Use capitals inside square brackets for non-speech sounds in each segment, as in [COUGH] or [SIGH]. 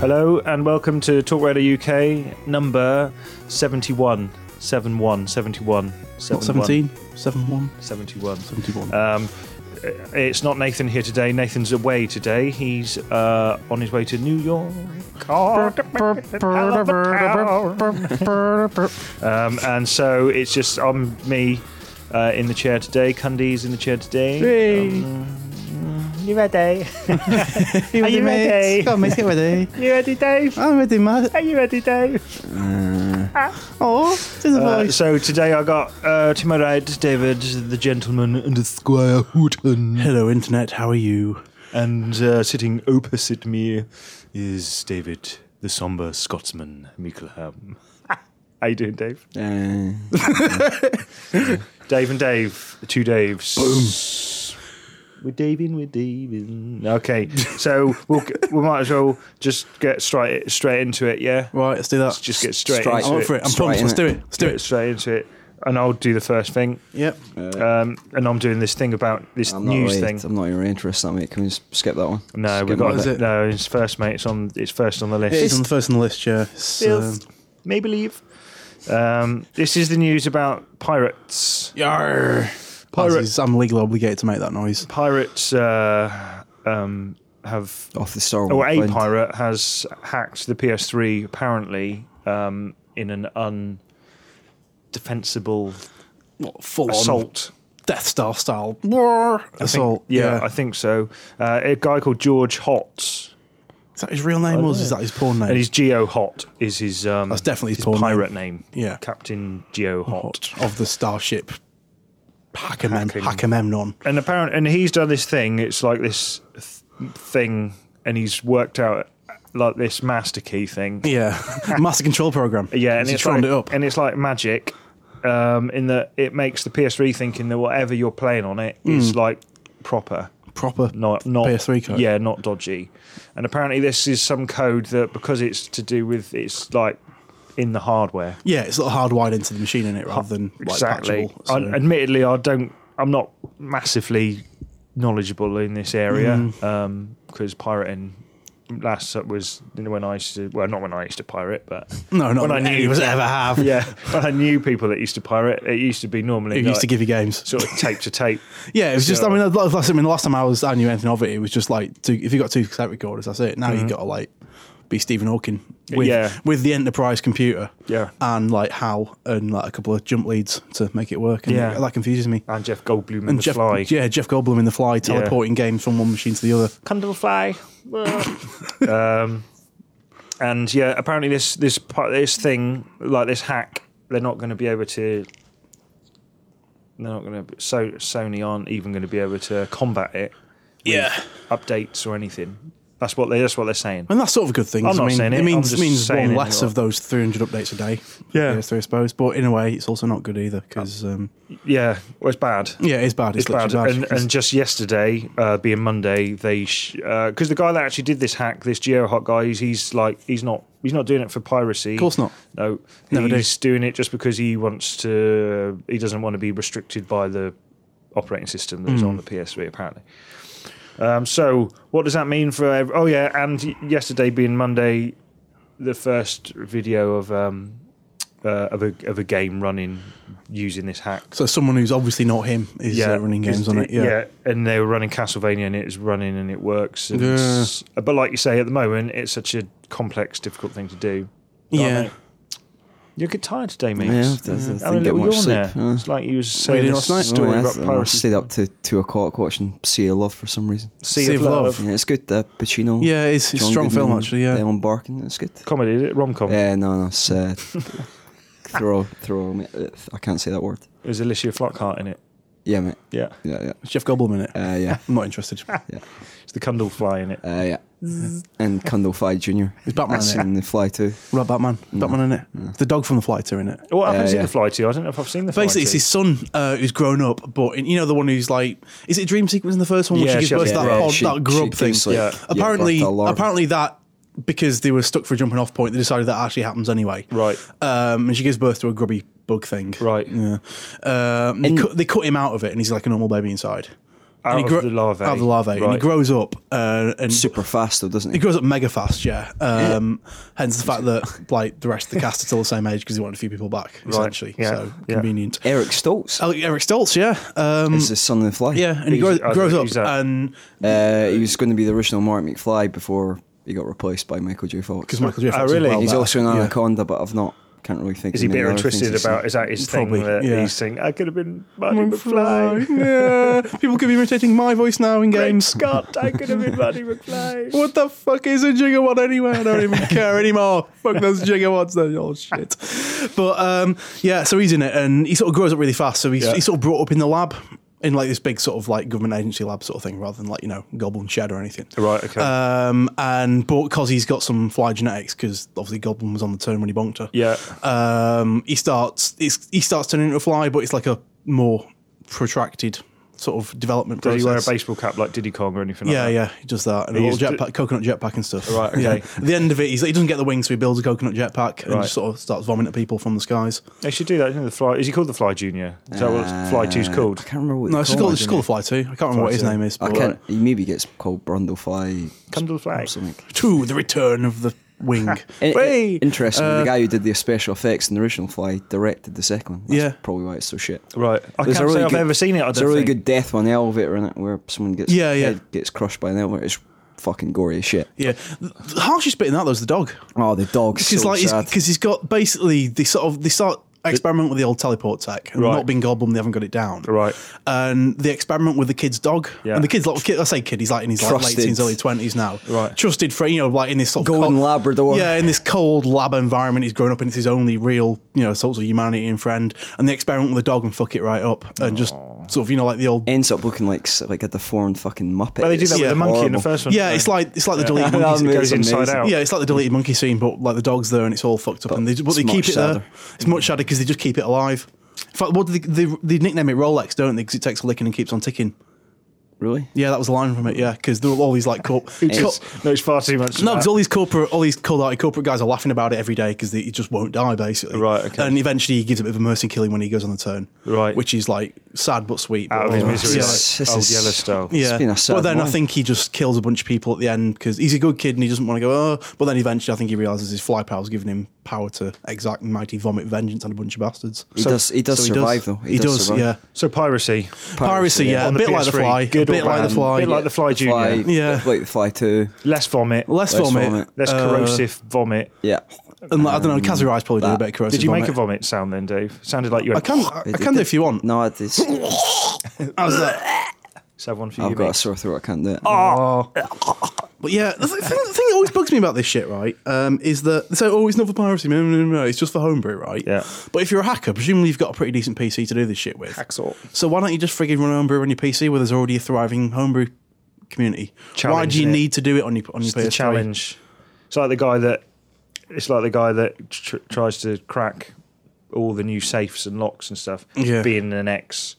Hello and welcome to Talk Radio UK number 71. 71, 71, Not 17, 7 1, 71. 71. Um, it's not Nathan here today. Nathan's away today. He's uh, on his way to New York. Um, and so it's just I'm me uh, in the chair today. Cundy's in the chair today. You [LAUGHS] ready? Are you ready? Come on, mate, get ready. You ready, Dave? I'm ready, mate. Are you ready, Dave? Oh, it's a Uh, voice. so today I got uh, to my right David, the gentleman, and Squire Hooton. Hello, Internet, how are you? And uh, sitting opposite me is David, the somber Scotsman, Mickleham. [LAUGHS] How you doing, Dave? Uh, Dave and Dave, the two Daves. Boom. We're Daving, we're Daving. Okay, so we'll, we might as well just get straight straight into it, yeah? Right, let's do that. Let's just get straight Straight. into I'm it. up for it. I'm Straight pumped. in Let's it. do it. Let's do Get it. straight into it. And I'll do the first thing. Yep. Um, and I'm doing this thing about this I'm not news really, thing. I'm not really interested in it. Can we just skip that one? No, Skip we've got that. Is it? no. It's first, mate. It's on. It's first on the list. It's on the first on the list, yeah. It's, um, may believe. Um, this is the news about pirates. Yarr. Pirates. I'm legally obligated to make that noise. Pirates uh, um, have, off the Star Oh, or Wars a plane. pirate has hacked the PS3 apparently um, in an undefensible What, full assault. on Death Star style war assault. yeah, I think so. Uh, a guy called George Hotz. Is that his real name or is that his porn name? And his Geo Hot is his. Um, That's definitely his his porn pirate name. Yeah. Captain Geo Hot. of the starship Hackamem- Hacking. Hackamemnon. And apparent, and he's done this thing. It's like this th- thing, and he's worked out like this master key thing. [LAUGHS] Yeah, master control program. Yeah, and he it's like, turned it up. and it's like magic. Um, in that it makes the PS3 thinking that whatever you're playing on it is Hmm. like proper. proper. not not PS3 code. Yeah, not dodgy. And apparently, this is some code that because it's to do with it's like in the hardware. Yeah, it's not hardwired into the machine in it rather than like, exactly. patchable, so- I, admittedly, I don't. I'm not massively knowledgeable in this area Mm. because pirating last was when I used to. Well, not when I used to pirate, but no, [LAUGHS] not when I that knew- any of us ever have. yeah, when I knew people that used to pirate, it used to be normally Who used to like give you games? sort of tape to tape. Yeah, it was just. I so- mean, the last, I mean, the last time I was, I knew anything of it. It was just like, two, if you got two cassette recorders, that's it. Now you got to like be Stephen Hawking Mm-hmm. with Yeah. with the Enterprise computer, Yeah. and like how and like a couple of jump leads to make it work. And Yeah. that confuses me. And Jeff Goldblum in And the Jeff, fly. yeah, Jeff Goldblum in the Fly teleporting games from one machine to the other. Candle fly. [COUGHS] um, and yeah, apparently this this part this thing like this hack, they're not going to be able to. They're not going to. So Sony aren't even going to be able to combat it. Yeah, Updates or anything. That's what they. That's what they're saying. And that's sort of a good thing. 'cause I'm I not mean, saying it, it I'm means, just means saying one it less like- of those 300 updates a day. Yeah. ps I suppose. But in a way, it's also not good either because, um, Yeah, well, it's bad. yeah, it's bad. It's, It's literally bad. bad. And, and just yesterday, uh, being Monday, they because sh- uh 'cause the guy that actually did this hack, this GeoHot guy, he's, he's like he's not he's not doing it for piracy. Of course not. No, Never do. he's doing it just because he wants to. He doesn't want to be restricted by the operating system that's Mm. on the PS3 apparently. Um, so what does that mean for? Ev- oh yeah, and y- yesterday being Monday, the first video of um, uh, of a of a game running using this hack so someone who's obviously not him is uh, running is- games on it. Yeah. and they were running Castlevania, and it's running and it works. And Yeah. it's- But like you say, at the moment, it's such a complex, difficult thing to do. Yeah. mate. You're get tired today, mate. Yeah, I Just didn't- have didn't a get little much yawn sleep, there. yeah. It's like you was saying did this last night? uh, story Oh, yeah, about I- I piracy. stayed up to two o'clock watching Sea of Love for some reason. Sea, Sea of of Love. Love. Yeah, it's good. Uh, Pacino. Yeah, it's, it's a John strong film, Goodman, actually. Yeah. Ellen Barkin. It's good. Comedy, is it? Rom com. Yeah, no, no, [LAUGHS] it's uh, throw, throw. me- uh, I can't say that word. There's Alicia Flockhart in it. Yeah, mate. Yeah. Yeah, yeah, It's Jeff Goldblum in it. uh, yeah, I'm not interested. yeah, It's the Cundle fly in it. [LAUGHS] uh, yeah. and Candlefly Junior. It's Batman That's in it. in the Fly Two. What about Batman? Batman in it. The dog from the flight are in it. What happens yeah. in the fly to? I don't know if I've seen the Uh, fly Basically, it's to. his son uh, who's grown up, but in, you know the one who's like, is it a dream sequence in the first one? Yeah, Yeah, she she gives birth has to that, grub. pod, She- that grub she thing. thinks, like, Yeah. you've got apparently, the alarm. apparently that because they were stuck for a jumping off point, they decided that actually happens anyway. Right. Um, and she gives birth to a grubby bug thing. Right. Yeah. Um, they, cut, they cut him out of it, and he's like a normal baby inside. Out and of the larvae. Out of the larvae, and he Right. grows up uh, and super fast though, doesn't he it? grows up mega fast, yeah. Um, hence the fact that like the rest of the cast are still the same age because he wanted a few people back, essentially. yeah, So yeah. convenient. Eric Stoltz Eric, Eric Stoltz, yeah, um, is the son of the Fly. yeah, and he Who's- grows, I don't grows know who's up, that. and Uh, he was going to be the original Mark McFly before he got replaced by Michael J. Fox. because Michael J. Fox is really? well He's better. also an Yeah. anaconda, but I've not. Can't really think. Is he of many bitter and other things twisted he's seen. about? Is that his Probably, thing that yeah. he's saying? I could have been Marty Marty McFly. [LAUGHS] McFly, yeah. People could be imitating my voice now in Great games. Scott, I could have been Marty McFly. What the fuck is a gigawatt anyway? I [LAUGHS] don't even care anymore. Fuck those gigawatts, they're all shit. But um, yeah, so he's in it, and he sort of grows up really fast. So he's, Yeah. he's sort of brought up in the lab, in like this big sort of like government agency lab sort of thing, rather than like you know Goblin Shed or anything. [LAUGHS] Right, okay. Um, and but because he's got some fly genetics, because obviously Goblin was on the turn when he bonked her. yeah. Um, he starts it's, he starts turning into a fly, but it's like a more protracted sort of development Does process. he wear a baseball cap like Diddy Kong or anything like Yeah, that? yeah, he does that and a He little used to- jetpack, coconut jetpack and stuff. Right, okay. Yeah. At the end of it, he's, he doesn't get the wings, so he builds a coconut jetpack and Right. just sort of starts vomiting at people from the skies. They should do that, isn't it? The fly is he called the Fly Junior? Is that what Uh, Fly Two's I called? can't remember what. No, they it's just call called, it, it's just isn't called it? Fly Two. I can't remember what his Two. name is. I But can't. He maybe gets called Brundlefly. Come to the fly. or Something. two, the return of the [LAUGHS] wing. In- Hey! Interestingly, Uh, the guy who did the special effects in the original Fly directed the second one. That's Yeah. probably why it's so shit. Right. I There's can't a really say I've good- ever seen it. I It's don't a really think. good death on the elevator in it, where someone gets Yeah, yeah. head gets crushed by an elevator. It's fucking gory as shit. yeah, the the harshest bit in that though is the dog. Oh, the dog's Because so like, sad. because he's got basically they sort of they start experimenting with the old teleport tech. And Right. Not being Goblin, they haven't got it down. Right. And the experiment with the kid's dog. Yeah. And the kid's like, kid, I say kid, he's like in his like, late Trusted. teens, early twenties now. Right. Trusted for you know like in this sort of Golden cold- Labrador. Yeah, in this cold lab environment, he's grown up and it's his only real you know sort of humanity and friend. And they experiment with the dog and fuck it right up and just sort of you know like the old. Ends up looking like s- like a deformed fucking muppet. Well, they do It's that with the monkey in the horrible. [LAUGHS] first one. Yeah, don't it's they? like it's like the deleted Yeah. monkeys. it That goes movie's inside amazing. out. Yeah, it's like the deleted monkey scene, but like the dog's there and it's all fucked up, and they but it's they keep much it there. sadder. It's much sadder because they just keep it alive. In fact, what do they, they they nickname it Rolex, don't they? Because it takes a licking and keeps on ticking. Really? Yeah, that was a line from it. Yeah, because there were all these like [LAUGHS] corp. It's- cor- no, it's far too much. no, of because that. all these corporate, all these cold-hearted corporate guys are laughing about it every day because it just won't die, basically. Right, okay. And eventually, he gives a bit of a mercy killing when he goes on the turn. Right. Which is like sad but sweet. out of his but- misery, Yeah. like This old is- yellow style. Yeah, been a sad but then I life. think he just kills a bunch of people at the end because he's a good kid and he doesn't want to go. Oh, but then eventually I think he realizes his fly power's giving him power to exact mighty vomit vengeance on a bunch of bastards. He does. He does So survive though. He, does, survive. yeah. So piracy. Piracy, yeah, On Uh, a the bit like the PS3, fly, a good or bit like bad? the fly, Bit like the Fly Junior. Yeah. like the Fly Two. Less vomit. less Less vomit, vomit. Less uh, corrosive vomit. Yeah, And like, I don't know, Kazuri Eyes probably did a that. bit of corrosive. Did you make vomit. a vomit sound then, Dave? sounded like you. I Had, can, I, I can do if you want. No, I did. [LAUGHS] How's that? Let's have one for you. Oh, I've got a mate. Ah! sore throat. I can't do it. But yeah, the th- thing, the thing that always bugs me about this shit, right, um, is that so oh, it's not for piracy, no, no, no, no, it's just for homebrew, right? Yeah. But if you're a hacker, presumably you've got a pretty decent PC to do this shit with. Hacksaw. So why don't you just frigging run homebrew on your PC where there's already a thriving homebrew community? why Challenge, do you innit? need to do it on your on your It's the PS3? challenge. It's like the guy that. It's like the guy that tr- tries to crack all the new safes and locks and stuff. Yeah. Being an ex,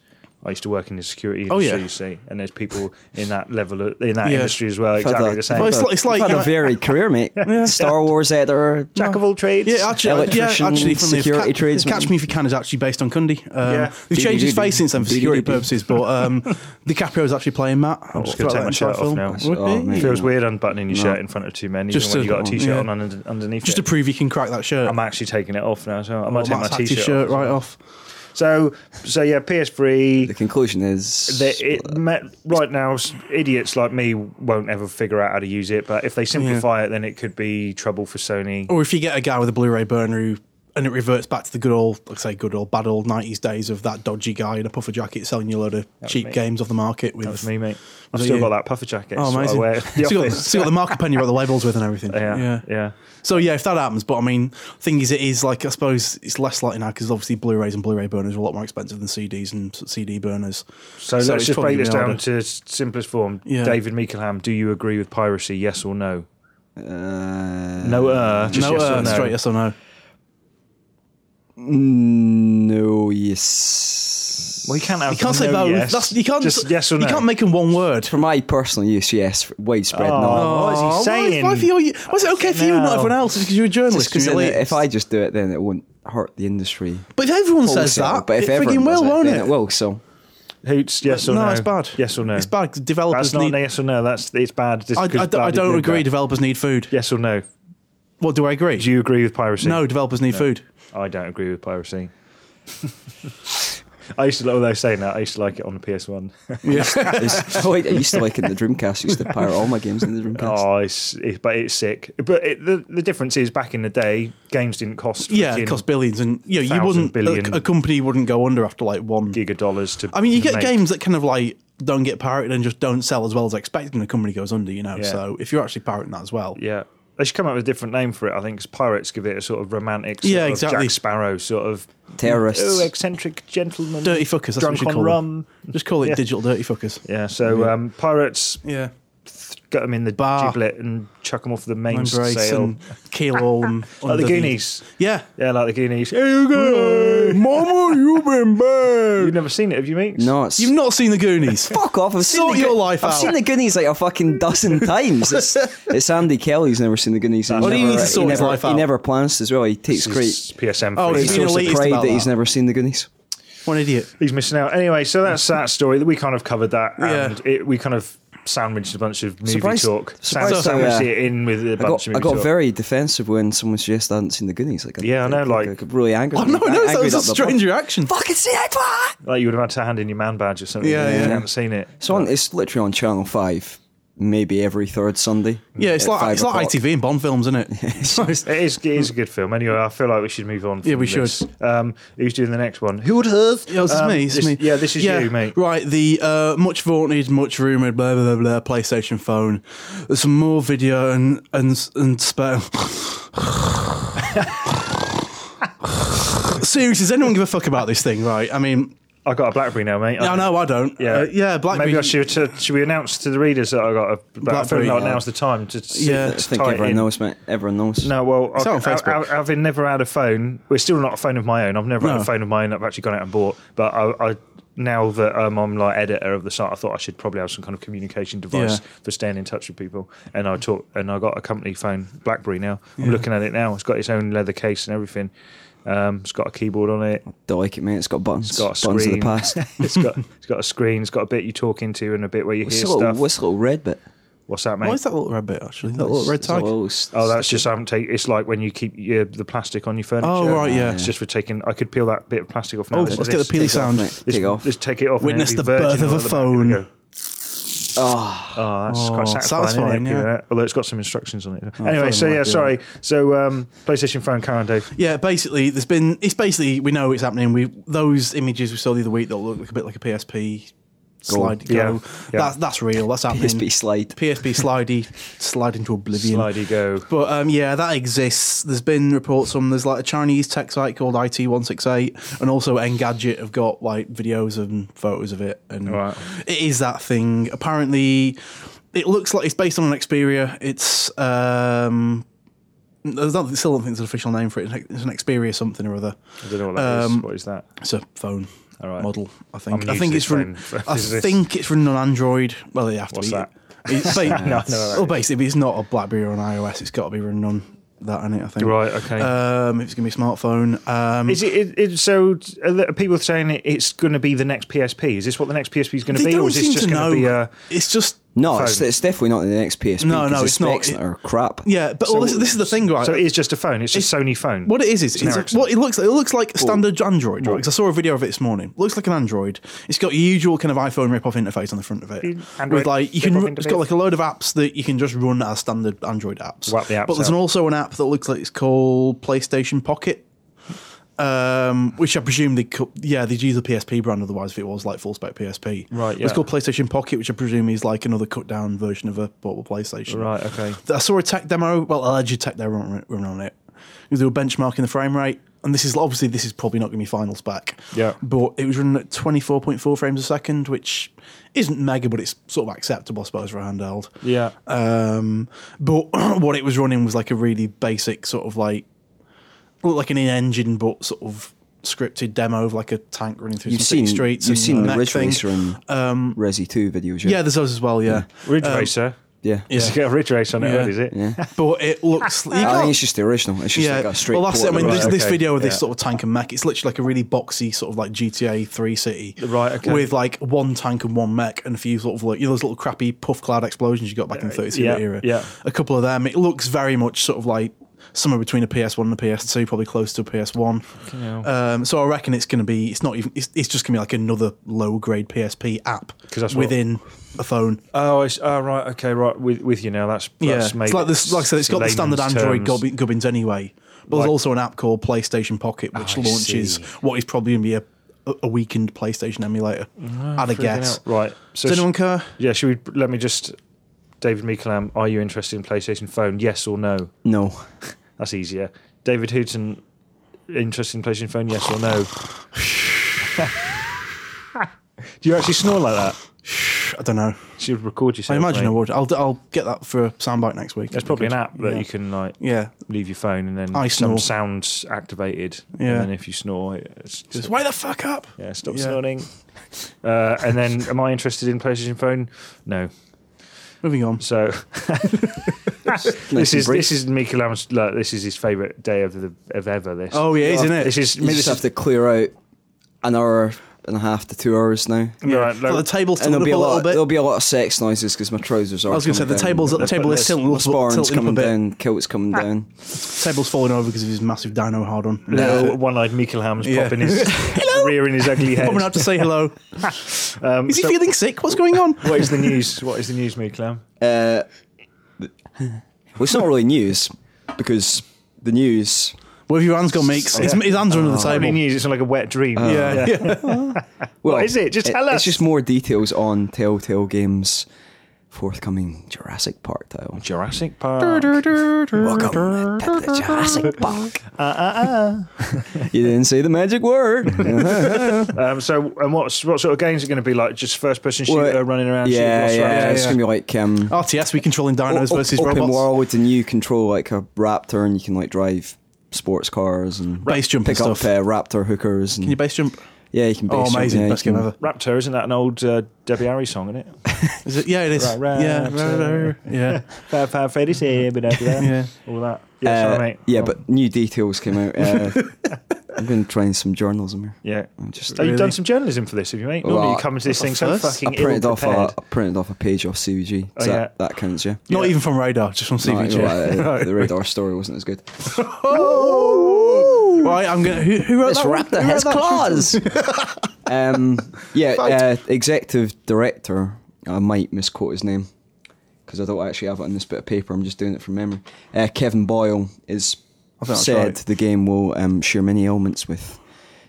I used to work in the security Oh, industry. yeah. You see, and there's people in that level of, in that Yeah. industry as well. I've had Exactly a- the I've same. Well, it's had a- like- it's like, I've you had know- a varied [LAUGHS] career, mate. Star Wars editor. uh, Jack of all trades. Yeah, actually, yeah, Electrician, actually, from security the, ca- tradesman. Catch Me If You Can is actually based on Cundy. Um, Yeah. They've changed his face since then for security DDDD. purposes, but um, [LAUGHS] DiCaprio is actually playing Matt. I'm just gonna take my shirt off now. Oh, It mate. feels weird unbuttoning your shirt in front of two men, Just even when to- you got a t-shirt yeah. on under, underneath. Just it. to prove you can crack that shirt. I'm actually taking it off now, so I Well, might take my Matt's hacked his t-shirt. shirt off. right off. So, so yeah, PS3. The conclusion is that it met, right now, s- idiots like me won't ever figure out how to use it. But if they simplify it, then it could be trouble for Sony. Oh, Or if you get a guy with a Blu-ray burner who and it reverts back to the good old, like I say, good old, bad old '90s days of that dodgy guy in a puffer jacket selling you a load of was cheap me. games off the market with. That was me, mate. I've Was it still you? got that puffer jacket. Oh, It's what I amazing! wear [LAUGHS] at the So you got, office. so you got the marker pen you wrote the labels with and everything. yeah, yeah. So yeah, if that happens, but I mean, thing is, it is like I suppose it's less likely now because obviously Blu-rays and Blu-ray burners are a lot more expensive than CDs and s- CD burners. So, So let's it's just probably break this gonna be down harder. to s- simplest form. Yeah. David Meekleham, do you agree with piracy? Yes or no? Uh, No, uh, just no, yes or uh, no. straight yes or no. No, yes. Well, you can't have. You can't say no both. Yes. That's, you can't. Just yes or no. You can't make them one word. For my personal use, yes. Widespread, no. Oh, what is he Aw, why- saying? Why, for you- why is it okay for you and not No. everyone else? Because you're a Just journalist. 'cause and then you're elitist. if I just do it, then it won't hurt the industry. but if everyone says wholesale, that, but it if frigging everyone will, does it, won't then it? it will. So Hoots. Yes or no? no, it's bad. Yes or no? It's bad. 'cause Developers That's not need. a yes or no. That's it's bad. Just I, I 'cause don't- I bad is don't good, agree. bad. Developers need food. Yes or no? What do I agree? Do you agree with piracy? no, developers need food. I don't agree with piracy. [LAUGHS] I used to, although saying that, I used to like it on the PS1. [LAUGHS] it's- oh, I I used to like it in the Dreamcast. I used to pirate all my games in the Dreamcast. [LAUGHS] Oh, it's, it, but it's sick. But it, the the difference is, back in the day, games didn't cost Yeah, it freaking costs billions, and you, know, you thousand wouldn't. billion. A, a company wouldn't go under after like one. giga dollars to. I mean, you get make. games that kind of like don't get pirated and just don't sell as well as expected, and the company goes under. You know, Yeah. so if you're actually pirating that as well, Yeah. They should come up with a different name for it, I think, 'cause pirates give it a sort of romantic, sort Yeah, of exactly. Jack Sparrow sort of Terrorists. oh, eccentric gentleman, dirty fuckers. That's what drunk we should on call them. rum. Just call it Yeah. digital dirty fuckers. Yeah, so um, pirates Yeah, got them in the Bar. giblet and chuck them off the main embrace sail, and kill [LAUGHS] all them. like under the Goonies. Yeah. Yeah, like the Goonies. Hey, you go. Mama, you've been You've bad. never seen it, have Oh. you, mate? No, it's You've not seen the [LAUGHS] Goonies. Fuck off! I've Sort seen the your Go- life I've out. seen the Goonies like a fucking dozen times. It's, it's Andy Kelly's never seen the Goonies. and Well, he never- needs to sort he his never, life He out. never plans as well. He takes It's great. PSM. Oh, free he's now. been He's elitist pride about that he's that. never seen the Goonies. One idiot. he's missing out. Anyway, so [LAUGHS] that's that story. We kind of covered that, and Yeah. it, we kind of sandwiched a bunch of movie Surprised- talk. Sand- surprised, sandwiched uh, it in with a bunch I of got, I movie got talk. very defensive when someone suggested I hadn't seen the Goonies. Like, Yeah, I know, like- I got really angry. [LAUGHS] Oh, no, I- no, that angry was a at the- strange reaction. Fucking see it, fuck! like you would have had to hand in your man badge or something. Yeah, if You yeah. haven't seen it. It's on. It's literally on Channel Five, maybe every third Sunday. Yeah, it's at like five it's like o'clock. ITV and Bond films, isn't [LAUGHS] it? It is, it is a good film. Anyway, I feel like we should move on. From Yeah, we this. should. Um, who's doing the next one? Who would have? Yeah, this Um, is me. This, is me. Yeah, this is you, mate. Right, the uh, much vaunted, much rumored, blah blah blah, blah PlayStation phone. There's some more video and and and spare. [LAUGHS] Seriously, does anyone give a fuck about this thing? Right, I mean, I got a BlackBerry now, mate. yeah, no, I don't. Yeah, Uh, yeah, Blackberry. Maybe I should, should we announce to the readers that I got a BlackBerry? I feel BlackBerry, like yeah. now's the time to see, Yeah. yeah. I think tie it everyone in. knows, mate. Everyone knows. No, well, It's I, not on Facebook. I, I, I've never had a phone. Well, It's still not a phone of my own. I've never had No. a phone of my own. I've actually gone out and bought. But I, I now that um, I'm like editor of the site, I thought I should probably have some kind of communication device Yeah. for staying in touch with people. And I talk, and I got a company phone, BlackBerry. Now I'm looking at it now. It's got its own leather case and everything. Um, it's got a keyboard on it. Don't like it, mate. It's got buttons. It's got a buttons of the screen. [LAUGHS] past. [LAUGHS] It's got it's got a screen. It's got a bit you talk into and a bit where you What's hear the little, stuff. what's the little red bit? What's that, mate? Why is that little red bit actually? That little red It's a tag. little s- Oh, that's just I haven't taken. It's like when you keep your, the plastic on your furniture. Oh, right, yeah. It's just for taking. I could peel that bit of plastic off now. Oh, This- let's get the this- peely Take it off, sound. mate. this- Take it off. Just take it off. and Witness it'd be the birth virgin of a on the back. Here we phone. go. Oh, Oh, that's Oh, quite satisfying. satisfying, isn't it? yeah. Although it's got some instructions on it. I anyway, so might yeah, do sorry. So um, PlayStation phone, Karen Dave. Yeah, basically, there's been. It's basically we know it's happening. We those images we saw the other week that look like a bit like a PSP slide. Go. Yeah, yeah. That's that's real. That's happening. PSP slide. PSP slidey slide into oblivion. Slidey go. But um, yeah, that exists. There's been reports from there's like a Chinese tech site called IT168, and also Engadget have got like videos and photos of it, and Right. it is that thing. Apparently, it looks like it's based on an Xperia. It's um, there's not, still don't think there's an official name for it. It's an Xperia something or other. I don't know what that is. Um, What is that? It's a phone All right. model, I think. I'm I think useless it's run. then. I Is [LAUGHS] this- think it's running on Android. Well, they have to What's be. that? [LAUGHS] It's ba- No, no, well, basically, it's not a BlackBerry or an iOS. It's got to be running on that, in it. I think. Right. Okay. Um, if it's gonna be a smartphone. Um, is it, it, it so? Are there- are people saying it, it's going to be the next PSP? Is this what the next PSP is going to be, they don't or is this seem just to going know. to be a? it's just No, it's, Phone. it's definitely not the next PSP. No, 'cause no, the it's not. specs It- are crap. yeah. But well, this, So- this is the thing, right? So it is just a phone. It's a Sony phone. What it is is an it's, Ericsson. what it looks like. It looks like a standard Android, right? Because I saw a video of it this morning. Looks like an Android. It's got your usual kind of iPhone rip-off interface on the front of it. Android with like you rip-off can, it's got interface. like a load of apps that you can just run as standard Android apps. Whack the apps but there's out. an- also an app that looks like it's called PlayStation Pocket. um, which I presume they could, yeah, they'd use the PSP brand otherwise if it was like full spec PSP. Right, It's yeah. called PlayStation Pocket, which I presume is like another cut down version of a portable PlayStation. Right, okay. I saw a tech demo, well, alleged tech demo run, run on it. They were benchmarking the frame rate, and this is obviously this is probably not going to be final spec. Yeah. But it was running at twenty four point four frames a second, which isn't mega, but it's sort of acceptable, I suppose, for a handheld. Yeah. Um, but [CLEARS THROAT] what it was running was like a really basic sort of like looked like an in-engine, but sort of scripted demo of like a tank running through You've some seen, city streets. you've and seen the that Ridge thing. Um, Racer and Resi 2 videos. Yeah, there's those as well. Yeah, Ridge [LAUGHS] Racer. Yeah. yeah. It's got a Um, Ridge Racer on it, Yeah. is it? Yeah. but it looks. you I can't- think it's just the original. It's just like a straight. well, that's it. I port mean, of Right, this, this okay. video of this Yeah. sort of tank and mech, it's literally like a really boxy sort of like GTA 3 city. Right, okay. With like one tank and one mech and a few sort of like, you know, those little crappy puff cloud explosions you got back in the 32 yeah, era. yeah. A couple of them. It looks very much sort of like somewhere between a PS1 and a PS2, probably close to a PS1. hell. Um, so I reckon it's going to be, it's not even, it's, it's just going to be like another low grade PSP app 'Cause that's what- within a phone. Oh, I s oh, right. Okay, right. With, with you now. That's, Yeah, that's it's made like this. Like I said, it's got the standard layman's Android terms. gubbin- gubbins anyway. But Right. there's also an app called PlayStation Pocket, which Ah, I launches see. what is probably going to be a, a- a weakened PlayStation emulator. I'd a Ah, Freaking guess. out. Right. So, Does sh- anyone care? yeah, should we let me just. David Meeklam, are you interested in PlayStation Phone? Yes or no? No. That's easier. David Hooton, interested in PlayStation Phone? Yes or [LAUGHS] no? Do you actually snore like that? I don't know. Should record yourself. I imagine mate. I would. I'll, d- I'll get that for a soundbite next week. There's probably an app that Yeah. you can like Yeah. leave your phone and then I some snore. sounds activated. Yeah. And then if you snore, it's Just just why the fuck up? yeah, stop Yeah. snorting. Uh, and then, am I interested in PlayStation Phone? No. Moving on. So Nice this and is brief. this is Michael Lamb's, like, This is his favorite day of the of ever. This. Oh yeah, isn't it? This is You this just have is to clear out an hour and a half to two hours now. right, Like, like- the table's And tilted there'll up be a a little lot. bit. There'll be a lot of sex noises because my trousers are. I was going to say coming the table's down. the table is tilting, My sparn's tilting up a coming bit. down. Kilt's coming down. Table's falling over because of his massive dino [LAUGHS] hard on. little one-eyed Michael Ham's Yeah. popping [LAUGHS] his rearing his ugly head. Oh, Coming out to [LAUGHS] say hello. Um, Is he so feeling sick? What's going on? what is the news? What is the news, Michael Ham? Uh, well, it's not really news because the news. Where have your hands gone, Meeks? His, his hands are under the Not really table. news. It's not like a wet dream. uh, Yeah. Well, is it? Just tell us. It's just more details on Telltale Games' forthcoming Jurassic Park title. Jurassic Park. Welcome to the Jurassic Park. Uh, [LAUGHS] you didn't say the magic word. [LAUGHS] Um, so, and what's what sort of games are going to be like? Just first-person shooter, Well, running around. shooting yeah, yeah, velociraptors? yeah. It's yeah. Oh, gonna be like um, RTS, we controlling dinos o- versus open robots. world, and you control like a raptor, and you can like drive sports cars and Base jump pick and up stuff. uh, raptor hookers. And Can you base jump? yeah, you can. Base Oh, jump, amazing! yeah, you Best game can- ever. Raptor, isn't that an old uh, Debbie Harry song, isn't it? Is it? Yeah, it is. Right, right, yeah, right, right, right. yeah, Five, five, Freddy, say, but after that, Yeah. Oh. all that. Uh, Yeah, sorry, mate. yeah, Um, but new details came out. [LAUGHS] Uh, I'm going to try and some journalism here. yeah. I'm just Oh, you've done Really? some journalism for this, have you, mate? Normally, Well, you come into this that's thing a so first. fucking I printed off a, ill-prepared. I printed off a page off CVG. Oh, So yeah. that, that counts, yeah. Not Yeah. even from Radar, just from No, CVG. [LAUGHS] well, uh, the radar story wasn't as good. Right, I'm gonna. Who, who wrote This that? one? raptor Who wrote has that? claws. [LAUGHS] um, yeah, uh, executive director. I might misquote his name because I don't actually have it on this bit of paper. I'm just doing it from memory. Uh, Kevin Boyle is think that's said right. the game will um, share many elements with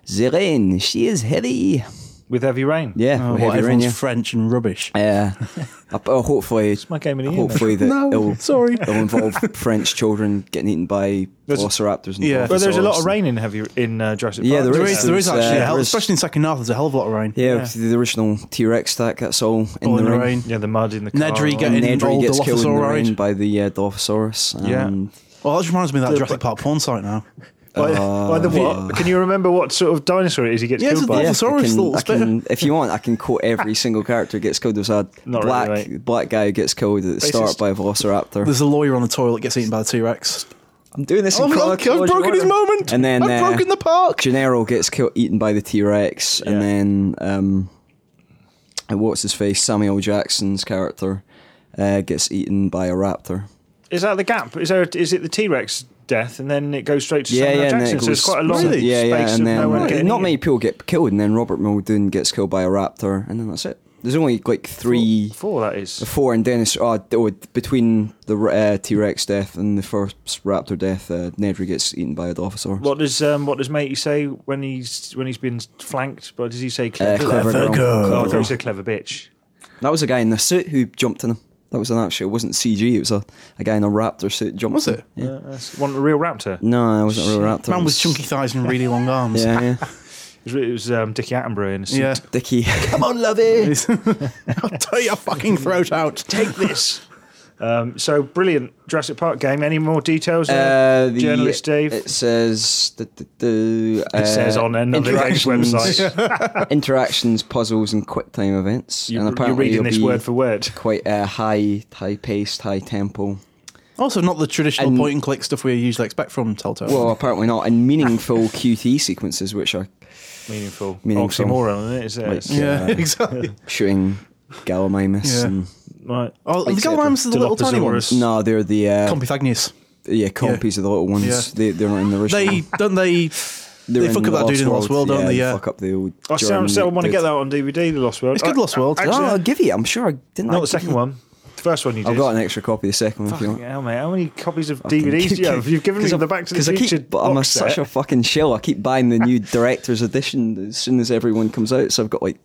Zerene. She is heavy. With heavy rain. Yeah, Oh, with well, heavy rain. everyone's Yeah. French and rubbish. Uh, I- oh, hopefully, my game of the year, hopefully that No, it'll, sorry. [LAUGHS] it'll involve French children getting eaten by There's- velociraptors. And yeah. Well, there's a lot dilophosaurs. of rain in heavy in uh, Jurassic Yeah, Park. there There is- is, there is uh, actually, a hell, there is- especially in second half, there's a hell of a lot of rain. Yeah, Yeah. the original T Rex stack. That's all in all the, in ring. rain. Yeah, the mud in the car. Nedry on- get- And And Nedry old gets killed in the Dilophosaurus. rain by the Um, uh, Dilophosaurus. Yeah. And, Well, Oh, that just reminds me of that The- Jurassic Park porn site now. By, Oh, by the what? Can you remember what sort of dinosaur it is he gets Yeah, it's killed a by? Yeah. Dilophosaurus, I can- little I spit. can- if you want, I can quote every single character who gets killed. There's a Not really, black mate. black guy who gets killed at the start Racist. by a velociraptor. There's Oh a lawyer on the toilet gets eaten by the T Rex. I'm doing this. In I've, I've chronological broken his order. moment. And then I've uh, broken the park. Gennaro gets killed, eaten by the T Rex, Yeah. and then um, uh, what's his face? Samuel Jackson's character uh, gets eaten by a raptor. Is that the gap? Is there? Is it the T Rex death, and then it goes straight to Yeah, Samuel yeah, and then Jackson? it so it's goes- quite a long Really? space yeah, yeah, of and then no one uh, getting not eaten. many people get killed, and then Robert Muldoon gets killed by a raptor, and then that's it. There's only like three, Four, that is. the four, and Dennis. Oh, d- oh between the uh, T Rex death and the first Raptor death, uh, Nedry gets eaten by a Dilophosaurus. What does um, what does matey say when he's when he's been flanked? But does he say Uh, clever? clever girl. girl. Oh, I Clever thought he said clever bitch. That was a guy in a suit who jumped in him. That was an actual. It wasn't CG. It was a, a guy in a raptor suit jumped. Was in. it? Yeah. Uh, that's one a real raptor. No, it wasn't a real raptor. Man it with was- chunky thighs and really long arms. Yeah, yeah. [LAUGHS] It was, it was um, Dickie Attenborough in a suit. Yeah. Dicky. Come on, lovey. [LAUGHS] I'll tear your fucking throat out. Take [LAUGHS] this. Um, so brilliant Jurassic Park game. Any more details? Uh, there? the- Journalist Dave. It says. The, the, the, uh, It says on another game's interactions- [LAUGHS] website. [LAUGHS] interactions, puzzles, and quick time events. You, and are apparently reading you'll this be word for word. quite uh, high, high paced, high tempo. Also, not the traditional And- point and click stuff we usually expect from Telltale. Well, apparently not. And meaningful [LAUGHS] QTE sequences, which are Meaningful. Meaningful. Oxymoron, isn't it? Is it? Like, It's- yeah, yeah. [LAUGHS] [LAUGHS] exactly. shooting Gallimimus. Yeah. And, Right. Oh, the Except Gallimimus are the little tiny ones. Dilophosaurus. no, they're the uh, Compithagnius. yeah copies of the little ones. Yeah. They, they're not in the original. They don't they. They're they fuck in up that dude in the Lost World, yeah, don't they? Yeah. Fuck up the old. I still, German still want to dude. get that on DVD, The Lost World. It's good, I- Lost World. Ah. I- No, Actually, Oh, I'll give you. I'm sure I didn't. not I the second give one. The first one you you- did. I've got an extra copy of the second one. If you Fucking want. hell, mate. How many copies of Fucking DVDs do keep- you [LAUGHS] have? You've given me 'cause the I'm- Back to the 'cause I Future keep, but I'm a, box such set. a fucking shell. I keep buying the new director's edition as soon as everyone comes out. So I've got like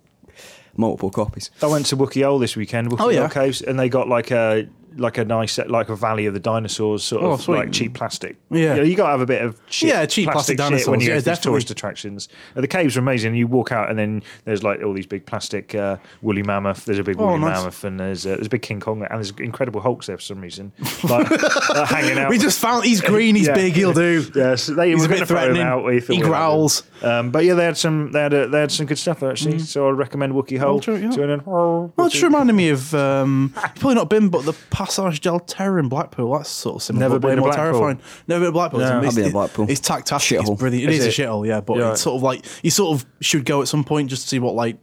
multiple copies. I went to Wookiee Hole this weekend, Wookiee Oh, yeah. Hole Caves, and they got like a like a nice set, like a Valley of the Dinosaurs sort Oh, of sweet. like cheap plastic. you, Yeah. know, you got to have a bit of shit, Yeah, cheap plastic shit when dinosaurs. you Yeah, go to these definitely. tourist attractions. Uh, The caves are amazing. You walk out and then there's like all these big plastic uh, woolly mammoth. There's a big Oh, woolly nice. mammoth and there's uh, there's a big King Kong and there's incredible Hulks there for some reason, [LAUGHS] like uh, hanging out. We just found he's green, he's Yeah. big, he'll do. Yeah, so they He's were a bit going to throw him threatening. out. we thought He we had growls. him. Um, but yeah, they had some they had, a, they had some good stuff there actually. So I recommend Wookiee Hole. true, yeah. Tune in. Well, it just reminded me of um, it's probably not been, but the Passage del Terre in Blackpool. That's sort of similar. Never but way been to more Blackpool. terrifying. Never been to Blackpool. No. it's, I've been to Blackpool. It's tactastic. It's Shithole. brilliant. It is, Is a it? shithole, yeah. But Yeah. it's sort of like you sort of should go at some point just to see what like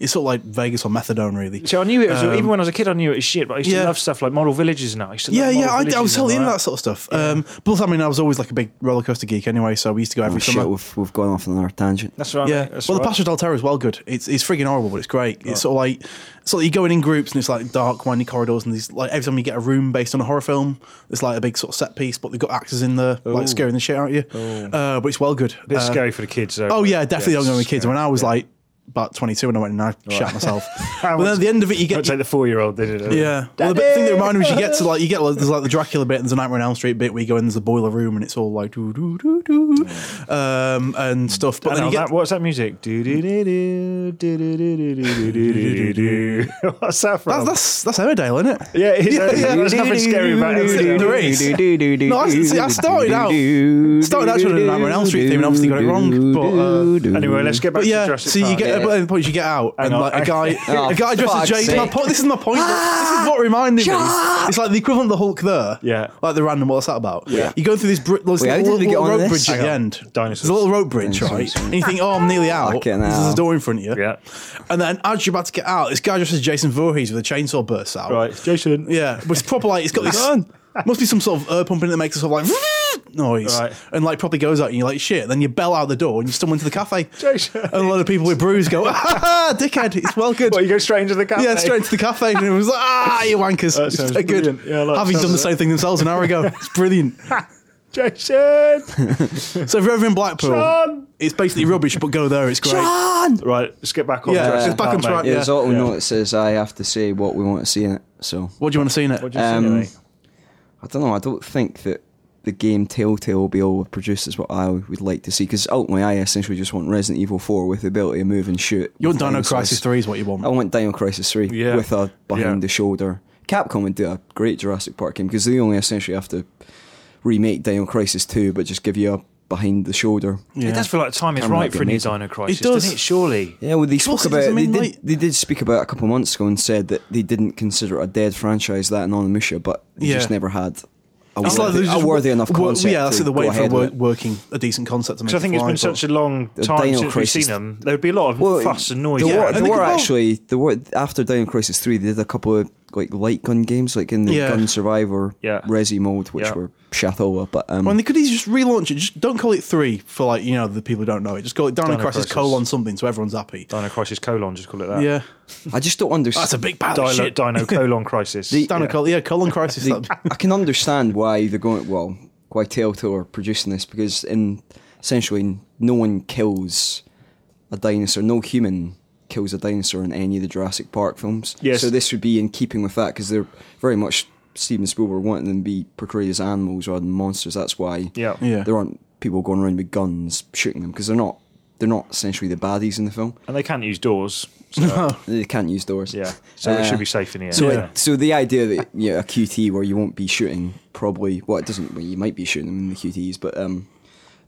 it's sort of like Vegas or methadone, really. So I knew it was even when I was a kid. I knew it was shit, but I used Um, yeah. to love stuff like Model Villages and that. I used to Yeah, love yeah, Model I, I was Villages totally and into all that sort of stuff. Um, plus, I mean, I was always like a big roller coaster geek anyway, so we used to go every Oh, summer. shit, we've, we've gone off on our tangent. That's right. Yeah, That's well, the right. Pasha del Terra is well good. It's it's friggin' horrible, but it's great. It's sort of like sort of you're going in groups and it's like dark, windy corridors, and these like every time you get a room based on a horror film, it's like a big sort of set piece, but they've got actors in there like scaring the shit out of you. Uh, but it's well good. Bit Uh, scary for the kids. Though, Oh but yeah, definitely don't go with kids. yeah. When I was like about 22, and I went and I shat [LAUGHS] myself. I but then was- at the end of it, you Don't get take the four-year-old. Did it? yeah. Well, the bit- thing that reminded me is you get to like you get like, there's like the Dracula bit and there's a Nightmare on Elm Street bit where you go in there's a boiler room and it's all like doo doo doo doo um, and stuff. But And then you all get that, what's that music? Do do do do do do do do do do do. [LAUGHS] What's that that's from? that's that's Emmerdale, isn't it? um, yeah, it is. [LAUGHS] yeah. There's nothing scary about [LAUGHS] it. There is. No, I- see, I started out- started out trying to do Nightmare on Elm Street theme and obviously got it wrong, but, uh, Anyway, let's get back But to yeah, Jurassic so you Park. get Yeah. at the point you get out, and on, like I- [LAUGHS] a guy, Oh, a guy dressed as fuck's Jason. sake. Ah! My point. This is my point. this is what reminded me. It's like the equivalent of the Hulk there. Yeah. like the random. What's that about? Yeah. you go through this, br- this Wait, how little, did we get little on rope this? bridge at Hang the on. end. Dinosaurs. There's a little rope bridge, Dinosaurs. right? And you think, oh, I'm nearly out. Fucking There's hell. a door in front of you. Yeah. And then as you're about to get out, this guy dressed as Jason Voorhees with a chainsaw bursts out. Right, Jason. Yeah, but it's proper like [LAUGHS] it's got this. Must be some sort of air pumping that makes a sort of like [LAUGHS] noise, Right. and like probably goes out, and you're like shit. Then you bell out the door, and you stumble into the cafe. Jason. And a lot of people with brews go, [LAUGHS] ah, dickhead, it's well good. Well, you go straight into the cafe. yeah, straight to the cafe, and it was like, ah, you wankers. That It's sounds so good. brilliant. Yeah, I like Having sounds done the of same thing themselves an [LAUGHS] hour ago, it's brilliant. Jason. So if you're ever in Blackpool, John! it's basically rubbish, but go there, it's great. Right, let's get back on. Yeah, Jurassic let's back Park, on mate. track. Yeah, there's Yeah. auto Yeah. note that says I have to say what we want to see in it. So What do you want to see in it? What do you think, Um, mate? I don't know. I don't think that the game Telltale will be all produced is what I would like to see because ultimately I essentially just want Resident Evil 4 with the ability to move and shoot. Your with Dino dinosaurs. Crisis 3 is what you I want. want Dino Crisis 3 Yeah. with a behind Yeah. the shoulder. Capcom would do a great Jurassic Park game because they only essentially have to remake Dino Crisis 2 but just give you a behind the shoulder. Yeah. It does feel like time is Camera right might be for a new amazing. Dino Crisis, It does. doesn't it? Surely. Yeah, well, they spoke also- about. I mean, they, did, like- they did speak about it a couple of months ago and said that they didn't consider it a dead franchise that and Onimusha, but they Yeah. just never had a It's worthy, like they're a just- worthy enough wo- concept. Yeah, that's to the go wait for ahead wor- with it. working a decent concept to make. Because I it think it's fly, been but- such a long The time Dino since Crisis- we've seen them. There would be a lot of fuss and noise. There were, Yeah. there think were about- actually there were after Dino Crisis three. They did a couple of like light gun games, like in the Yeah. Gun Survivor Yeah. Resi mode, which Yeah. were shat over. But um, Well, they could easily just relaunch it. Just don't call it three for like you know the people who don't know it. Just call it Dino Dino Crisis Crisis. colon something so everyone's happy. Dino Crisis colon, just call it that. Yeah, I just don't understand. that's a big pile Dino, of shit. [LAUGHS] Dino colon crisis. Dino colon, yeah, [LAUGHS] colon crisis. that'd be- I can understand why they're going. Well, why Telltale are producing this because in essentially no one kills a dinosaur. No human kills a dinosaur in any of the Jurassic Park films. Yes. So this would be in keeping with that because they're very much Steven Spielberg wanting them to be portrayed as animals rather than monsters. That's why. Yeah. Yeah. There aren't people going around with guns shooting them because they're not. They're not essentially the baddies in the film. And they can't use doors. So, They can't use doors. yeah. So Uh, it should be safe in the air. so, yeah. it, so the idea that you know, a QT where you won't be shooting probably well, it doesn't. Well, you might be shooting them in the QTs, but um,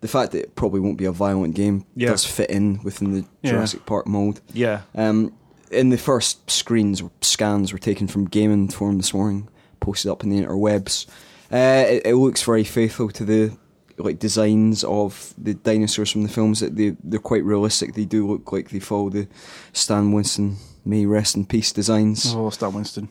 the fact that it probably won't be a violent game Yeah. does fit in within the Yeah. Jurassic Park mold. yeah. Um, in the first screens or scans were taken from Game Inform this morning, posted up in the interwebs. Uh, it, it looks very faithful to the like designs of the dinosaurs from the films. That they they're quite realistic. They do look like they follow the Stan Winston may rest in peace designs. oh, Stan Winston.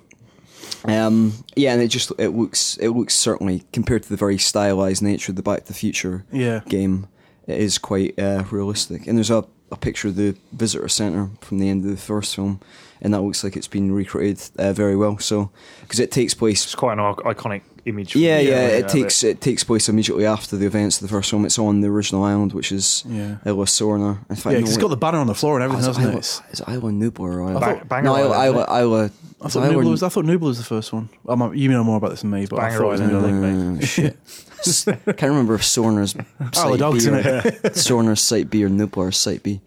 Um, yeah, and it just it looks it looks certainly compared to the very stylized nature of the Back to the Future Yeah. game, it is quite uh, realistic. And there's a, a picture of the visitor center from the end of the first film, and that looks like it's been recreated uh, very well. So because it takes place, It's quite an iconic image. uh, yeah, yeah, but- it takes it takes place immediately after the events of the first film. It's on the original island, which is Yeah. Isla Sorna. In fact, Yeah, no, 'cause it's wait. got the banner on the floor and Oh, everything, is it hasn't Isla, it? is It's- it Isla Nublar or Isla? Bang- Banger no, Isla, Island, Isla, Isla, I is thought Isla- Nubla was. I thought Nubla was the first one. I might, you know more about this than me, but I Banger thought it was Island, Nubla. isn't it? Uh, [LAUGHS] shit. Can't remember if Sorner's Mm. [LAUGHS] Oh, the site dog's B in or, it. [LAUGHS] Sorner's site B or Nublar's site B.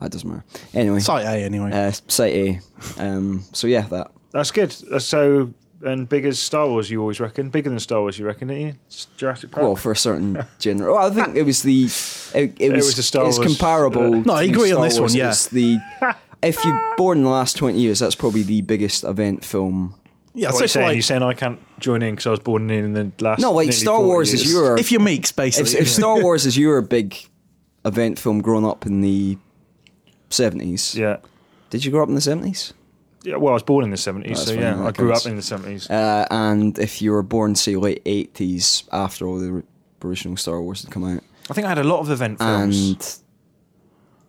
That doesn't matter. Anyway, Site A anyway. uh, site A. Um, so yeah, that. That's good. Uh, So, and big as Star Wars, you always reckon. Bigger than Star Wars, you reckon, didn't you? It's Jurassic Park. Well, for a certain general, well, I think it was the. It, it, was, was a Star It's Wars, comparable. uh, No, I to agree on Star this Wars. one, yeah. It's [LAUGHS] the. If you're born in the last twenty years, that's probably the biggest event film. yeah, what so you it's saying? like, You're saying I can't join in because I was born in the last. No, like nearly Star 40 Wars years. is your. if you're meeks, if, basically. if [LAUGHS] Star Wars is your big event film growing up in the seventies, Yeah. did you grow up in the seventies? Yeah, well, I was born in the 70s, That's so fine, yeah, that I grew counts. up in the 70s. Uh, and if you were born, say, late 80s, after all the original Star Wars had come out, I think I had a lot of event films. and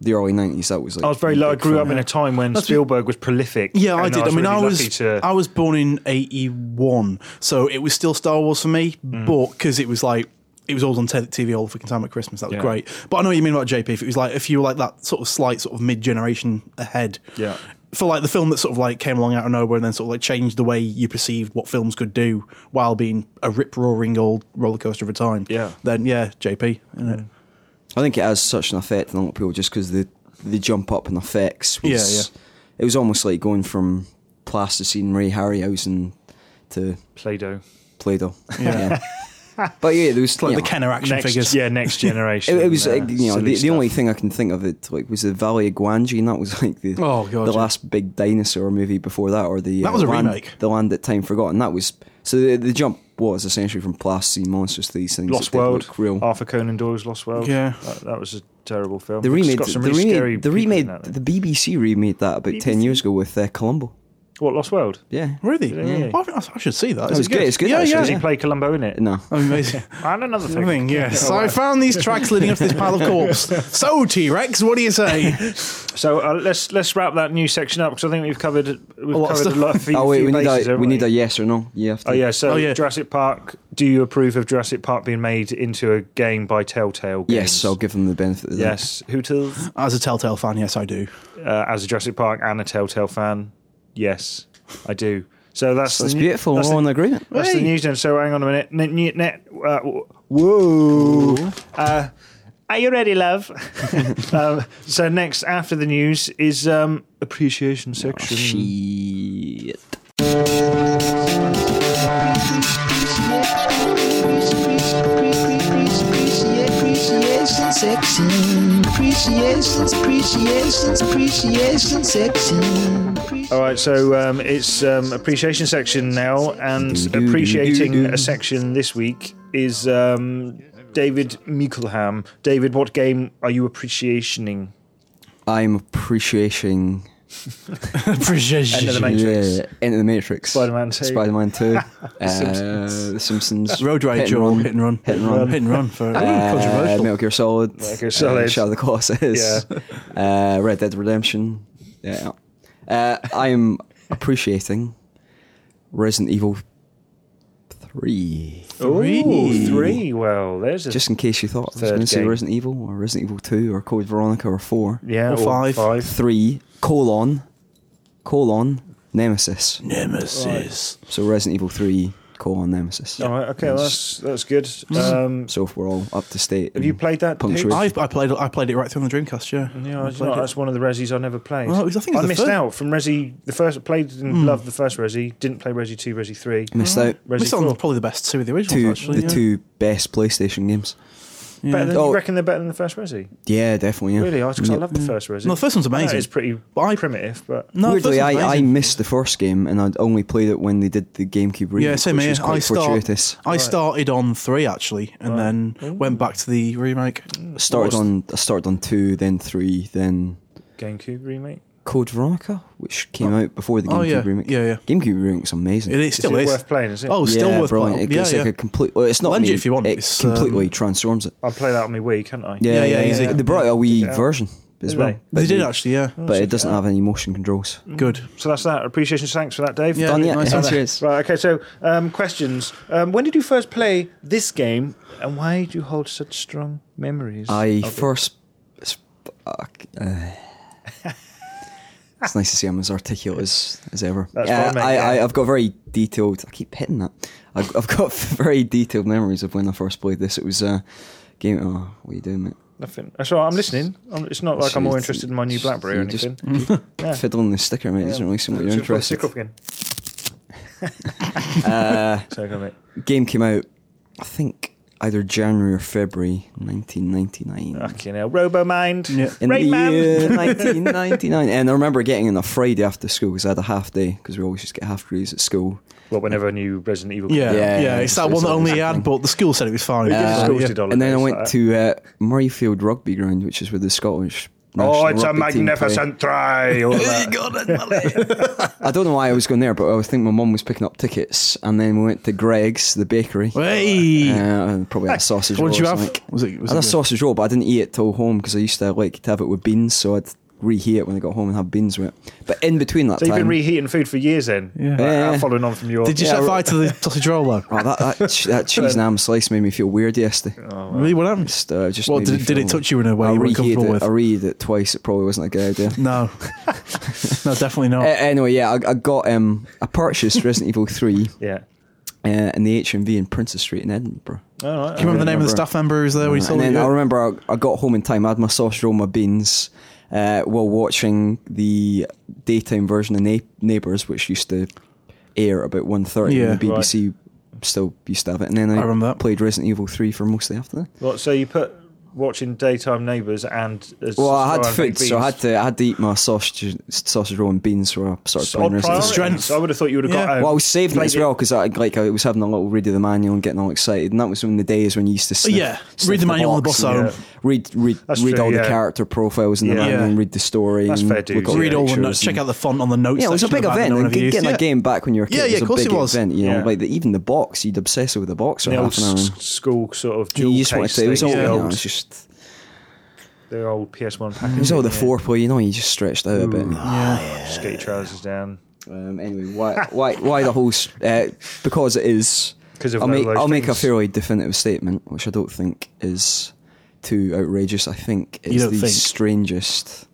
the early 90s, that was like. I was very the low. I big grew thing. up in a time when That's- Spielberg was prolific. Yeah, I and did. I, mean, really I was lucky to- I was born in '81, so it was still Star Wars for me, Mm. but because it was like it was always on te- TV all the fucking time at Christmas. That was Yeah. great. But I know what you mean about JP. If it was like if you were like that sort of slight sort of mid generation ahead, Yeah. For like the film that sort of like came along out of nowhere and then sort of like changed the way you perceived what films could do while being a rip roaring old roller coaster of a time. Yeah. Mm. Then yeah, JP. innit? I think it has such an effect on a lot of people just because the, the jump up in effects was. Yeah, It was almost like going from plasticine Ray Harryhausen to Play-Doh. Play Doh. Yeah. [LAUGHS] but yeah, there was. Like you the know, Kenner action Next, figures. yeah, [LAUGHS] next It, generation. it was uh, like, you know silly the, the stuff. only thing I can think of it like was the Valley of Guanji, and that was like the Oh, God, the yeah. last big dinosaur movie before that, or the uh, That was a land, remake. the land that time forgotten. That was so the, the jump was essentially from plasticine monsters to these things. Lost that did World. look real. Arthur Conan Doyle's Lost World. Yeah. That, that was a terrible film. the It's remade, got some the really scary remade, the people in remade, that, though. the BBC remade that about ten years ago with uh, Columbo. What, Lost World? Yeah, Really? Yeah. Well, I I should see that. No, Is it's it good, it's good, Yeah, actually, yeah. Does he play Columbo in it? no, [LAUGHS] Amazing. And another thing. thing, yes. I found these tracks leading up to this pile [LAUGHS] of corpse. So, T Rex, what do you say? So uh, let's let's wrap that new section up because I think we've covered we've A lot of covered stuff. a lot of few, oh wait, few we need bases, a we haven't need a yes or no. You have to. Oh yeah, so Oh, yeah. Jurassic Park. Do you approve of Jurassic Park being made into a game by Telltale? Games? yes, I'll give them the benefit. of that. Yes, who to As a Telltale fan, yes, I do. uh, as a Jurassic Park and a Telltale fan? Yes, I do. So that's that's the, new- beautiful. That's, We're the, on agreement. that's the Hey. news. Then, so hang on a minute. Net, net, net uh, w- whoa. Uh, are you ready, love? [LAUGHS] um, so next after the news is um, appreciation section. Shit. Appreciation section. Appreciations, appreciations, appreciation section. All right, so um, it's um, appreciation section now, and appreciating a section this week is um, David Muckleham. David, what game are you appreciationing? I'm appreciating End of the Precision. Matrix. Yeah, Into the Matrix. Spider-Man 2. Spider-Man 2. uh, The [LAUGHS] Simpsons. Road Hit Rage, and Joel. Run. Hit and run. Hit and run. Hit and run for Uh, controversial. Metal Gear Solid. Metal Gear Solid. Uh, Shadow of the Colossus. [LAUGHS] Uh, Red Dead Redemption. Yeah. Uh, I am appreciating Resident Evil 3. Ooh, three. Well, there's a Just in case you thought I was Third going to say game. Resident Evil or Resident Evil 2 or Code Veronica or 4. yeah, Or or five. five. 3 colon colon Nemesis. Nemesis. So Resident Evil 3 colon Nemesis. All right, okay, well, that's that's good. Um, So if we're all up to state. Mm. have you played that? Punctuation. I, I played I played it right through on the Dreamcast, yeah. Yeah, I it's played not, it. that's one of the Resis I never played. Well, it was- I think it was the missed first- Mm. out from Resi. The first played and loved the first Resi. Didn't play Resi two, Resi three. Missed out. Resi This one's four. probably the best two of the originals, Two, actually. the yeah. two best PlayStation games. Yeah. Better than, Oh. You reckon they're better than the first Resi? Yeah, definitely. Yeah. Really? I, 'cause I Yeah. love the first Resi. Mm. No, the first one's I know amazing. It's pretty But I- Mm. primitive, but No, the Weirdly, first one's I, I amazing. missed the first game and I'd only played it when they did the GameCube remake, Yeah, same which here. was quite I, start, fortuitous. I started on three actually, and then went back to the remake. started What was- on I started on two, then three, then GameCube remake. Code Veronica, which came out before the GameCube Oh, yeah. remake. Yeah, yeah. GameCube remake's amazing. It, it still it is worth playing, is it? Oh, still yeah, worth brilliant. playing. It, Yeah, it's yeah. like a complete. Well, it's not Lend it me, if you want. It It's, um, completely transforms it. I play that on my Wii, can't I? Yeah, yeah, yeah, yeah. easy. They brought out a Wii out. version as Did well. they? Mm. They But did actually, yeah. but it doesn't have any motion controls. Good. So that's that. Appreciation. Thanks for that, Dave. Yeah. Done yet? nice one. Cheers. Right. Okay. So, um, questions. Um, when did you first play this game, and why do you hold such strong memories? I of it? first. sp- Uh, [LAUGHS] it's nice to see I'm as articulate as, as ever. That's Yeah, fine, mate, I, I, yeah. I've got very detailed. I keep hitting that. I've, I've got [LAUGHS] very detailed memories of when I first played this. It was a game. Oh, what are you doing, mate? Nothing. That's all right. I'm listening. I'm, it's not like I'm more interested in my new BlackBerry or You just anything. [LAUGHS] Yeah. Fiddling the sticker, mate, isn't really something you're Should I put the interested. Uh, stick up [LAUGHS] again. [LAUGHS] Sorry, go on, mate. Game came out, I think, either January or February 1999. Fucking hell. RoboMind. Yeah. in Rain the Ah, Man. [LAUGHS] year 1999. And I remember getting in a Friday after school because I had a half day because we always just get half days at school. Well, whenever a new Resident Evil. Yeah, Yeah, yeah. yeah, It's it's- that one it's that only he had, amazing. but the school said it was fine. Yeah. So, Schools Uh, yeah. did all of and then I those, went like to uh, Murrayfield Rugby Ground, which is where the Scottish. Oh, national it's a rugby team play. magnificent try. [LAUGHS] all of that. I don't know why I was going there, but I was thinking my mum was picking up tickets, and then we went to Greg's, the bakery. Hey! Uh, and probably had a sausage What roll. did you or have? something. Was it- was I it had a good? sausage roll, but I didn't eat it till home because I used to like to have it with beans, so I'd reheat it when I got home and have beans with it. But in between that So you've time, been reheating food for years then? Yeah. Like, Yeah. following on from your. Did you Yeah, set I- fire to the [LAUGHS] sausage roll though? Oh, that, that, [LAUGHS] ch- that cheese and ham slice made me feel weird yesterday. Really? What happened? Just, uh, just Oh. Well, made did me it- did it feel- touch you in a way I you weren't reheated comfortable it- with? I read it twice. It probably wasn't a good idea. [LAUGHS] [LAUGHS] No. no, definitely Uh, not. anyway, yeah, I, I got um, I purchased Resident Evil Three Yeah. uh, in the HMV in Princess Street in Edinburgh. All right. Do you remember the name of remember. Mm, the staff member who was there when you saw and then I it? remember I, I got home in time. I had my sausage roll, my beans, uh, while watching the daytime version of Na- Neighbours, which used to air about 1.30 Yeah. and the BBC. Still used to have it, and then I, I remember that. played Resident Evil Three for mostly after that. What, so you put watching daytime neighbours and as Well, I had Star and Big food, so I had Beast. to I had to eat my sausage sausage roll and beans, so I started It's playing odd Resident priorities. Evil. Strength. I would have thought you would have Yeah. got home. Well, I was saving it Played as well because I like I was having a little read of the manual and getting all excited, and that was when the days when you used to sniff, Oh, Yeah, sniff read the manual on the box bus and home. read read That's read true, all the yeah. character profiles in the Yeah. manual Yeah. and read the story. That's and fair dues, look at yeah. Read all the pictures notes. and- Check out the font on the notes. yeah, it was a section big about the event. number And of views. getting a Yeah. game back when you were a kid Yeah, yeah, of was a course big it was. event. You know, Yeah. like the, even the box, you'd obsess over the box for the old half an hour. s- and school sort of dual You just wanted case to. It was all, things, yeah. the, you know, old, it's just the old PS1 it package. was all the yeah. foreplay. You know, you just stretched out a bit. Mm. Just get your trousers down. Um, anyway, why, why, why the whole? s- Uh, because it is. 'Cause of I'll, all make, those I'll make a things. fairly definitive statement, which I don't think is too outrageous. I think You it's don't the think? strangest,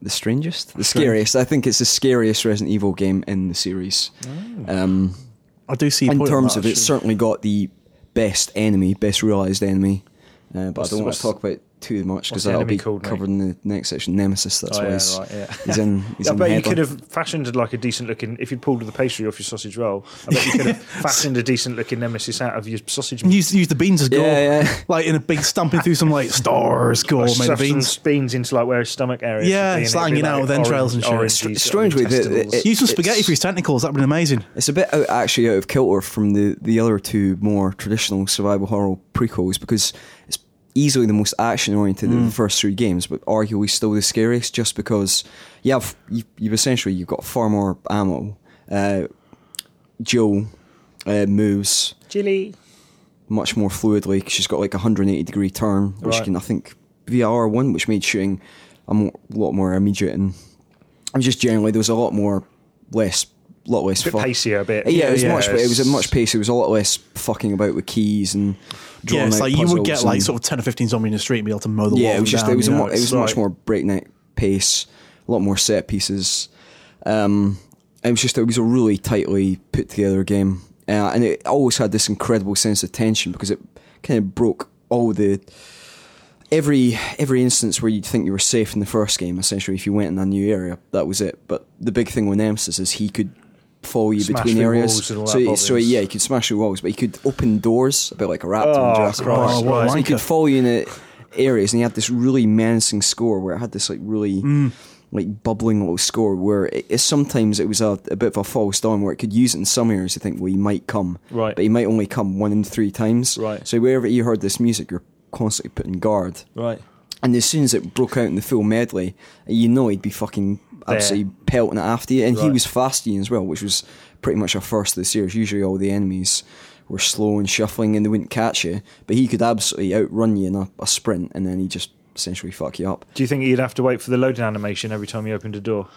the strangest, the scariest. I think it's the scariest Resident Evil game in the series. Oh. Um, I do see. your in point terms on of that, it's certainly got the best enemy, best realised enemy. Uh, but I don't want what's- to talk about it too much because the that'll enemy be called, mate? covered in the next section. Nemesis. That's Oh, why yeah, he's, right, yeah. he's in. [LAUGHS] He's I in bet the you could headline. have fashioned like a decent looking. If you'd pulled the pastry off your sausage roll, I bet you could [LAUGHS] have fashioned a decent looking nemesis out of your sausage. actually. Use, use the beans as gore. Yeah, yeah. Like in a big stamping through some like stars gore Like, made of stuffed some beans. beans into like where his stomach area. Yeah, should be, it's and it'd be, hanging out with entrails and shit. orangey Str- sort of strangely, the- intestines. it- Use some it's- spaghetti for his tentacles. That'd been amazing. It's a bit out, actually out of kilter from the, the other two more traditional survival horror prequels because it's easily the most action oriented Mm. of the first three games, but arguably still the scariest, just because you have you, you've essentially you've got far more ammo. Uh, Jill uh, moves Jilly. much more fluidly. 'cause she's got like a 180 degree turn, which Right. can I think VR one, which made shooting a mo- lot more immediate and and just generally there was a lot more less lot less Bit fuck- pacier a bit. Yeah, it was Yeah, much. It was a it's- much pace. It was a lot less fucking about with keys and drawing Yeah, it's out like you would puzzles get like and- sort of ten or fifteen zombies in the street and be able to mow the wall. yeah, it was just it was a down, mo- you know, it was it's like- much more breakneck pace, a lot more set pieces. Um, it was just it was a really tightly put together game, uh, and it always had this incredible sense of tension because it kind of broke all the every every instance where you'd think you were safe in the first game. Essentially, if you went in a new area, that was it. But the big thing with Nemesis is he could follow you Smash between through areas. walls and all so, that he- so bobbins. yeah, he could smash through walls, but he could open doors a bit like a raptor. Oh, in Jurassic Christ, Park. Oh, what a So he could wanker. follow you in the areas, and he had this really menacing score where it had this like really Mm. like bubbling little score where it, it sometimes it was a, a bit of a false dawn where it could use it in some areas to think well he might come, Right. But he might only come one in three times, Right. So wherever you heard this music, you're constantly putting guard, Right. and as soon as it broke out in the full medley, you know he'd be fucking absolutely pelting it after you. And he Right. was fasting as well, which was pretty much a first of the series. Usually all the enemies were slow and shuffling and they wouldn't catch you. But he could absolutely outrun you in a, a sprint and then he just essentially fuck you up. Do you think you'd have to wait for the loading animation every time you opened a door?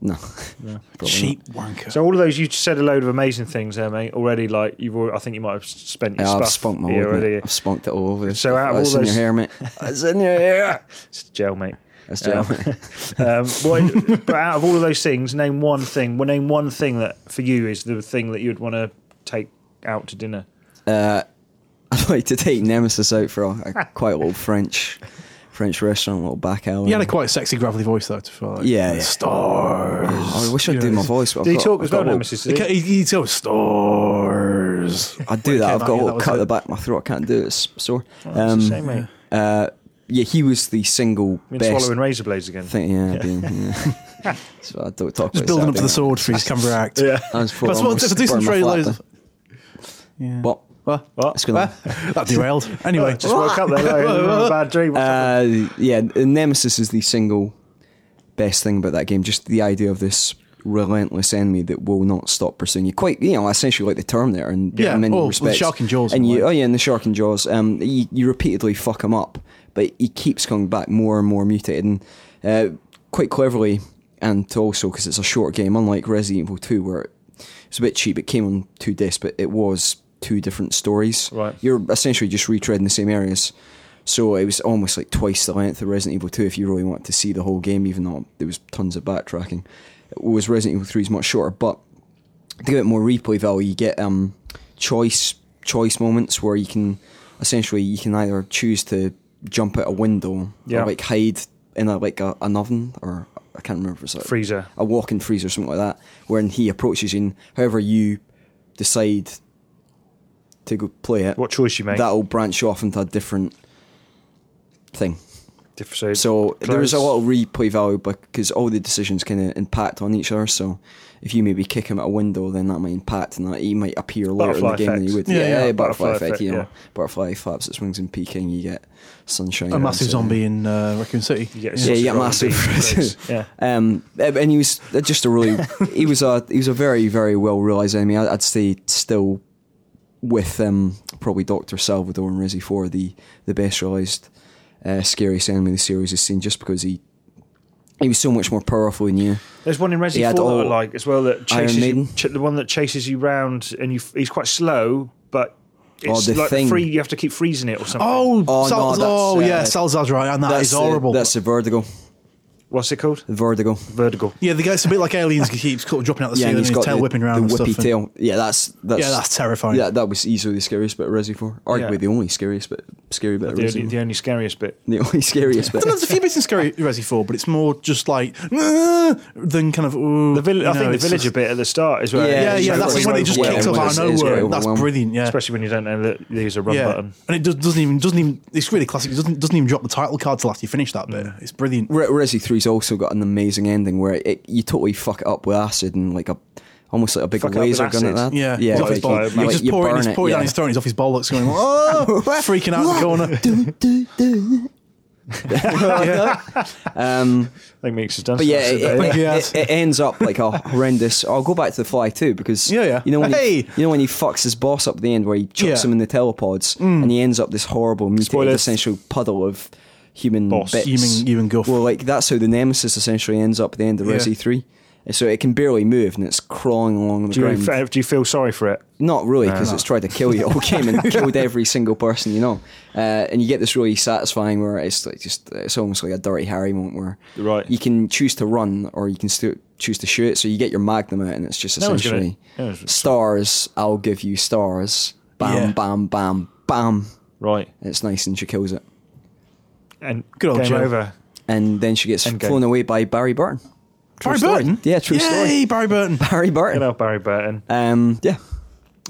No. [LAUGHS] Probably cheap wanker. So all of those you said a load of amazing things there, mate. Already, like you've, al- I think you might have spent your not. Yeah, I've stuff spunked my here word, mate. already. I've spunked it all over. So out of That's all in those- your hair, mate. That's in your hair. It's jail, mate. That's jail. Um, what, [LAUGHS] but out of all of those things, name one thing. Well, name one thing that for you is the thing that you'd want to take out to dinner. [LAUGHS] I'd like to take Nemesis out for a, a quite little French French restaurant, a little back alley. He had a quite sexy gravelly voice though. To feel like, Yeah, yeah. stars. Oh, I wish I'd do my voice. but I've Did he got- talk I've as got well, a little- Nemesis? He, Did he? he, he'd go stars. I do that. I've came out, yeah, got a that little was cut at the it. Oh, back of my throat. I can't do it. It's sore. That's a Um, shame, mate. uh, yeah, he was the single Been best swallowing razor blades again. thing. Yeah, I've been, [LAUGHS] yeah. so I don't talk Just about building up that, to the don't sword for his camera act. Yeah. I? I was full That's what almost to do some burned my trailer. flat, though. Yeah. What? What? What? It's gonna- [LAUGHS] That derailed. Anyway, Just woke [LAUGHS] up there. Like, [LAUGHS] a bad dream. What's up? Uh, yeah, Nemesis is the single best thing about that game. Just the idea of this relentless enemy that will not stop pursuing you. Quite, you know, essentially like the Terminator in Yeah. many Oh, the respects. shark in Jaws And and you, like- oh yeah, in the shark and Jaws, um, you, you repeatedly fuck him up, but he keeps coming back more and more mutated and uh, quite cleverly. And to also because it's a short game, unlike Resident Evil Two, where it was a bit cheap. It came on two discs, but it was two different stories. Right. You're essentially just retreading the same areas. So it was almost like twice the length of Resident Evil 2 if you really wanted to see the whole game, even though there was tons of backtracking. Whereas Resident Evil 3 is much shorter, but to give it more replay value, you get um, choice choice moments where you can essentially you can either choose to jump out a window Yeah. or like hide in a like a, an oven or I can't remember if it's a Freezer. a walk-in freezer or something like that, wherein he approaches you, and however you decide to go play it, What choice you make? that'll branch off into a different thing. Diff- so So there is a close. lot of replay value because all the decisions kind of impact on each other. So if you maybe kick him at a window, then that might impact, and that he might appear later Butterfly in the game than he would. effect. Yeah, yeah, butterfly, butterfly effect. effect, You know, yeah. butterfly flaps its wings in Peking. You get sunshine. a around massive it. zombie in uh, Raccoon City. You get a Yeah, sausage yeah, roll and massive. [LAUGHS] beef ribs. yeah. Um, and he was just [LAUGHS] a really he was a he was a very very well realised enemy. I'd I'd say still with um, probably Doctor Salvador and Rizzy Four the the best realised uh, scariest enemy the series has seen, just because he he was so much more powerful than you. There's one in He Resident had Evil that I all- like as well that chases you, Maiden? ch- the one that chases you round and you f- he's quite slow, but it's Oh, the like thing. free. You have to keep freezing it or something. [LAUGHS] Oh, Oh, Sal- no, that's, oh uh, yeah, Salazar's right, and that is the- horrible. That's the vertigo. what's it called? The vertigo. Vertigo. yeah, the guy's a bit like aliens. He keeps sort of dropping out the Yeah, ceiling, and and he's his got tail the, whipping around. the and stuff, whippy and- tail. Yeah, that's that's Yeah, that's terrifying. Yeah, that was easily the scariest bit of Resi Four. Arguably Yeah. the only scariest bit, scary bit of The Resi. only, the only scariest bit. the only [LAUGHS] scariest bit. Sometimes a few bits in Scary Resi 4, but it's more just like "Nah," than kind of ooh, The vill- you I think know, the it's villager just- bit at the start is where Yeah, Yeah, yeah, that's it's when it just overwhelming. kicks up Yeah, out it's- of it's nowhere. That's overwhelming. brilliant. Yeah, especially when you don't know that these are run yeah, button. and it does, doesn't even doesn't even. It's really classic. It doesn't doesn't even drop the title card till after you finish that bit. It's brilliant. Re- Resi Three's also got an amazing ending where it, you totally fuck it up with acid and like a almost like a big Fuck up with laser gun acid. at that. Yeah, yeah. He's off like his ball. you- He's like just you pouring, burn he's it, pouring yeah. down his throat. He's off his bollocks, going oh, freaking out in the [LAUGHS] corner. [LAUGHS] [LAUGHS] Um, I think Meeks has done. but yeah, it, today. it, Yeah. it- it ends up [LAUGHS] like a horrendous. I'll go back to the fly too because Yeah, yeah. you know when Hey! he, you know when he fucks his boss up at the end where he chucks Yeah. Mm. him in the telepods and he ends up this horrible mutated Spoilers. essential puddle of human Boss. bits. Human- human guff. Well, like that's how the nemesis essentially ends up at the end of Yeah. Resi Three. So it can barely move and it's crawling along the do, you, ground. fe- do you feel sorry for it? Not really, because it's tried to kill you all [LAUGHS] game and killed every single person you know. Uh, and you get this really satisfying where it's like just it's almost like a dirty Harry moment where Right. you can choose to run or you can still choose to shoot. So you get your magnum out and it's just No one's gonna- essentially no one's- stars. I'll give you stars. Bam, Yeah. bam, bam, bam. Right. And it's nice, and she kills it. And Good old game Joe. over. And then she gets Endgame. flown away by Barry Burton. [LAUGHS] True Barry story. Burton, Yeah, true Yay, story. Barry Burton. Barry Good Burton. old Barry Burton. Um, [LAUGHS] yeah.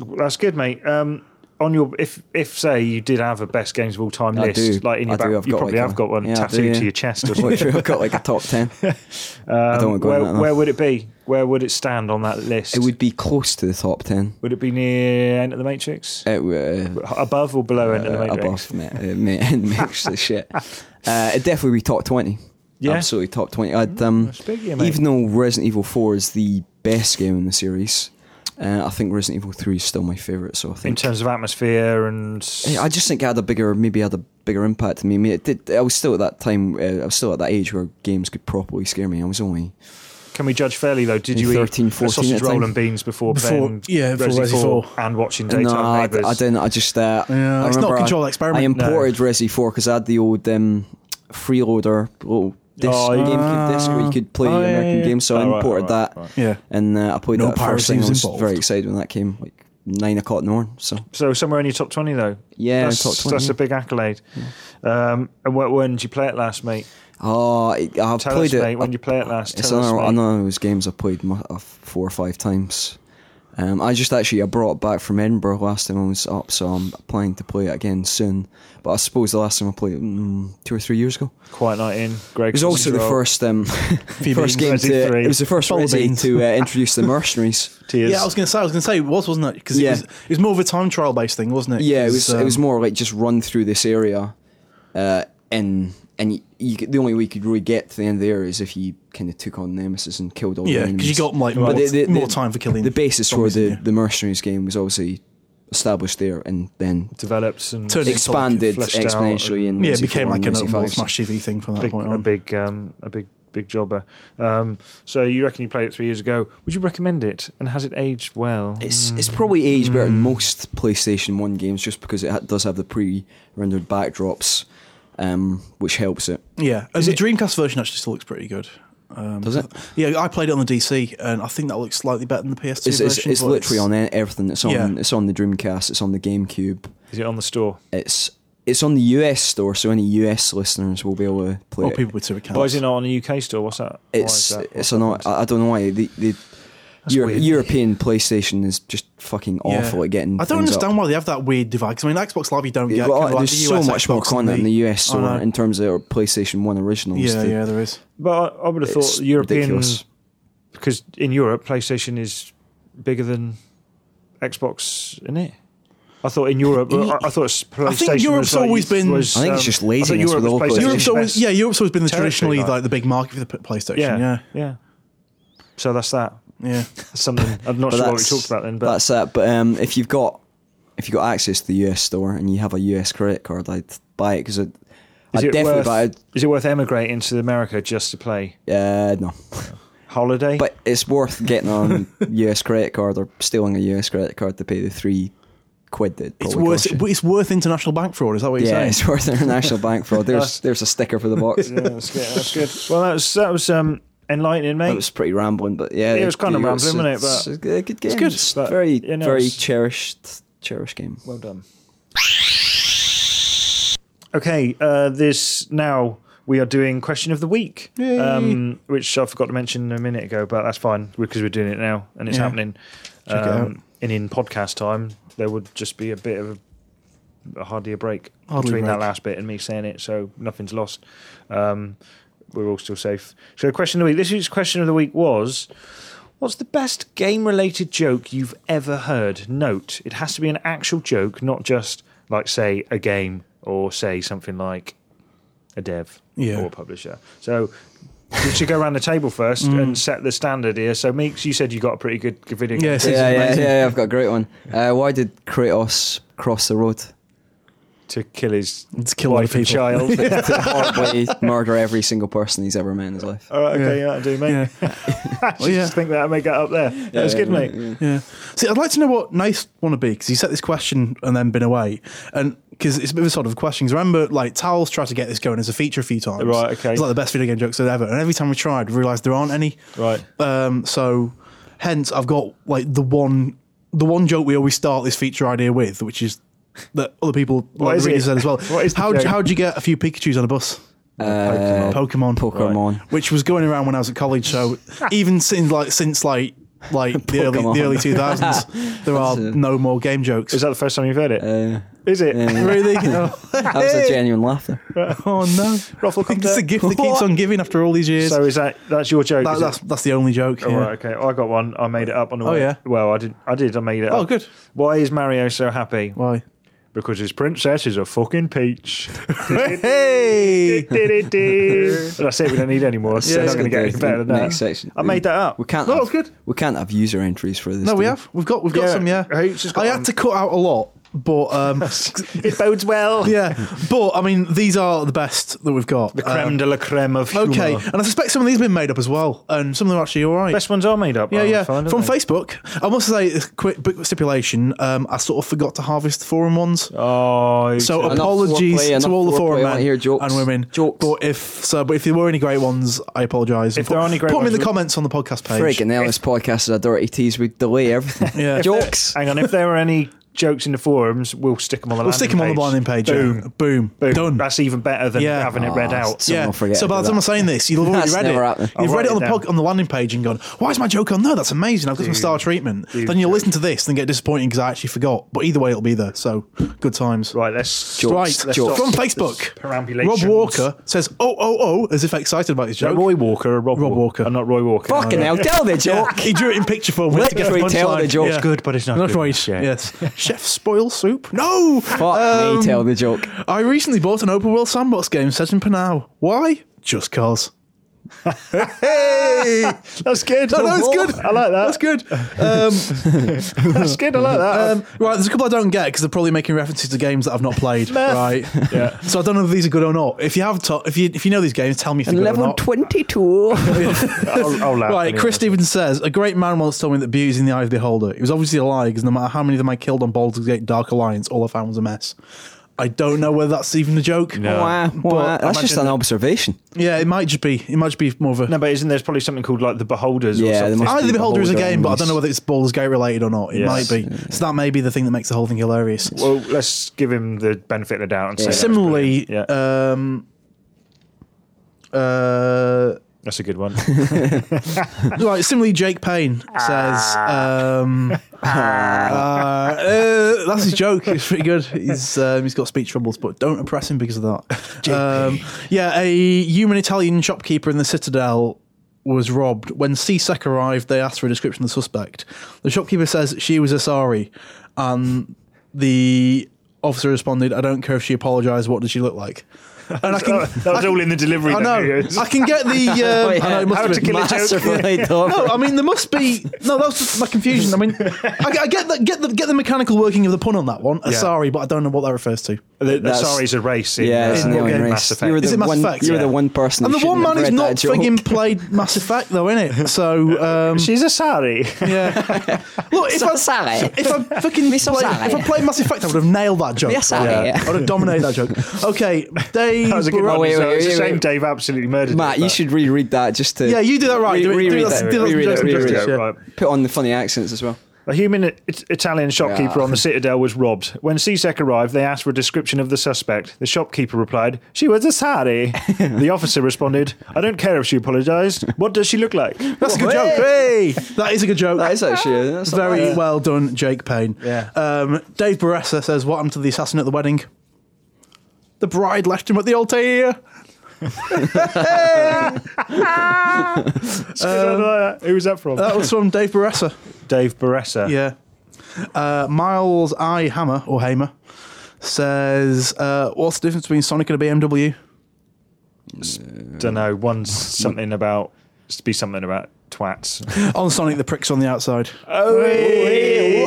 Well, that's good, mate. Um, on your if if say you did have a best games of all time I list, do. like in your I back, do. I've you got probably like have a- got one yeah, I do, tattooed yeah. to your [LAUGHS] chest. Or something. Literally, I've got like a [LAUGHS] top ten. I don't Um, want to go where, on that. where would it be? Where would it stand on that list? It would be close to the top ten. Would it be near Enter the Matrix? It uh, would Above or below Enter the uh, Matrix? above ma- [LAUGHS] uh, ma- makes the shit. Uh, it'd definitely be top twenty. Yeah? Mm, absolutely top twenty. I'd um, that's big, yeah, mate. even though Resident Evil Four is the best game in the series, uh, I think Resident Evil Three is still my favorite. So I In think terms of atmosphere and Yeah, I just think it had a bigger, maybe had a bigger impact on me. I mean, it did. I was still at that time. Uh, I was still at that age where games could properly scare me. I was only Can we judge fairly though? Did you 13, eat a 14 at sausage the roll time? and beans before, Before- playing yeah, before Resi Resi 4 4. and watching daytime no, I, d- neighbours? I didn't. I just. Uh, Yeah, I it's not remember controlled I, experiment. I No. imported Resi Four because I had the old um, freeloader little disc, Oh, yeah. GameCube disc where you could play Oh, yeah, American yeah, yeah. games. So I Oh, right, imported right, that, right. Yeah. and uh, I played No that first piracy thing. I was was involved. very excited when that came, like nine o'clock in the morning. So So somewhere in your top twenty though. Yeah, that's, top 20, that's yeah. a big accolade. Um, and wh- when did you play it last, mate? oh, I, I Tell played us, it. mate. When I- you play it last, it's tell us, another, mate. another of those games I played mu- uh, four or five times. Um, I just actually I brought it back from Edinburgh last time I was up, so I'm planning to play it again soon. But I suppose the last time I played it, mm, two or three years ago. Quiet night in. Greg. It was also the first um, [LAUGHS] beans. first game Resi to, three. it was the first Bowl of Resi beans. to uh, [LAUGHS] introduce the mercenaries. Tears. Yeah, I was gonna say, I was gonna say it was, wasn't it? Because Yeah. it, was, it was more of a time trial based thing, wasn't it? Yeah, it was it um, was more like just run through this area, uh, and and you, you, could- the only way you could really get to the end there is if you kind of took on Nemesis and killed all. the Yeah, because enemies. you got like But more, the- the- more the- time for killing. The basis for zombies, the yeah. the mercenaries game was obviously established there, and then developed and Turned into expanded fleshed out exponentially. And yeah, it became like an open smash TV thing from that big, point a on. big, um, a big, big jobber. Um, so you reckon you played it three years ago? Would you recommend it? And has it aged well? Mm. It's it's probably aged better Hmm. than most PlayStation One games, just because it ha- does have the pre-rendered backdrops, um, which helps it. Yeah, and the Dreamcast version actually still looks pretty good. Um, Does it? Yeah, I played it on the DC, and I think that looks slightly better than the PS2 It's, it's, version. it's but literally on e- everything. It's on Yeah. it's on the Dreamcast. It's on the GameCube. Is it on the store? It's it's on the US store, so any US listeners will be able to play Well, it. people with two accounts. Why is it not on the UK store? What's that? Why is it's that? it's What's an that? I I don't know why the, the Euro- weird. European PlayStation is just fucking Yeah. awful at getting. I don't things understand up. why they have that weird divide. 'cause I mean, Xbox Live you don't get. Well, kinda like there's the so US much more Xbox and content in the US I store know. in terms of our PlayStation One originals. Yeah, The- yeah, there is. But I, I would have It's thought European ridiculous. because in Europe PlayStation is bigger than Xbox, isn't it? I thought in Europe, In- I, I thought it's PlayStation. Europe's was like- always been- was, I think it's um, just I thought laziness Europe with was all PlayStation's PlayStation. Europe's always, best. yeah, Europe's always been the territory, traditionally like. like the big market for the p- PlayStation. yeah, Yeah, yeah. So that's that. yeah. That's [LAUGHS] something I'm not But sure what we that's- talked about then, but that's that. But um, if you've got if you've got access to the US store and you have a US credit card, I'd buy it because I'd, is I'd it definitely worth buy it. is it worth emigrating to America just to play Uh, no, holiday? but it's worth [LAUGHS] getting on US credit card or stealing a US credit card to pay the three quid that it It's probably worth cost you. it's worth international bank fraud. Is that what you're yeah, saying? it's worth [LAUGHS] international bank fraud. There's there's a sticker for the box. yeah, that's good. That's good. Well, that was that was um, enlightening, mate. It was pretty rambling, but yeah, Yeah, it was kinda you know, it's- rambling, wasn't it? It's, a good game. It's good, but, very, you know, very it's- cherished, cherished game. Well done. Okay, uh, this now we are doing question of the week, um, which I forgot to mention a minute ago, but that's fine because we're doing it now and it's Yeah. happening. Um, Check it out. And in podcast time, there would just be a bit of a, hardly a break Hardly between that break. last bit and me saying it, so nothing's lost. Um, we're all still safe. So, question of the week. This week's question of the week was: What's the best game related joke you've ever heard? Note, it has to be an actual joke, not just like, say, a game or say something like a dev Yeah. or a publisher. So we should go around the table first Mm. and set the standard here. So, Meeks, you said you got a pretty good good video game. Yes. This is Yeah, yeah, amazing. yeah, I've got a great one. Uh, why did Kratos cross the road? to kill his To kill wife other and people. child. [LAUGHS] [LAUGHS] to horribly murder every single person he's ever met in his life. All right, okay, yeah, I do, mate. Yeah. I Well, Oh, yeah. just think that I make that up there. That was good, mate. Yeah. See, I'd like to know what Nice want to be because he set this question and then been away, and because it's a bit of a sort of question. 'Cause remember, like Towels tried to get this going as a feature a few times. Right, okay. It's like the best video game jokes ever, and every time we tried, we realised there aren't any. Right. Um. So, hence, I've got like the one, the one joke we always start this feature idea with, which is that other people like is the reader it? said as well. [LAUGHS] What is the how joke? how'd you get a few Pikachu's on a bus? Uh, Pokemon. Pokemon. which was going around when I was at college. So even since like since like [LAUGHS] like the early Pokemon. the early two thousands, there are no more game jokes. Is that the first time you've heard it? Is Uh, it? [LAUGHS] [LAUGHS] really? oh that was a genuine laughter. no! Ruffle come It's a there. gift that keeps on giving after all these years. So is that that's your joke? that, is it? that's that's the only joke. Oh, yeah. right, okay. I got one. I made it up on the Oh, way. yeah. Well, I did. I did. I made it Oh, up. good. Why is Mario so happy? Why? Because his princess is a fucking peach. [LAUGHS] [LAUGHS] Hey! Did I say we don't need any more? So [LAUGHS] yeah, Yeah, not yeah. going to get any better than that. Next section. I made that up. Oh, We can't. No, have, it's [LAUGHS] good. We can't have user entries for this. No, do we have. We've got we've got Yeah, some. Yeah, Hoops has got I one. had to cut out a lot, but [LAUGHS] um, It bodes well. yeah, but I mean these are the best that we've got. Um, The [LAUGHS] creme de la creme of humour. okay, and I suspect some of these have been made up as well, and some of them are actually all right. Best ones are made up. Oh, Yeah, I yeah. find, From aren't they? Facebook, I must say, a quick bit of stipulation. Um, I sort of forgot to harvest the forum ones. Oh, So uh, okay. Enough apologies foreplay, to enough all the foreplay, forum I wanna men hear jokes. and women. Jokes. But if so, but if there were any great ones, I apologise. If Put- there are any great put them in ones, the we- comments on the podcast page. Freaking hell, this podcast is a dirty tease. We delay everything. [LAUGHS] Yeah. Jokes. hang on. If there are any jokes in the forums, we'll stick them on the We'll landing stick them on the landing page. yeah. Boom. Boom. Boom. Done. That's even better than Yeah. Oh, having it read Aw, out. it's- Someone yeah. will forget so to by do the time that. I'm saying this, you've already That's read never it. happened. You've I'll read it write on the it pod, down. on the landing page and gone, "Why is my joke on there? That's amazing! I've got some star treatment." then you'll listen to this and get disappointed because I actually forgot. But either way, it'll be there. So good times. Right, let's Jokes. Right, Let's Jokes. stop from this Facebook, Rob perambulations. Walker says, "Oh, oh, oh," as if excited about his Is joke. that Roy Walker or Rob, Rob Walker. Uh, not Roy Walker. Fucking hell, tell [LAUGHS] the Yeah, joke. he drew it in picture form. We had to get Literally tell punchline. the joke. It's good, but it's not Not good. right. Yeah. Yes, [LAUGHS] chef spoil soup. No. Fuck Um, me, tell the joke. I recently bought an open world sandbox game set in Panau. Why? Just cause. [LAUGHS] hey, That's good. no, no, it's good. I like that. That's good. Um, That's good. I like that. um, right, there's a couple I don't get because they're probably making references to games that I've not played. right. [LAUGHS] Yeah. So I don't know if these are good or not. If you have, to- if you if you know these games, tell me if they're And good or level not. twenty-two. I'll, [LAUGHS] I'll laugh. Right, anyway. Chris Stevens says, a great man once told me that beauty is in the eye of the beholder. It was obviously a lie, because no matter how many of them I killed on Baldur's Gate Dark Alliance, all I found was a mess. I don't know whether that's even a joke. No. Wah, wah. But That's just imagine an that- observation. Yeah, it might just be. It might just be more of a. No, but isn't there probably something called like the Beholders Yeah, or something? there Eye of the Beholder is a Beholder game, but I is- don't know whether it's Baldur's Gate related or not. It Yes. might be. So that may be the thing that makes the whole thing hilarious. Well, let's give him the benefit of the doubt and say that's Similarly, brilliant. yeah, um, uh, that's a good one. Right, similarly, Jake Payne says, um, uh, uh, that's his joke. It's pretty good. He's um, he's got speech troubles, but don't oppress him because of that. Um, yeah, a human Italian shopkeeper in the Citadel was robbed. When CSEC arrived, they asked for a description of the suspect. The shopkeeper says she was Asari, and the officer responded, "I don't care if she apologised. What did she [LAUGHS] look like?" And I can. that was all in the delivery. I then, know. videos. I can [LAUGHS] get the. Um, Wait, I know, it must how have to been kill a joke. Massively [LAUGHS] no, I mean there must be no. That was just my confusion. I mean, I, I get the get the get the mechanical working of the pun on that one. Sorry, but I don't know what that refers to. The, the That's- Asari's a race. In, Yeah, it's uh, an alien Mass race. Effect. You were Is the it Mass one, Effect? You were the Yeah. one person. And who the one shouldn't have man who's read not that [LAUGHS] joke. frigging played Mass Effect though, innit? So [LAUGHS] um, She's [LAUGHS] Asari. yeah. Look, if So I sorry. if [LAUGHS] I fucking Me so played, sorry. if I played Mass Effect, I would have nailed that joke. Yeah, sorry, Yeah. yeah. I would have dominated that joke. Okay, Dave. That was a good Barone- one. wait, as well. wait, it's a wait, shame wait. Dave absolutely murdered Matt, it, you but- should reread that just to. Yeah, you do that right. Do it- do reread that- that. do that- Reread do it, that- reread do that- it. yeah. Right. Put on the funny accents as well. A human I- Italian shopkeeper Yeah. on the Citadel was robbed. When CSEC arrived, they asked for a description of the suspect. The shopkeeper replied, She was a sari. the officer responded, I don't care if she apologised. What does she look like? That's a good joke. Hey, that is a good joke. That is actually that's not Very bad. well done, Jake Payne. Yeah. Um, Dave Baressa says, What happened to the assassin at the wedding? The bride left him at the altar. Uh, Who was that from? That was from Dave Baressa. Dave Baressa. uh, Yeah. Uh, Miles I Hammer or Hamer says, uh, "What's the difference between Sonic and a BMW?" Don't know. One's something about be something about twats. On Sonic, the pricks on the outside. Oh, er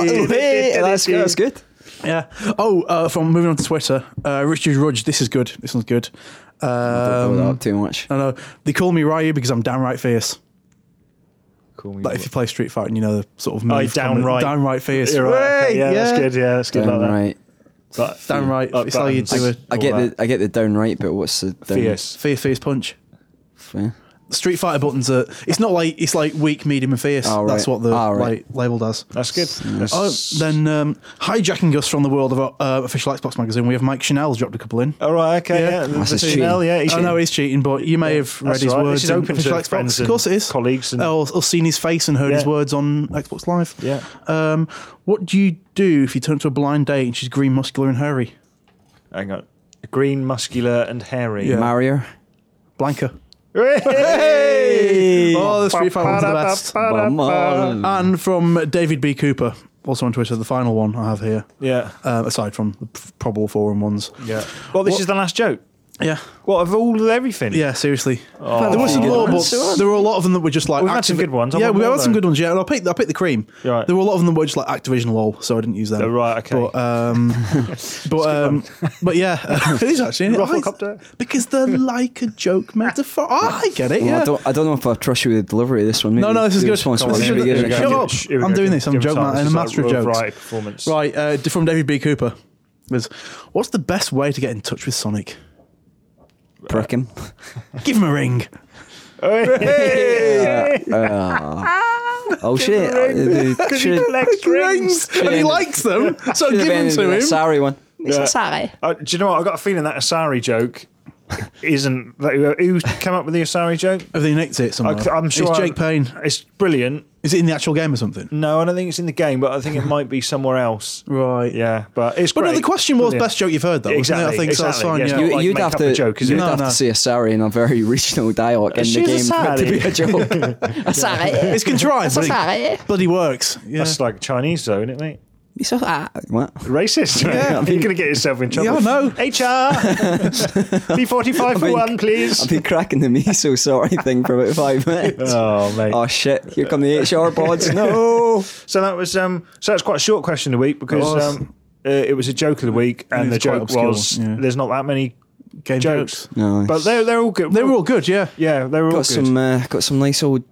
oh, [LAUGHS] that's, that's good. Yeah. Oh, uh, from moving on to Twitter, uh, Richard Rudge. This is good. This one's good. Don't Um, blow that up too much. I know they call me Ryu because I'm downright fierce. Call me Like if you play Street Fighter, and you know the sort of Oh, move coming- downright. downright fierce. You're right, okay, Hey, yeah, that's good. Yeah, that's good. Down like right. That. But Downright. Up it's how you buttons. do it. I All get that. the I get the down right, but what's the down fierce. Fierce, fierce punch. Yeah. Street Fighter buttons are. It's not like it's like weak, medium, and fierce. Oh, right. That's what the Ah, like, right. label does. That's good. That's Oh, then um, hijacking us from the world of uh, official Xbox magazine, we have Mike Chanel dropped a couple in. all Oh, right. Okay. Yeah. Yeah. Oh, The- That's the a cheat. Chanel, yeah. he I should- know he's cheating, but you may have read that's his all right. words. This is in open official to Xbox. friends of course, it and is. colleagues and- or, or seen his face and heard his Yeah. words on Xbox Live. Yeah. Um, what do you do if you turn up to a blind date and she's green, muscular, and hairy? Hang on. Green, muscular, and hairy. Yeah. Mario. Blanca. Hey! Oh, the Street Fighter ones are the best. Bum on. And from David B. Cooper, also on Twitter, the final one I have here, Yeah. um, aside from the p- probable forum ones. Yeah. Well, this What- is the last joke. Yeah. What of all of everything? Yeah, seriously. Oh. There were some Good more, ones. but there were a lot of them that were just like We've had some good ones. I Yeah, want we more, had some though. good ones. Yeah, and I picked I picked the cream. You're right. There were a lot of them that were just like Activision lol, so I didn't use them. Oh, right, okay. [LAUGHS] But um, but um, but yeah, [LAUGHS] it is actually isn't it? Rufflecopter. because they're like a joke [LAUGHS] metaphor. Ah, I get it. Well, Yeah. I don't I don't know if I trust you with the delivery of this one. No, Maybe no, this is do good. one Come on, once here every we year. go, Give here it we a go. go. up. I'm doing this, I'm joking, man, and a master of jokes. Right, performance. Right, uh, d- from David B. Cooper. Was what's the best way to get in touch with Sonic? [LAUGHS] Prick him. Give him a ring. Uh, Oh shit! [LAUGHS] Should Rings, and he Shame. likes them, so give them to him. Sorry one. Yeah. Sorry. [LAUGHS] Uh, do you know what? I got a feeling that Asari joke isn't. That, who came up with the Asari joke? Have they nicked it I, somewhere? am sure. Uh, it's I- Jake Payne. It's brilliant. Is it in the actual game or something? No, I don't think it's in the game, but I think it might be somewhere [LAUGHS] else. Right. Yeah, but it's. But great. no, the question was Brilliant. best joke you've heard though. wasn't it? Exactly. I think exactly. so. That's yes, fine. not Yeah. You- like you'd make have up to- a joke, is you'd it? No, have no. to say a sorry in a very regional dialect in the she's a game for it to be a [LAUGHS] joke. Sorry. It's contrived. So but it sorry. bloody works. Yeah. That's like Chinese, though, isn't it, mate? So sorry. [LAUGHS] What? Racist. Yeah. You're going to get yourself in trouble. Yeah, HR. [LAUGHS] B45 for think- one, I've please. been cracking the me so sorry thing for about five minutes. [LAUGHS] Oh, mate. Oh shit! Here come the HR [LAUGHS] pods. No. So that was um. So that's quite a short question of the week because It was. um, uh, it was a joke of the week, and was the quite joke obscure, was yeah. there's not that many Game jokes, No. but they're they're all good. They were all [LAUGHS] good. Yeah. yeah, they were all got good. some uh, got some nice old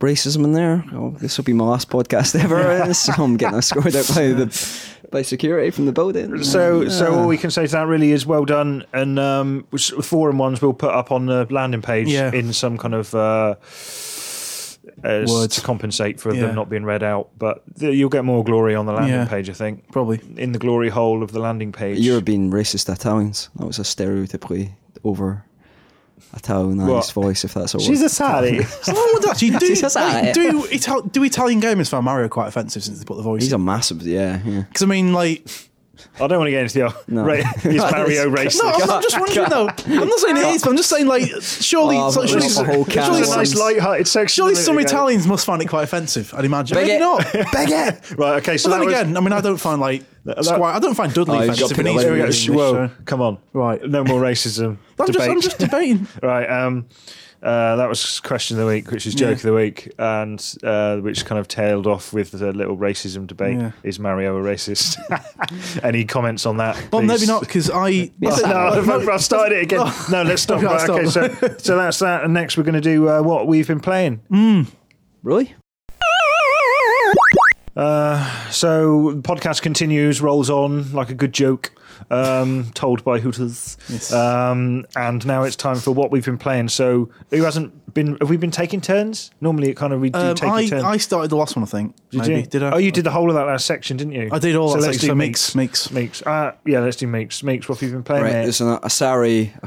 racism in there. Oh, this will be my last podcast ever. eh? so I'm getting escorted out by the by security from the building. so, so all we can say to that really is well done, and um, which the forum ones we'll put up on the landing page Yeah. in some kind of uh, uh, Words. to compensate for Yeah. them not being read out. But th- you'll get more glory on the landing Yeah. page, I think, Probably. in the glory hole of the landing page. You're being racist Italians. That was a stereotypically over Italianized What? voice, if that's all. She's a sally. Someone would actually do She's a like, sorry. do, Ital- do Italian gamers found Mario quite offensive since they put the voice. He's a Because massive, yeah. yeah. I mean, like, [LAUGHS] I don't want to get into the oh, [LAUGHS] No. right, is Mario racist? no, I'm, I'm just wondering though. I'm not saying it is, but I'm just saying like, surely, Oh, so- but surely, it's a surely, whole can of It's a nice some- worms. light-hearted section. surely isn't it? some You go, Italians must find it quite offensive. I'd imagine. Bigot. Maybe not. [LAUGHS] Bigot! Right. Okay. So But that then was- again, I mean, I don't find like [LAUGHS] That- that- Squire. I don't find Dudley Oh, he's offensive. in got to his be There we go. English, Sh- Whoa, so- come on. Right. No more racism. I'm just, I'm Debate. just debating. Right. Um, uh, that was question of the week, which is joke Yeah. of the week, and uh, which kind of tailed off with the little racism debate. Yeah. Is Mario a racist? [LAUGHS] Any comments on that? Well, maybe please? not because I. [LAUGHS] No, I've, I've started it again. [LAUGHS] No, let's stop. Okay, I'll Right, okay, so, stop. so that's that. And next, we're going to do uh, what we've been playing. Really? So the podcast continues, rolls on like a good joke, um, told by Hooters. Um, and now it's time for what we've been playing. So who hasn't been? Have we been taking turns? Normally, it kind of we do Um, take I, a turn. I started the last one, I think. did maybe. you? Did I? Oh, you did the whole of that last section, didn't you? I did all so that let's section. do So Meeks. mix, mix. Meeks. Uh, yeah, let's do Meeks. Meeks, what have you been playing? Right, mate? there's an Asari, a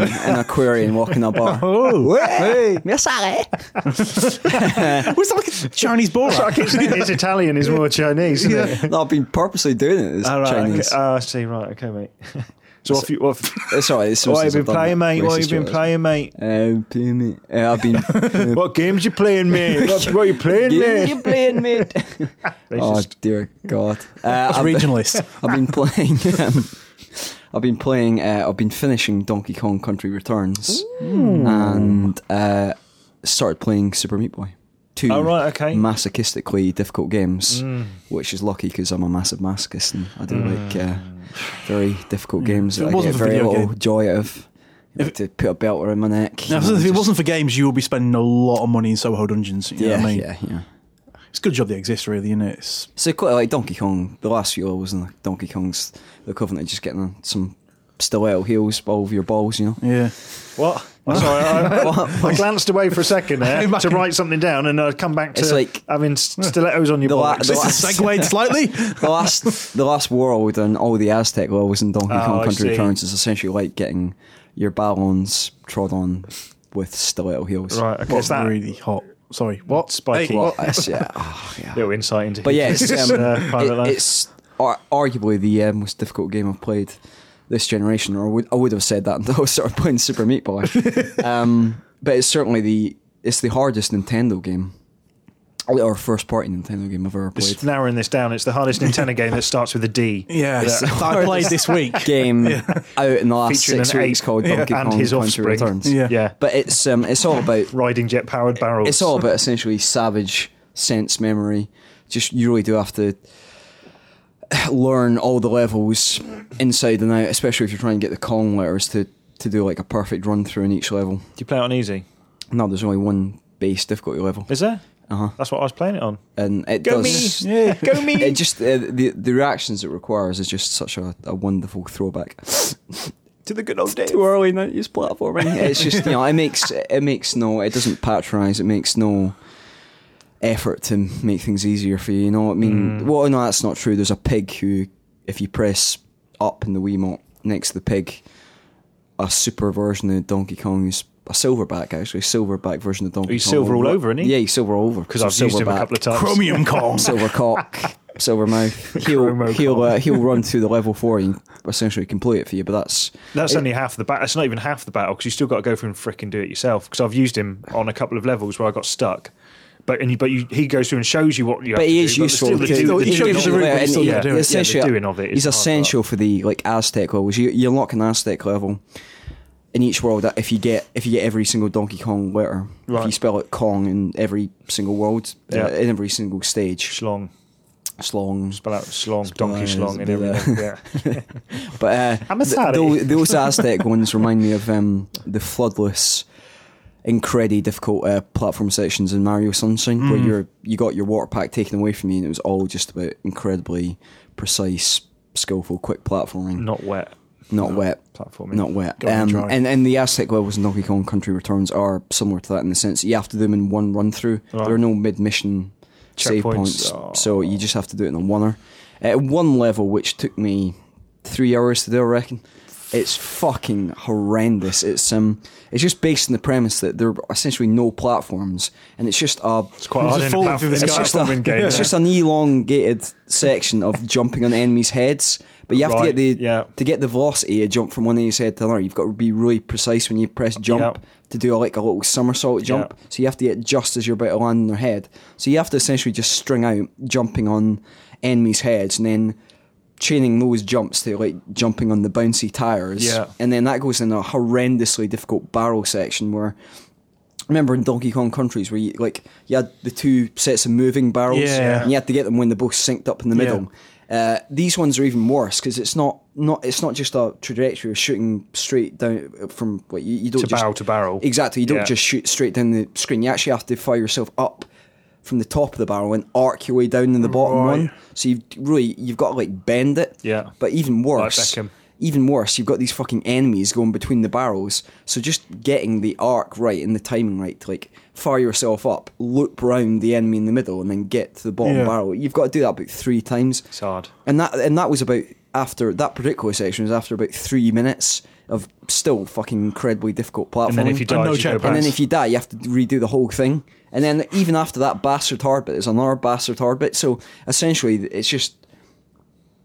[LAUGHS] and a Quarian walking a bar. Oh, Hey! You're sorry. [LAUGHS] [LAUGHS] was that like a Chinese Borat? It's, [LAUGHS] it's Italian, is more Chinese, isn't it? No, I've been purposely doing it as All right, uh, Chinese. Okay. Oh, I see. Right. Okay, mate. [LAUGHS] So what have you, what have, It's alright. It's what have racist, you I've been done playing, that. mate? What have Racist you been joke. playing, mate? Uh, playing mate. Uh, I've been. uh, [LAUGHS] What games you playing, [LAUGHS] mate? What, what are you playing, game mate? you playing, mate? oh Racist. dear God. Uh, [LAUGHS] It's I've, been- regionalist. [LAUGHS] I've been playing. [LAUGHS] Um, I've been playing. Uh, I've been finishing Donkey Kong Country Returns, and uh, started playing Super Meat Boy. Two Oh, right, okay. masochistically difficult games, Mm. which is lucky because I'm a massive masochist and I do like uh, very difficult games Mm. If it that I wasn't get for very video little game- joy out of. I like to put a belt around my neck. Now, you [LAUGHS] know, if it just- wasn't for games, you would be spending a lot of money in Soho Dungeons. You know yeah, what I mean? yeah, yeah. It's a good job they exist, really, isn't it? It's, So quite like Donkey Kong, the last few levels in Donkey Kong's the equivalent of just getting some stiletto heels over your balls, you know. yeah. What? Oh. I'm sorry, I, I glanced away for a second there [LAUGHS] Came back to and- write something down, and I come back to It's like- having st- stilettos on your The la- bollocks. the This la- is segued slightly. [LAUGHS] The last the last world and all the Aztec levels in Donkey Oh, Kong I Country see. Returns is essentially like getting your balloons trod on with stiletto heels. right, okay, it's What's that really hot? Sorry, what? Spiky. Hey, Well, what? that's, yeah, oh, yeah. little insight into. But [LAUGHS] yeah, it's, um, uh, private it- life. it's ar- arguably the uh, most difficult game I've played this generation, or I would, I would have said that [LAUGHS] until I started playing Super Meat Boy. [LAUGHS] um, but it's certainly the it's the hardest Nintendo game, or first party Nintendo game I've ever played. Just narrowing this down, it's the hardest Nintendo game that starts with a D. Yeah, It's that [LAUGHS] I played this week. game out in the last Featuring six an weeks ape called Donkey and Kong his Country offspring. Returns. Yeah. Yeah. But it's um it's all about Riding jet powered barrels. it's all about essentially savage sense memory. Just you really do have to learn all the levels inside and out, especially if you're trying to get the Kong letters to to do like a perfect run through in each level. Do you play it on easy? No, there's only one base difficulty level, Is there? Uh-huh. That's what I was playing it on. and it Go does. me! Go me! [LAUGHS] It just uh, the the reactions it requires is just such a, a wonderful throwback. to the good old days. too early nineties platforming. It's just you know, it makes it makes no, it doesn't patronise. It makes no effort to make things easier for you. You know what I Mm. mean? Well, no, that's not true. There's a pig who, if you press up in the Wiimote next to the pig, a super version of Donkey Kong is a silverback actually, silverback version of Donkey He's Kong. silver all over, isn't he? Yeah, he's silver all over Because I've used him a couple of times. Chromium Kong. silver cock, silver mouth. He'll Chromo he'll cock. uh, he'll run through the level for you, essentially complete it for you. But that's That's it- only half the battle. That's not even half the battle because you still got to go through and fricking do it yourself. Because I've used him on a couple of levels where I got stuck. But and you, but you, he goes through and shows you what you. But have he to is do, useful. But to- still, [LAUGHS] he the, shows doing you of the it- route, Yeah, but still and gotta do it. Yeah, essentially- the doing of it is he's the hard essential for the like Aztec levels. You, you unlock an Aztec level in each world. That if you get if you get every single Donkey Kong letter, if you Right. spell it Kong in every single world, uh, Yeah. in every single stage, Schlong, slong. spell out schlong, donkey Splines, schlong, and do that. everything. Yeah. [LAUGHS] But uh, I'm a th- sorry. tho- those Aztec ones remind me of um, the floodless, incredibly difficult uh, platform sections in Mario Sunshine, Mm. where you you got your water pack taken away from you, and it was all just about incredibly precise, skillful, quick platforming. Not wet. not wet platforming. Not wet. Going Um, dry. and and the Aztec levels in Donkey Kong Country Returns are similar to that in the sense that you have to do them in one run through. There are no mid mission save Checkpoints. points, Oh. so you just have to do it in a oneer. At one level, which took me three hours to do, I reckon. It's fucking horrendous. It's um, it's just based on the premise that there are essentially no platforms, and it's just a It's quite He's hard. just in a falling platform- through the it's sky. just a- Platforming game, it's yeah. just an elongated section of jumping on enemies' heads. But you have Right, to get the yeah. to get the velocity of jump from one enemy's head to another. You've got to be really precise when you press jump Yeah. to do like a little somersault jump. Yeah. So you have to get just as you're about to land on their head. So you have to essentially just string out jumping on enemies' heads and then chaining those jumps to like jumping on the bouncy tires. Yeah. And then that goes in a horrendously difficult barrel section where remember in Donkey Kong countries where you like you had the two sets of moving barrels Yeah. and you had to get them when they're both synced up in the Yeah. middle. Uh, these ones are even worse because it's not, not it's not just a trajectory of shooting straight down uh, from like you, you don't To just, barrel to barrel. exactly you don't Yeah. just shoot straight down the screen you actually have to fire yourself up from the top of the barrel and arc your way down in the bottom Right. one so you've really you've got to like bend it Yeah. but even worse Beckham. even worse, you've got these fucking enemies going between the barrels. So just getting the arc right and the timing right to like fire yourself up, loop round the enemy in the middle, and then get to the bottom Yeah. barrel. You've got to do that about three times. It's hard. And that and that was about after that particular section was after about three minutes of still fucking incredibly difficult platforming. And then if you And die, no you go checkpoints. back. And then if you die, you have to redo the whole thing. And then even after that bastard hard bit, there's another bastard hard bit. So essentially, it's just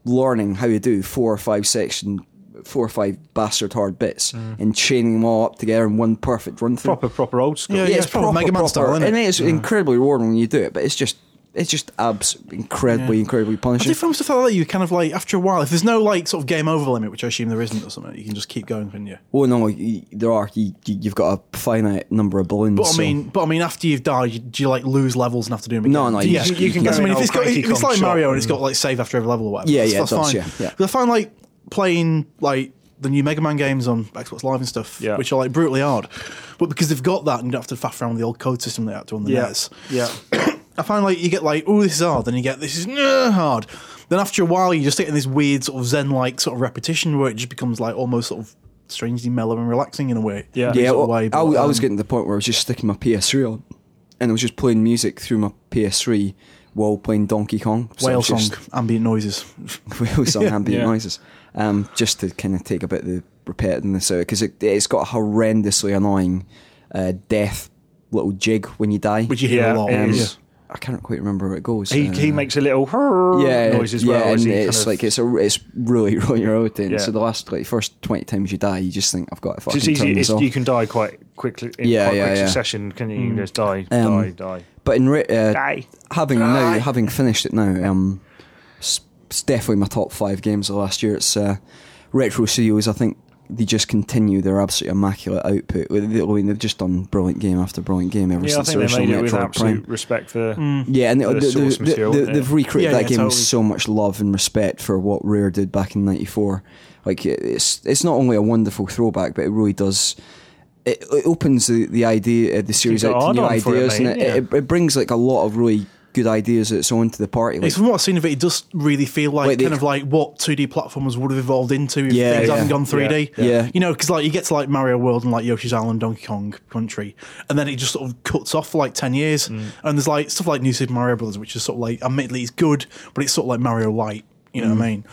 learning how to do four or five section four or five bastard hard bits Mm. and chaining them all up together in one perfect run through. Proper, proper old school. Yeah, yeah. it's proper Mega Man style, innit? and it's incredibly rewarding when you do it, but it's just it's just abs incredibly, incredibly I punishing. think from stuff like that, you kind of like after a while, if there's no like sort of game over limit, which I assume there isn't or something, you can just keep going, can you? Oh no, you, there are you, you- you've got a finite number of balloons. But so- I mean, but I mean, after you've died, you, do you like lose levels and have to do them again? No, no, you yeah. can- you can Because, go I mean, in if it's, old got, if cranky it's like conch Mario shop and it's got like save after every level or whatever. Yeah, that's, yeah, it that's does, fine. yeah, yeah. 'Cause I find like playing like the new Mega Man games on Xbox Live and stuff, Yeah. which are like brutally hard, but because they've got that and you don't have to faff around with the old code system they had to on the E NES. yeah. I find like you get like, oh, this is hard, then you get this is nah, hard. Then after a while, you just get in this weird sort of zen-like sort of repetition where it just becomes like almost sort of strangely mellow and relaxing in a way. Yeah. In a yeah, sort well, of way, I, but, w- I um, was getting to the point where I was just sticking my PS3 on, and I was just playing music through my PS3 while playing Donkey Kong. So whale it's song, just- ambient noises. [LAUGHS] [LAUGHS] whale song ambient Yeah. noises, um, just to kind of take a bit of the repetitiveness out because it, it's got a horrendously annoying uh, death little jig when you die. Which you hear Yeah, a lot. it um, is. I can't quite remember where it goes. He, he Uh, makes a little [LAUGHS] yeah, yeah, noise as yeah, well. as and he it's kind of- like it's a it's really [LAUGHS] really rotating. Yeah. So the last like first twenty times you die, you just think I've got to fucking it's easy. turn It's, this off. you can die quite quickly. In Yeah, quite yeah, quick yeah. Mm. succession. Can you, you can just die, die, Um, die? But in re- uh, Die. having now having finished it now, um, it's, it's definitely my top five games of last year. It's uh, Retro Studios. I think they just continue their absolute immaculate output. Like, they- I mean, they've just done brilliant game after brilliant game ever Yeah, I since think the they original made it with Metroid Prime. absolute respect for. Yeah, and they, the they, source they, material, they, yeah. have recreated Mm. Yeah, that yeah, game with totally. so much love and respect for what Rare did back in '94. Like it- it's it's not only a wonderful throwback, but it really does. It, it opens the, the idea uh, the series got out to on new on for it, ideas, mate, and it, it, it brings like a lot of really good ideas of its own to the party. Like, It's from what I've seen of it, it does really feel like Like the- kind of like what 2D platformers would have evolved into if Yeah, things yeah, hadn't gone 3D. yeah, yeah. You know, because like you get to like Mario World and like Yoshi's Island, Donkey Kong Country, and then it just sort of cuts off for like 10 years. Mm. And there's like stuff like New Super Mario Brothers, which is sort of like, admittedly, it's good, but it's sort of like Mario Light. You know Mm. what I mean?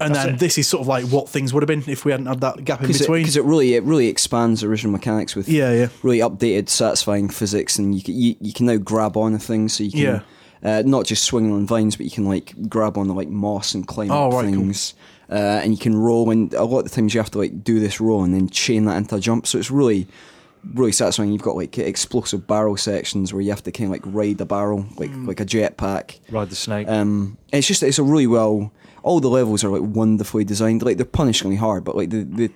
And then it. this is sort of like what things would have been if we hadn't had that gap in between. because it, really it really expands the original mechanics with Yeah, yeah. really updated satisfying physics and you can, you, you can now grab on to things so you can Yeah. uh, not just swing on vines but you can like grab on to like moss and climb Oh, up right, cool. things uh, and you can roll and a lot of the times you have to like do this roll and then chain that into a jump so it's really really satisfying you've got like explosive barrel sections where you have to kind of like ride the barrel like Mm. like a jetpack Ride the snake. um, it's just it's a really well. All the levels are like wonderfully designed. Like they're punishingly hard, but like the the,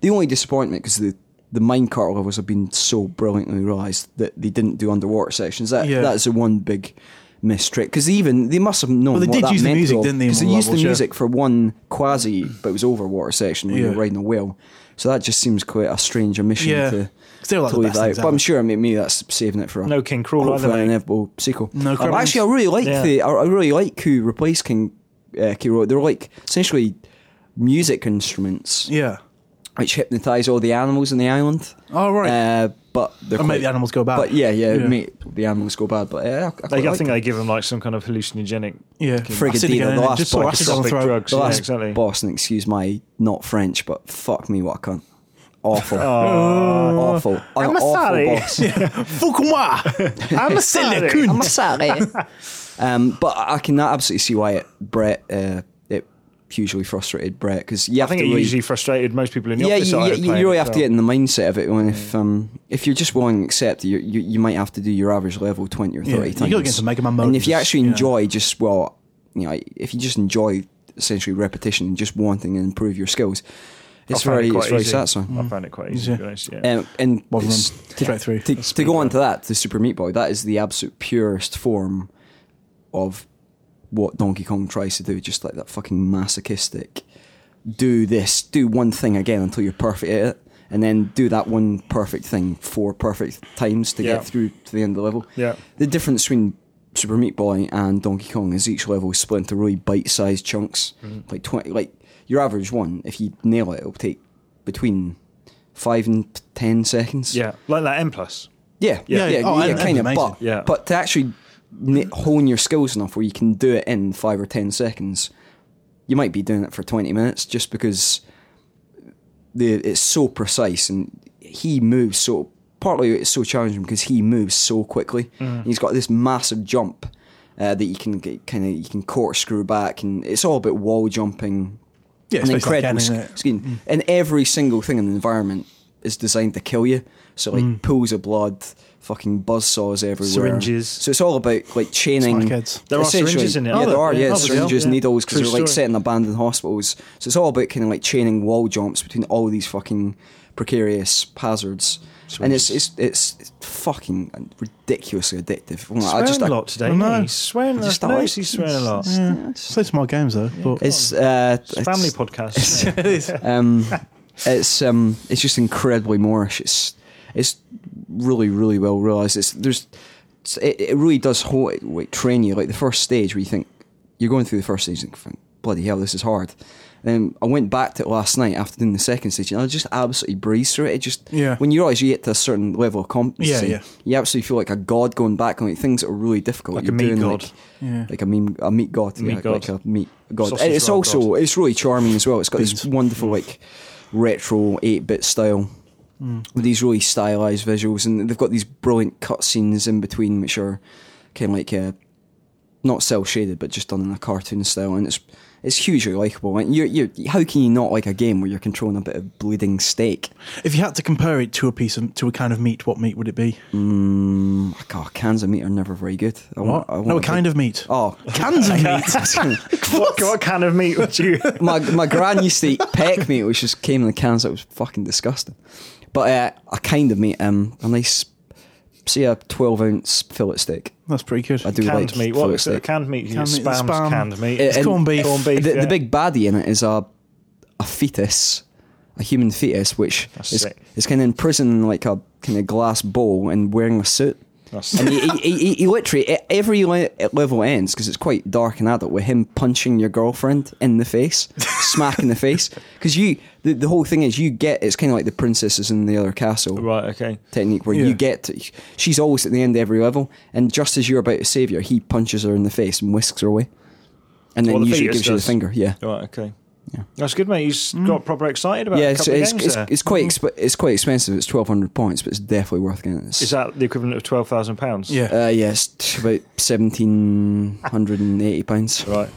the only disappointment because the the minecart levels have been so brilliantly realised that they didn't do underwater sections. That Yeah. that's the one big miss trick because even they must have known. Well, they what did that use the meant music, though, didn't they, in 'cause they one used the level, yeah. music for one quasi, but it was over water section when Yeah. you're riding a whale. So that just seems quite a strange omission Yeah. to, 'Cause they were like to the leave best that out. things But ever. I'm sure, I mean, maybe that's saving it for a No King Cruel hopefully either, an mate. inevitable sequel. No Um, Kremlins. actually, I really like Yeah. the. I, I really like who replaced King uh, Kiro. They're like essentially music instruments yeah. which hypnotise all the animals in the island. Oh, right. Uh, but they're And make quite- the animals go bad. But yeah, yeah, Yeah. make the animals go bad. But uh, I, I, They, quite I like think them. they give them like some kind of hallucinogenic, Yeah. Frigadina, Acid again, the innit? last Just sort of part acid down the psychotropic throat. drugs. the yeah, last exactly. boss, and excuse my not French, but fuck me, what a cunt. Awful. awful. An I'm awful sorry. boss. Fuck moi! I'm a silly sorry. coon. Um, but I can absolutely see why it Brett uh, it hugely frustrated Brett because you I have think to it really, usually frustrated most people in the yeah office. you, that I you, had you playing really it, have to so- get in the mindset of it when if um if you're just willing to accept you you, you might have to do your average level twenty or Yeah, thirty you times gotta get into Mega Man mode and if you and actually just, yeah. enjoy just well you know if you just enjoy essentially repetition and just wanting to improve your skills I it's found it very quite it's very easy. satisfying. I found it quite easy. to be honest, yeah. Um, and Well done. s- Straight through. to, to, to go on to that, to Super Meat Boy, that is the absolute purest form of what Donkey Kong tries to do, just like that fucking masochistic do this, do one thing again until you're perfect at it, and then do that one perfect thing four perfect times to Yeah. get through to the end of the level. Yeah. The difference between Super Meat Boy and Donkey Kong is each level is split into really bite-sized chunks, like twenty, like your average one. If you nail it, it'll take between five and ten seconds. yeah, like that M plus. Yeah, Yeah. yeah, yeah, Yeah, oh, and- kind and of. amazing. But, Yeah. but to actually n- hone your skills enough where you can do it in five or ten seconds, you might be doing it for twenty minutes just because the it's so precise and he moves so. Partly it's so challenging because he moves so quickly. And he's got this massive jump uh, that you can get kind of you can corkscrew back, and it's all about wall jumping Yeah, it's an basically like incredible Ken, sc- isn't it? scene. Mm. And every single thing in the environment is designed to kill you. So Mm. like pools of blood, fucking buzzsaws everywhere, Syringes. So it's all about like chaining. Smackheads. There are essentially- syringes in it, Yeah, aren't there there? are. Yeah, Yeah, obviously, syringes, yeah. needles, because True they're like story. set in abandoned hospitals. So it's all about kind of like chaining wall jumps between all these fucking precarious hazards. And it's, it's it's it's fucking ridiculously addictive. I Swearing just a I- lot today. I know. isn't he? Swearing. I just I don't notice like he's swearing a lot. It's, yeah, it's, Play some more games though. But it's, uh, It's family it's- podcast. isn't it? um, it's um, it's just incredibly Moorish. It's it's really really well realized. It's there's it's, it, it really does ho like, train you. Like the first stage where you think you're going through the first stage and think, bloody hell, this is hard. Then I went back to it last night after doing the second stage, and I just absolutely breezed through it. it just Yeah. when you realize you get to a certain level of competency, Yeah, yeah. you absolutely feel like a god going back on like, things that are really difficult. Like a you're meat doing, god. Like, Yeah. like a meat, a meat god, Meat yeah, like god. a meat god. Sausage And it's roll also god. it's really charming as well. It's got this wonderful Mm. like retro eight bit style Mm. with these really stylized visuals, and they've got these brilliant cutscenes in between, which are kind of like uh, not cell shaded, but just done in a cartoon style, and it's it's hugely likable. And you you how can you not like a game where you're controlling a bit of bleeding steak? if you had to compare it to a piece of to a kind of meat, what meat would it be? Mm, God, cans of meat are never very good. I want, I want no, a big- kind of meat. Oh, [LAUGHS] cans of meat. [LAUGHS] What, what kind of meat would you? my my gran used to eat peck meat, which just came in the cans. That was fucking disgusting. But uh, a kind of meat, um, a nice, say a twelve ounce fillet steak. That's pretty good. I do canned like meat. What fillet was it? steak. Canned meat. Canned meat, spam, spam. canned meat. Uh, and corned beef. Corned beef. The, yeah. the big baddie in it is a a fetus, a human fetus, which That's is sick. is kind of imprisoned in like a kind of glass bowl and wearing a suit. That's- and he, he, he, he- he literally e- every le- level ends because it's quite dark and adult with him punching your girlfriend in the face, [LAUGHS] smack in the face. Because you, the, the whole thing is you get it's kind of like the princesses in the other castle Right. Okay. technique where Yeah. you get to, she's always at the end of every level, and just as you're about to save her, he punches her in the face and whisks her away, and then Well, the usually fetus gives you the does. finger. Yeah. Right. Okay. Yeah. That's good, mate. You s- got proper excited about. a Yeah, it's, couple of it's, games it's, there. Mm-hmm. it's quite exp- it's quite expensive. It's twelve hundred points, but it's definitely worth getting. It's, Is that the equivalent of twelve thousand pounds? Yeah. uh, yeah, it's t- about seventeen hundred and eighty pounds. Right.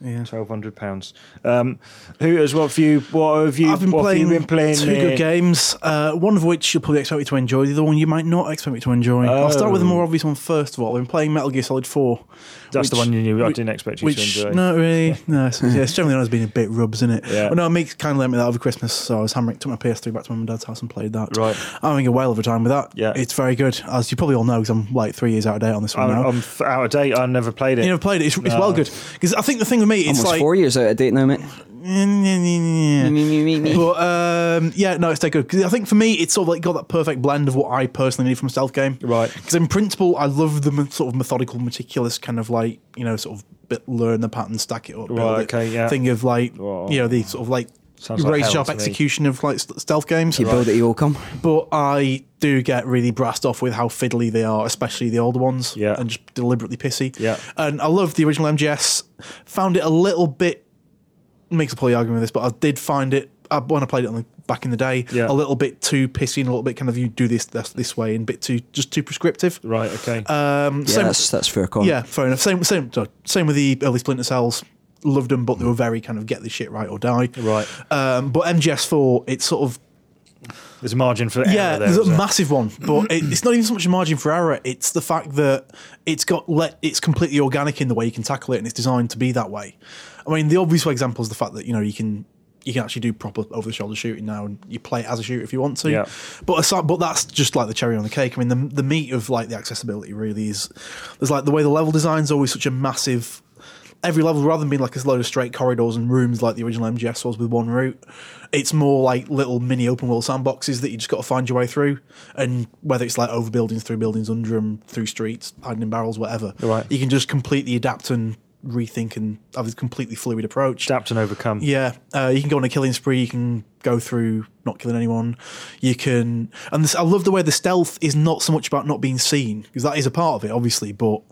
yeah. Twelve hundred pounds. Um, who as well for you? What have you? I've been what playing, have you been playing? two uh, good games. Uh, one of which you'll probably expect me to enjoy. The other one you might not expect me to enjoy. I'll start with the Oh. more obvious one first of all. I've been playing Metal Gear Solid Four. That's the which- one you knew. I which- didn't expect you Which to enjoy. not [LAUGHS] really. No, it's, yeah, it's generally known as being a bit rubs, isn't it? Yeah. Well, no, Mick kind of lent me that over Christmas, so I was hammering. Took my PS3 back to mum and dad's house and played that. Right. I'm having a whale of a time with that. Yeah. it's very good, as you probably all know, because I'm like three years out of date on this one I'm, now. I'm f- out of date. I never played it. you never played it. It's, it's No. well good because I think the thing with me, it's Almost like [LAUGHS] four years out of date now, mate. Me, me, me, me. But um, yeah, no, it's dead good. 'Cause I think for me, it's sort of like got that perfect blend of what I personally need from a stealth game. Right. Because in principle, I love the m- sort of methodical, meticulous kind of like you know sort of bit learn the pattern, stack it up, build Right, it. okay, yeah. Thing of like Wow. you know the sort of like Sounds like razor hell sharp to me. execution of like st- stealth games. [LAUGHS] you build it, you will come. But I do get really brassed off with how fiddly they are, especially the older ones. Yeah. And just deliberately pissy. Yeah. And I loved the original MGS. Found it a little bit makes a play argument with this, but I did find it I, when I played it on the, back in the day Yeah. a little bit too pissy and a little bit kind of you do this this, this way and a bit too just too prescriptive. Right. Okay. Um, Yeah, same- that's that's fair comment. yeah, fair enough. Same, same, same with the early Splinter Cells. Loved them, but they were very kind of get this shit right or die. Right. Um, but MGS4, it's sort of There's a margin for error yeah, there, there's a is there? massive one, but it, it's not even so much a margin for error. It's the fact that it's got let it's completely organic in the way you can tackle it, and it's designed to be that way. I mean, the obvious example is the fact that you know you can you can actually do proper over the shoulder shooting now, and you play it as a shooter if you want to. Yeah. But aside, but that's just like the cherry on the cake. I mean, the the meat of like the accessibility really is there's like the way the level design's always such a massive. Every level, rather than being like a load of straight corridors and rooms like the original MGS was with one route, it's more like little mini open world sandboxes that you just got to find your way through. And whether it's like over buildings, through buildings, under them, through streets, hiding in barrels, whatever, Right. you can just completely adapt and rethink and have this completely fluid approach. Adapt and overcome. Yeah, uh, you can go on a killing spree. You can go through not killing anyone. You can, and this, I love the way the stealth is not so much about not being seen because that is a part of it, obviously. But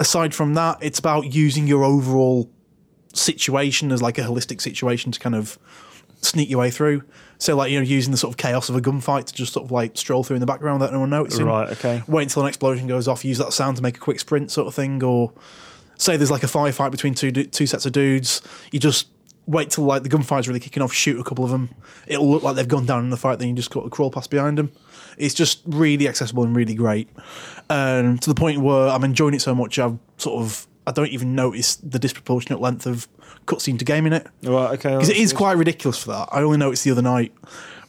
aside from that, it's about using your overall situation as like a holistic situation to kind of sneak your way through. So like you know, using the sort of chaos of a gunfight to just sort of like stroll through in the background without no one noticing. Right, okay. Wait until an explosion goes off. Use that sound to make a quick sprint, sort of thing, or say there's like a firefight between two du- two sets of dudes, you just wait till like the gunfight's really kicking off, shoot a couple of them. It'll look like they've gone down in the fight, then you just got to crawl past behind them. It's just really accessible and really great, um, to the point where I'm enjoying it so much. I've sort of I don't even notice the disproportionate length of cutscene to game in it Right, okay. because it that's is good. quite ridiculous for that. I only noticed the other night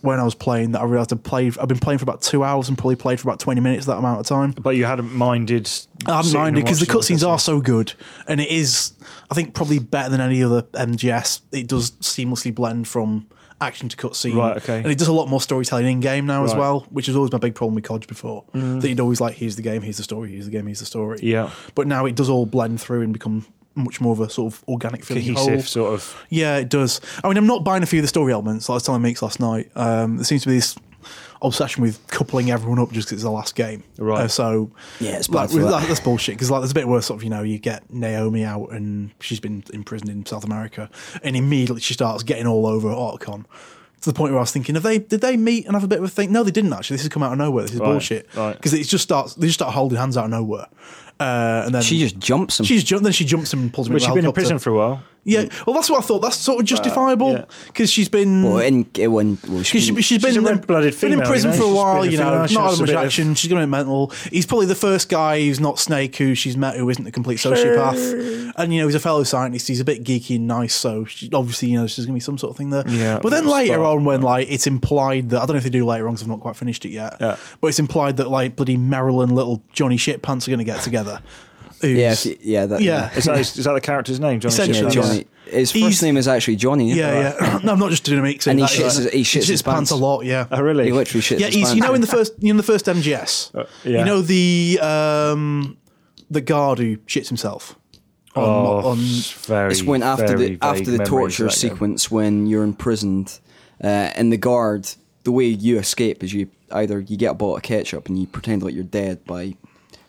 when I was playing that I realised I've played. I've been playing for about two hours and probably played for about twenty minutes that amount of time. But you hadn't minded. I haven't sitting minded and because the watching cutscenes are so good, and it is, I think, probably better than any other MGS. It does seamlessly blend from action to cutscene, Right, okay. And it does a lot more storytelling in game now as Right. Mm. well, which is always my big problem with COD before. That you'd always like, here's the game, here's the story, here's the game, here's the story. Yeah. but now it does all blend through and become much more of a sort of organic feeling whole. cohesive sort of. Yeah, it does. I mean, I'm not buying a few of the story elements. Like I was telling Meeks last night, um, there seems to be this obsession with coupling everyone up just because it's the last game. Right. Uh, so Yeah, it's like, bad for that. that's bullshit. Because like, there's a bit where sort of you know you get Naomi out and she's been imprisoned in South America, and immediately she starts getting all over Otacon. To the point where I was thinking, have they did they meet and have a bit of a thing? No, they didn't actually. This has come out of nowhere. This is Right, bullshit. right. Because it just starts they just start holding hands out of nowhere, uh, and then She just jumps him. she's jumped. Then she jumps him and pulls him. But into she'd a been in helicopter. prison for a while. Yeah, well, that's what I thought. That's sort of Mm. yeah. justifiable because she's been. well, in, it went, well, Cause she, she, has been, She's a in- red-blooded been in female, prison you know, for a she's while, been a you know. female, she Not wants had a much bit of- action. She's going mental. He's probably the first guy who's not Snake who she's met who isn't a complete sociopath. And, you know, he's a fellow scientist. He's a bit geeky and nice. So she, obviously, you know, there's going to be some sort of thing there. Yeah, but then we'll later start. on, when, like, it's implied that, I don't know if they do later on because I've not quite finished it yet. Yeah. But it's implied that, like, bloody Marilyn, little Johnny Shitpants are going to get together. Who's- yeah, she- yeah, that, Yeah. Is that, is that the character's name, Johnny? Essentially, yeah, Sins? Johnny. His first He's- name is actually Johnny. Yeah, yeah. [CLEARS THROAT] no, I'm not just doing a mix. And he shits his- he shits his pants pants. a lot. Yeah. Oh, really? Uh, He literally shits. Yeah, his he's, you pants. know in the first you know in the first MGS, yeah. you know the um, the guard who shits himself. On, Oh, on very, It's when after very the after vague the memories torture of that game. sequence when you're imprisoned uh, and the guard, the way you escape is you either you get a bottle of ketchup and you pretend like you're dead by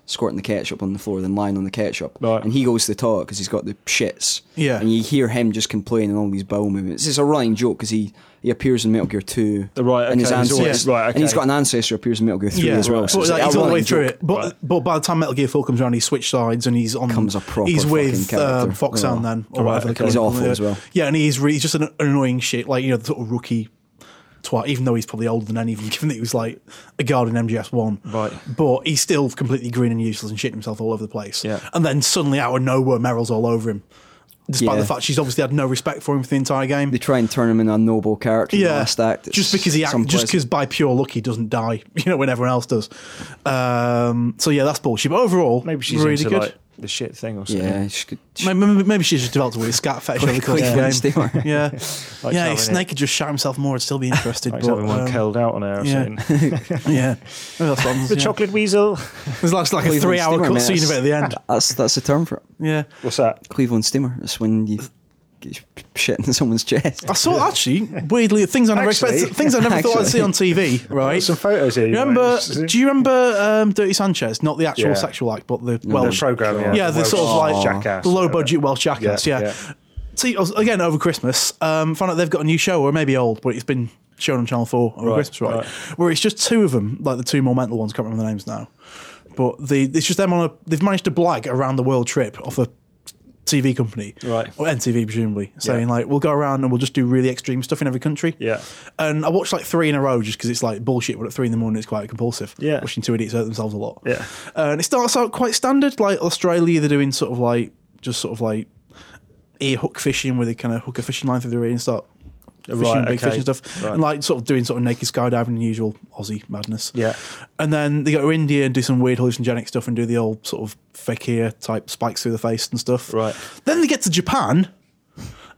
squirting the ketchup on the floor, then lying on the ketchup, Right. and he goes to the toilet because he's got the shits. Yeah. and you hear him just complaining all these bowel movements. It's a running joke because he. He appears in Metal Gear Two, Right, and his okay, he's ancestor, always- right, and he's okay. got an ancestor who appears in Metal Gear Three yeah, as well. But, So it's like, a he's all the running way through joke. it. But but by the time Metal Gear Four comes around, he switched sides and he's on. Comes a proper He's with uh, fucking character. Foxhound Yeah. then, or Right, whatever. the okay. He's character- awful as well. Yeah, and he's re- he's just an, annoying shit, like you know, the sort of rookie twat. Even though he's probably older than any of them, [LAUGHS] given that he was like a guard in MGS One. Right. But he's still completely green and useless and shitting himself all over the place. Yeah. And then suddenly out of nowhere, Meryl's all over him. Despite Yeah. the fact she's obviously had no respect for him for the entire game. They try and turn him into a noble character. in the Yeah, last act. It's just because he act, just unpleasant. because by pure luck he doesn't die, [LAUGHS] you know, when everyone else does. Um, so yeah, that's bullshit. But overall, Maybe she's really into good. like the shit thing or something. yeah, she could, she May- Maybe, maybe she's just developed a weird scat fetish over the course of Quite the fancy, game. Yeah, Like yeah. having If Snake could just shout himself more, I'd still be interested. Like but, having one um, curled out on her or [LAUGHS] yeah. something. yeah, Maybe that's what happens, the yeah. chocolate weasel. There's like, like a Cleveland three-hour Steamer, mate, cutscene of it at the end. [LAUGHS] That's that's the term for it. [LAUGHS] Yeah, What's that? Cleveland steamer. That's when you get your shit in [LAUGHS] someone's chest. I saw actually weirdly things I never Actually- expected, things I never thought I'd see on TV. Right. Some photos here. you might [LAUGHS] Remember? just- Do you remember um, Dirty Sanchez? Not the actual Yeah. sexual act, but the the well, program? Yeah, yeah, the Welsh sort of like jackass. the low budget Welsh jackass. Yeah, Yeah. yeah. See, I was- again over Christmas, um, found out they've got a new show, or maybe old, but it's been shown on Channel Four over Right, Christmas, right? right. Where it's just two of them, like the two more mental ones. Can't remember the names now, but the it's just them on a. They've managed to blag around the world trip off a TV company, Right. Or NTV presumably, saying Yeah. like we'll go around and we'll just do really extreme stuff in every country. Yeah. And I watched like three in a row just because it's like bullshit, but at three in the morning it's quite compulsive. Yeah. Watching two idiots hurt themselves a lot. Yeah. Uh, and it starts out quite standard. Like Australia, they're doing sort of like, just sort of like ear hook fishing where they kind of hook a fishing line through the rear and start fishing Right, big okay. fishing stuff. Right. And like sort of doing sort of naked skydiving and usual Aussie madness. Yeah. And then they go to India and do some weird hallucinogenic stuff and do the old sort of fakir type spikes through the face and stuff. Right. Then they get to Japan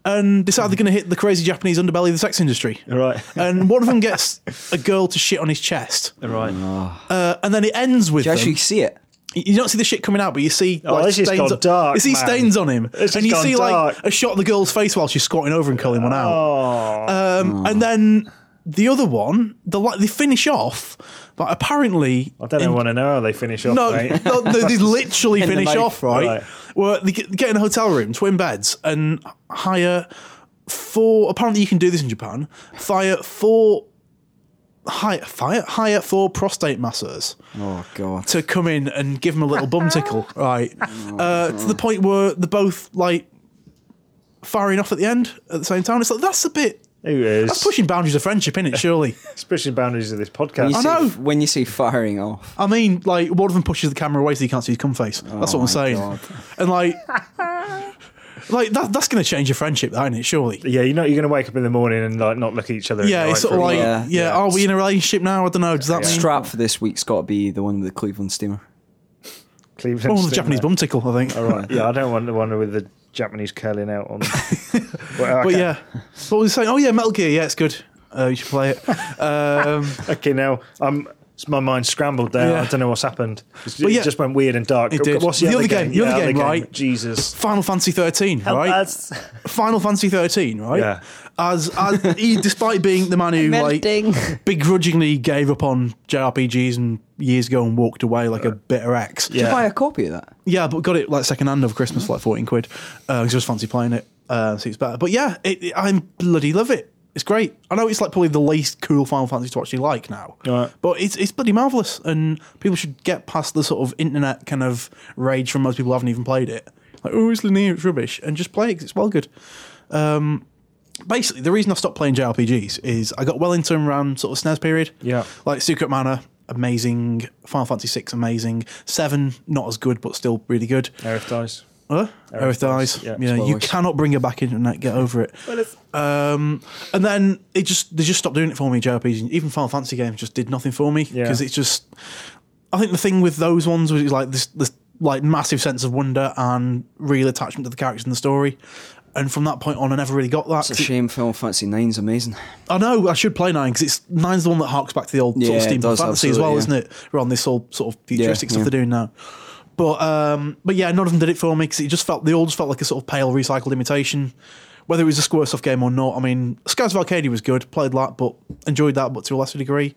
and decide they're going to hit the crazy Japanese underbelly of the sex industry. [LAUGHS] Right. And one of them gets a girl to shit on his chest. Right. Oh. Uh, and then it ends with Do you actually them. see it? You don't see the shit coming out, but you see Oh, like, this has stains. gone on, dark, you see man. stains on him, This has and you gone see dark. like a shot of the girl's face while she's squatting over and culling one out. Oh. Um, And then the other one, the like they finish off, but apparently I don't want to know how they finish off. [LAUGHS] no, [LAUGHS] mate. [LAUGHS] no, they, they literally In the finish mouth. off right. Right. Well, they get, get in a hotel room, twin beds, and hire four. Apparently, you can do this in Japan. Fire four. Hire, fire, hire four prostate masseurs Oh god. to come in and give him a little bum tickle, right? Uh, to the point where they're both like firing off at the end at the same time. It's like that's a bit Who is that's pushing boundaries of friendship, isn't it? Surely. It's pushing boundaries of this When podcast. you I say, know. When you say firing off, I mean, like one of them pushes the camera away so you can't see his cum face. That's Oh what I'm my saying. God. And like, like that, that's going to change your friendship, though, isn't it? Surely. yeah, you know you're going to wake up in the morning and like not look at each other. in Yeah, the it's eye sort of for a like, while. yeah, Yeah, yeah. are we in a relationship now? I don't know. Does that mean? strap for this week's got to be the one with the Cleveland steamer. Cleveland. Oh, the stick Japanese there. Oh, bum tickle, I think. Yeah, I don't want the one with the Japanese curling out [LAUGHS] on. well, But okay. yeah, what was I saying? Oh yeah, Metal Gear. Yeah, it's good. Uh, you should play it. Um, Okay, now I'm. it's- My mind scrambled there. Yeah. I don't know what's happened. It's- It yeah. just went weird and dark. It did. What's the, other game? the Yeah, other game, right? Jesus. Final Fantasy 13, right? us. Final Fantasy 13, right? Yeah. As, as he, despite being the man who like begrudgingly gave up on JRPGs and years ago and walked away like a bitter ex. Did you Yeah. buy a copy of that? Yeah, but got it like second hand over Christmas, for like fourteen quid, because I was fancy playing it. Uh, so it's better. But yeah, it, it- I bloody love it. It's great. I know it's like probably the least cool Final Fantasy to actually like now, Right. but it's it's bloody marvelous, and people should get past the sort of internet kind of rage from most people who haven't even played it. Like, oh, it's linear, it's rubbish, and just play it 'cause it's well good. Um, basically, the reason I stopped playing JRPGs is I got well into them around sort of SNES period. Yeah. Like Secret Manor, amazing. Final Fantasy VI, amazing. Seven, not as good, but still really good. Aerith dies. Huh? Earth dies. dies. Yeah, Yeah, you spoilers. cannot bring her back in and that- get over it. um, and then it just they just stopped doing it for me. JRPGs, even Final Fantasy games, just did nothing for me Yeah. because it's just. I think the thing with those ones was like this, this like massive sense of wonder and real attachment to the characters and the story. And from that point on, I never really got that. It's a shame Final Fantasy Nine's amazing. I know I should play nine because it's nine's the one that harks back to the old Yeah, sort of it steampunk does, fantasy as well, isn't absolutely, it? We're on this whole sort of futuristic Yeah, stuff yeah. they're doing now. But um, but yeah, none of them did it for me because it just felt they all just felt like a sort of pale recycled imitation. Whether it was a Squaresoft game or not, I mean, Skies of Arcadia was good, played that, but enjoyed that, but to a lesser degree.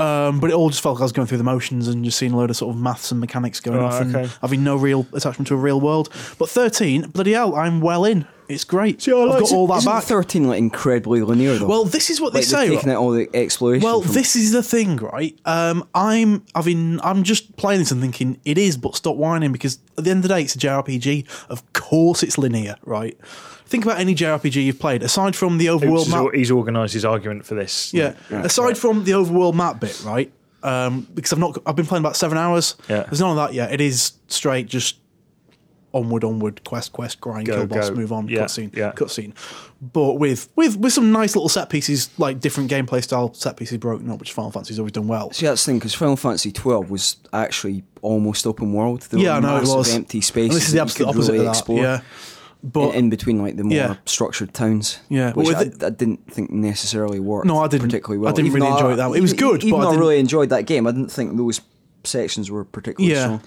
Um, but it all just felt like I was going through the motions and just seeing a load of sort of maths and mechanics going Right, off and okay. having no real attachment to a real world. But 13, bloody hell, I'm well in. It's great. I I've like got all that Isn't back. Thirteen like incredibly linear though. well, this is what like they say. they're taking out all the exploration. Well, from- this is the thing, right? Um, I'm having, I'm just playing this and thinking it is, but stop whining because at the end of the day, it's a JRPG. Of course, it's linear, right? Think about any JRPG you've played, aside from the overworld He's, map. he's organised his argument for this. Yeah. Aside from the overworld map bit, right? Um, because I've not, I've been playing about seven hours. Yeah. There's none of that yet. It is straight, just onward, onward, quest, quest, grind, Go, kill boss, go. move on, Yeah, cutscene, yeah. cutscene. But with with with some nice little set pieces, like different gameplay style set pieces broken up, which Final Fantasy's always done well. See that's the thing because Final Fantasy Twelve was actually almost open world. There Yeah, I were know it massive was. empty And spaces. this is the that you absolute could opposite really of that. Explore. Yeah. But in, in between like the more Yeah. structured towns. Yeah. which Well, I, with I didn't think necessarily worked. No, I didn't- particularly well. I didn't Even really though enjoy it that way. It was e- good, Even but I though I didn't- really enjoyed that game. I didn't think those sections were particularly yeah. strong.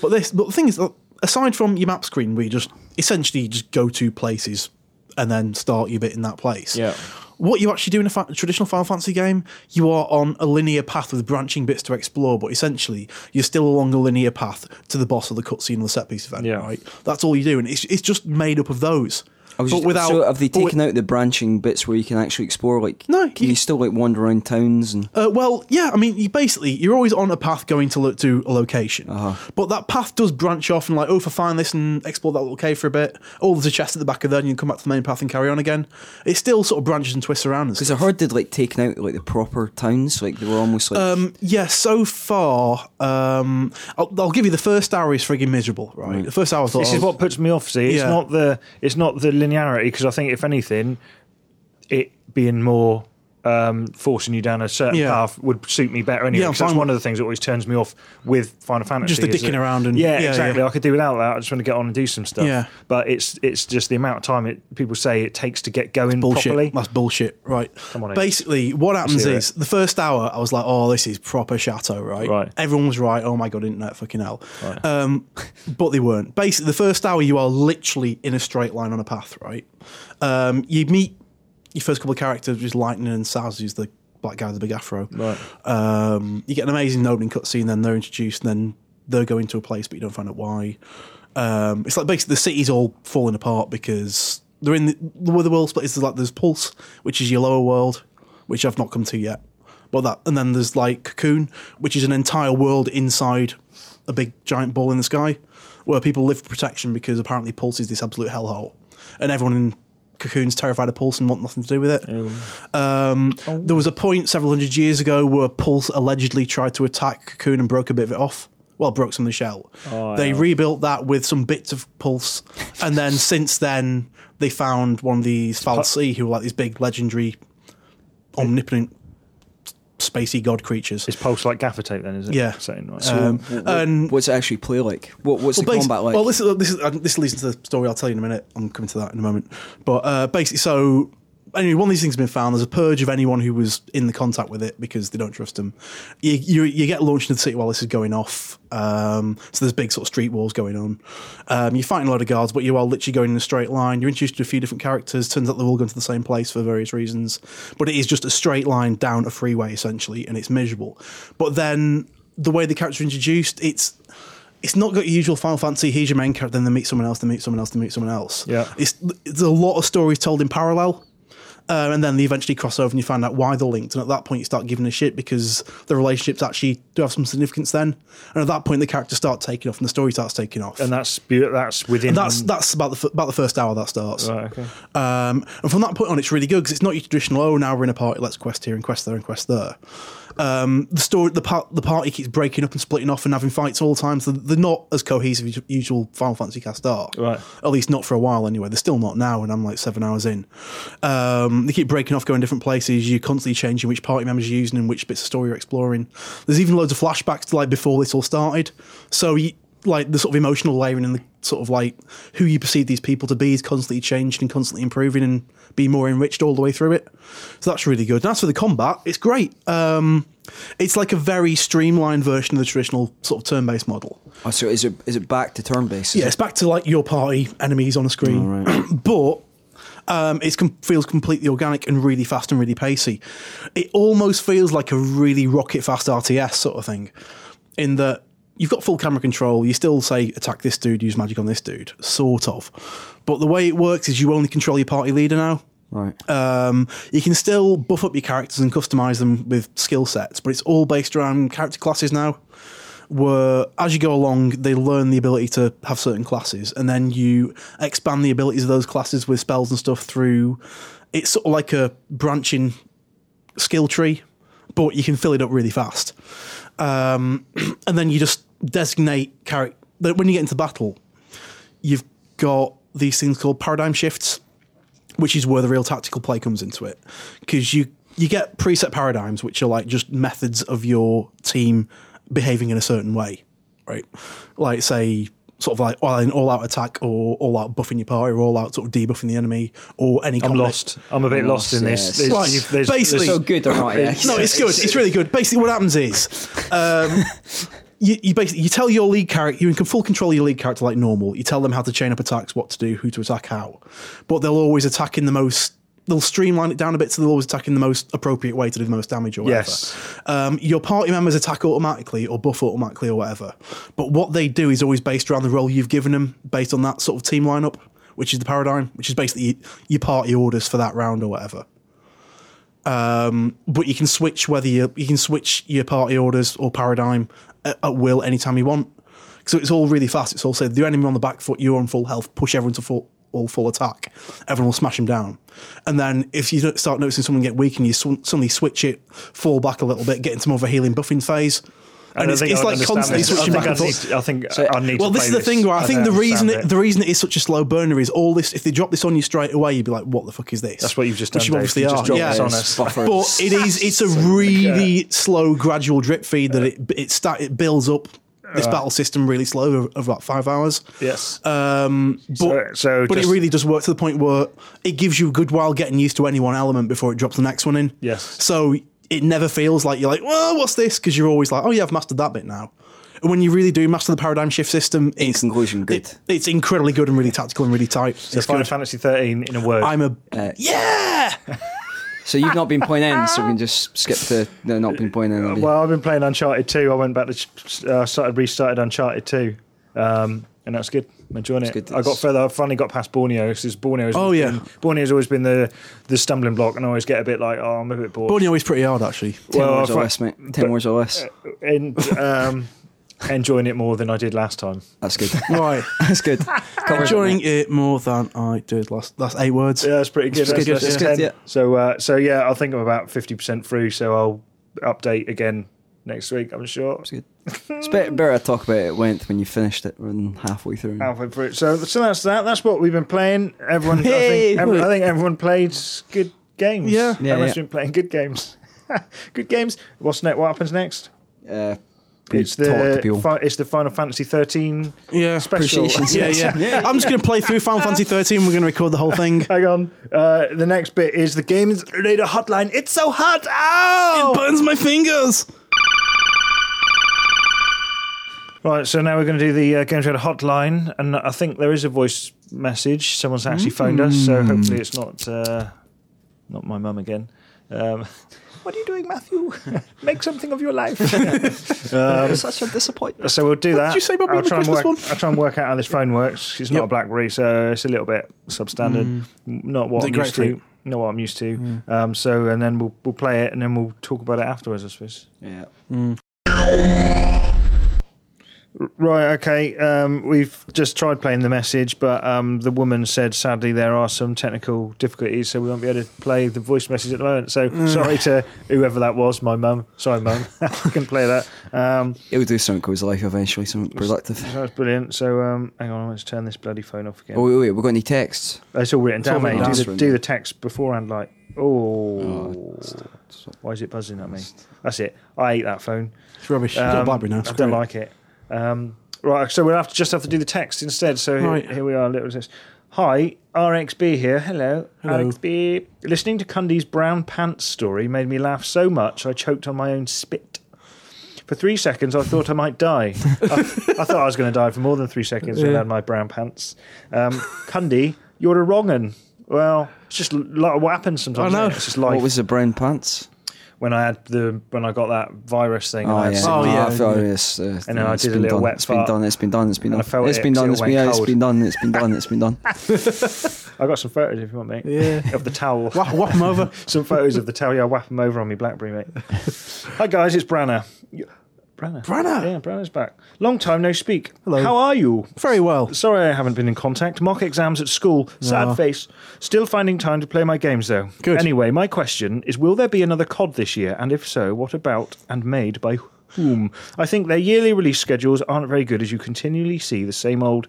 But this, but the thing is, that aside from your map screen, where you just essentially just go to places and then start your bit in that place. Yeah. What you actually do in a fa- traditional Final Fantasy game, you are on a linear path with branching bits to explore, but essentially you're still along a linear path to the boss of the cutscene or the set piece event. Yeah. Right. That's all you do, and it's it's just made up of those. I was but just, without so have they but with- taken out the branching bits where you can actually explore? Like, No, can you, you- still like wander around towns and? Uh, well, yeah. I mean, you basically you're always on a path going to look to a location, Uh-huh. but that path does branch off and like, oh, if I find this and explore that little cave for a bit, oh, there's a chest at the back of there, and you can come back to the main path and carry on again. It still sort of branches and twists around. And Because I stuff. heard they'd like taken out like the proper towns, like they were almost like Um, yeah, so far, um, I'll, I'll give you the first hour is frigging miserable, right? The first hour, I thought, This is oh, what puts me off. See, it's Yeah. not the it's not the linearity because I think if anything, it being more um, forcing you down a certain Yeah. path would suit me better anyway. Yeah, I'm 'cause that's fine one of with- the things that always turns me off with Final Fantasy. Just the is dicking that- around and- yeah, yeah, exactly. yeah. I could do without that. I just want to get on and do some stuff. Yeah. but it's it's just the amount of time it people say it takes to get going bullshit. properly. That's bullshit, right? on in. Basically, what happens see it. is the first hour, I was like, "Oh, this is proper chateau," right? Right. Everyone was right. Oh my god, internet, fucking hell. Um, but they weren't. Basically, the first hour, you are literally in a straight line on a path, right? Um, you meet your first couple of characters, which is Lightning and Saz, who's the black guy with the big afro. Right. Um, you get an amazing opening cutscene, then they're introduced, and then they're going to a place, but you don't find out why. Um, it's like basically the city's all falling apart because they're in the, where the world split is like there's Pulse, which is your lower world, which I've not come to yet. But that, and then there's like Cocoon, which is an entire world inside a big giant ball in the sky, where people live for protection because apparently Pulse is this absolute hellhole. and everyone in Cocoon's terrified of Pulse and want nothing to do with it. Um, There was a point several hundred years ago where Pulse allegedly tried to attack Cocoon and broke a bit of it off. Well, broke some of the shell. Oh, they yeah. rebuilt that with some bits of Pulse, and [LAUGHS] then since then they found one of these Falci, who were like these big, legendary, omnipotent, spacey god creatures. It's pulse like gaffer tape, then, is it? Yeah. Saying, right. Um, What- and what's it actually play like? What, what's the basi- combat like? Well, this is, this, is, uh, this leads into the story I'll tell you in a minute. I'm coming to that in a moment. But uh, basically, so anyway, one of these things has been found. There's a purge of anyone who was in the contact with it because they don't trust them. You, you, you get launched into the city while this is going off. Um, so there's big sort of street wars going on. Um, you're fighting a lot of guards, but you are literally going in a straight line. You're introduced to a few different characters. Turns out they're all going to the same place for various reasons. But it is just a straight line down a freeway, essentially, and it's miserable. But then the way the characters are introduced, it's it's not got your usual Final Fantasy. Here's your main character, then they meet someone else, they meet someone else, they meet someone else. Yeah. it's there's a lot of stories told in parallel, uh, and then they eventually cross over and you find out why they're linked. And at that point, you start giving a shit because the relationships actually do have some significance. Then, and at that point, the characters start taking off and the story starts taking off. and that's beau- that's within. And that's that's about the f- about the first hour that starts. Right, okay. Um, and from that point on, it's really good because it's not your traditional. Oh, now we're in a party. Let's quest here and quest there and quest there. Um, the story, the part, the party keeps breaking up and splitting off and having fights all the time. So they're not as cohesive as usual Final Fantasy cast are. Right. At least not for a while anyway. They're still not now, and I'm like seven hours in. Um, they keep breaking off, going different places. You're constantly changing which party members you're using and which bits of story you're exploring. There's even loads of flashbacks to like before this all started. So you, like the sort of emotional layering and the sort of like who you perceive these people to be is constantly changed and constantly improving and being more enriched all the way through it. So that's really good. And as for the combat, it's great. Um, it's like a very streamlined version of the traditional sort of turn-based model. oh, so is it is it back to turn based? Yeah, it's back to like your party enemies on a screen, [CLEARS THROAT] but um, it com- feels completely organic and really fast and really pacey. It almost feels like a really rocket fast RTS sort of thing, in that you've got full camera control. You still say attack this dude, use magic on this dude, sort of. But the way it works is you only control your party leader now. Right. Um, you can still buff up your characters and customize them with skill sets, but it's all based around character classes now. Where as you go along, they learn the ability to have certain classes, and then you expand the abilities of those classes with spells and stuff through. It's sort of like a branching skill tree, but you can fill it up really fast. Um, [CLEARS THROAT] and then you just designate character. When you get into battle, you've got these things called paradigm shifts which is where the real tactical play comes into it because you you get preset paradigms which are like just methods of your team behaving in a certain way right like say sort of like all- an all-out attack or all-out buffing your party or all-out sort of debuffing the enemy or any I'm combina- lost. I'm a bit lost, in this. yes. There's- Right, you've- there's- basically- there's- so good or not? Yeah. [LAUGHS] no, it's good. It's, really good. Basically, what happens is, um, [LAUGHS] you, you basically you tell your lead character you're in full control of your lead character like normal. You tell them how to chain up attacks, what to do, who to attack, how, but they'll always attack in the most. They'll streamline it down a bit, so they'll always attack in the most appropriate way to do the most damage or whatever. Yes. Um, your party members attack automatically or buff automatically or whatever, but what they do is always based around the role you've given them, based on that sort of team lineup, which is the paradigm, which is basically your party orders for that round or whatever but you can switch whether you you can switch your party orders or paradigm at, at will anytime you want. So it's all really fast. It's all say the enemy on the back foot, you're on full health, push everyone to full all full attack. Everyone will smash them down. And then if you don't- start noticing someone get weak and you sw- suddenly switch it, fall back a little bit, get into more of a healing buffing phase. I And don't it's, think it's I like understand constantly this. switching I back think and I forth. need to- I think So- I need Well, to this play is the thing where I think the don't reason it, understand the reason it is such a slow burner is all this. If they drop this on you straight away, you'd be like, "What the fuck is this?" That's what you've just done, Which you Dave. obviously You are. just dropped yeah. this on It's us. buffered. But it is it's a really slow gradual drip feed that it it start, it builds up this battle system really slow over, over about five hours. Yes. Um, but so but just- it really does work to the point where it gives you a good while getting used to any one element before it drops the next one in. Yes. So it never feels like you're like, well, what's this? Because you're always like, oh yeah, I've mastered that bit now. And when you really do master the paradigm shift system, it's, conclusion, good. it- it's incredibly good and really tactical and really tight. It's Final good. Fantasy 13 in a word. I'm a Uh, yeah. So you've not been playing in, so we can just skip the no, not been playing in. Well, I've been playing Uncharted 2. I went back to uh, started restarted Uncharted 2, um, and that's good. I'm enjoying it. good. I got It's- further. I finally got past Borneo because Borneo's Oh, yeah. been, Borneo's always been the the stumbling block, and I always get a bit like, oh, I'm a bit bored. Borneo is pretty hard actually. ten well, words I or fi- less, mate. Ten words or less. and um, [LAUGHS] enjoying it more than I did last time. That's good. [LAUGHS] Right. That's good. Covers it, Enjoying mate. it more than I did last. That's eight words. Yeah, that's pretty good. That's good, that's good, 10. yeah. So, uh, so yeah, I think I'm about fifty percent through. So I'll update again next week. I'm sure. That's good. It's better, better to talk about it at length when you finished it than halfway through. Halfway through. So, so that's that. That's what we've been playing. Everyone, I, Hey! think, every, I [LAUGHS] think everyone played good games. Yeah. Yeah, everyone's yeah. been playing good games. [LAUGHS] good games. What's next? What happens next? Uh, It's talk to people. the fi- it's the Final Fantasy 13 Yeah. special. Appreciation. Yeah, yeah. I'm just going to play through Final Fantasy 13. We're going to record the whole [LAUGHS] thing. Hang on. Uh, the next bit is the games later hotline. It's so hot. Ow! It burns my fingers. Right, so now we're going to do the uh, Games Radar hotline, and I think there is a voice message. Someone's actually phoned us, so hopefully it's not uh, not my mum again. Um, what are you doing, Matthew? [LAUGHS] Make something of your life. it's such a disappointment. [LAUGHS] so we'll do that. you say about I'll being a try, and work, Christmas one? I'll try and work out [LAUGHS] how this phone works. It's not Yep. a BlackBerry, so it's a little bit substandard. Not what The I'm used grapefruit. to. Not what I'm used to. Um, so, and then we'll we'll play it, and then we'll talk about it afterwards. I suppose. Yeah. Right, okay. Um, we've just tried playing the message, but um, the woman said sadly there are some technical difficulties, so we won't be able to play the voice message at the moment. So sorry to whoever that was, my mum. Sorry, [LAUGHS] mum. I can play that. Um, It'll do something cool with life eventually, something productive. so that's brilliant. So um, hang on, let's turn this bloody phone off again. Oh, wait, wait, we've got any texts. It's all written down, all mate. written Do down. the, do the text beforehand, like, oh. stop. Why is it buzzing at me? That's it. I hate that phone. It's rubbish. I've got a Um, Blackberry now. I Screw don't it. like it. Um, right, so we'll have to just have to do the text instead. So here, Right. here we are, little text. Hi, RXB here. Hello, Hello. RXB. Listening to Cundy's brown pants story made me laugh so much I choked on my own spit. For three seconds, I thought I might [LAUGHS] die. I, I thought I was going to die for more than three seconds when I had my brown pants. Um, Cundy, you're a wrong'un. Well, it's just like what happens sometimes. I know. isn't it? It's just life. What was the brown pants? when I had the when I got that virus thing. and I Oh, had yeah. sick Oh, yeah, I thought yeah. It's, uh, And then I it's did a been little done. wet It's fart. been done. It's been done. It's been And done. I felt It's it, been so done. it It's been went yeah, it's cold. been done. It's been done. It's been done. I got some photos if you want, mate. Yeah. Of the towel. Wha- Whap them over. some photos of the towel. Yeah, I'll whap them over on me Blackberry, [LAUGHS] mate. Hi, guys, it's Branner. You- Branner. Branner. Yeah, Branner's back. Long time no speak. Hello. How are you? Very well. Sorry I haven't been in contact. Mock exams at school. Sad Aw. face. Still finding time to play my games, though. Ah. Good. Anyway, my question is Will there be another COD this year? And if so, what about and made by whom? I think their yearly release schedules aren't very good as you continually see the same old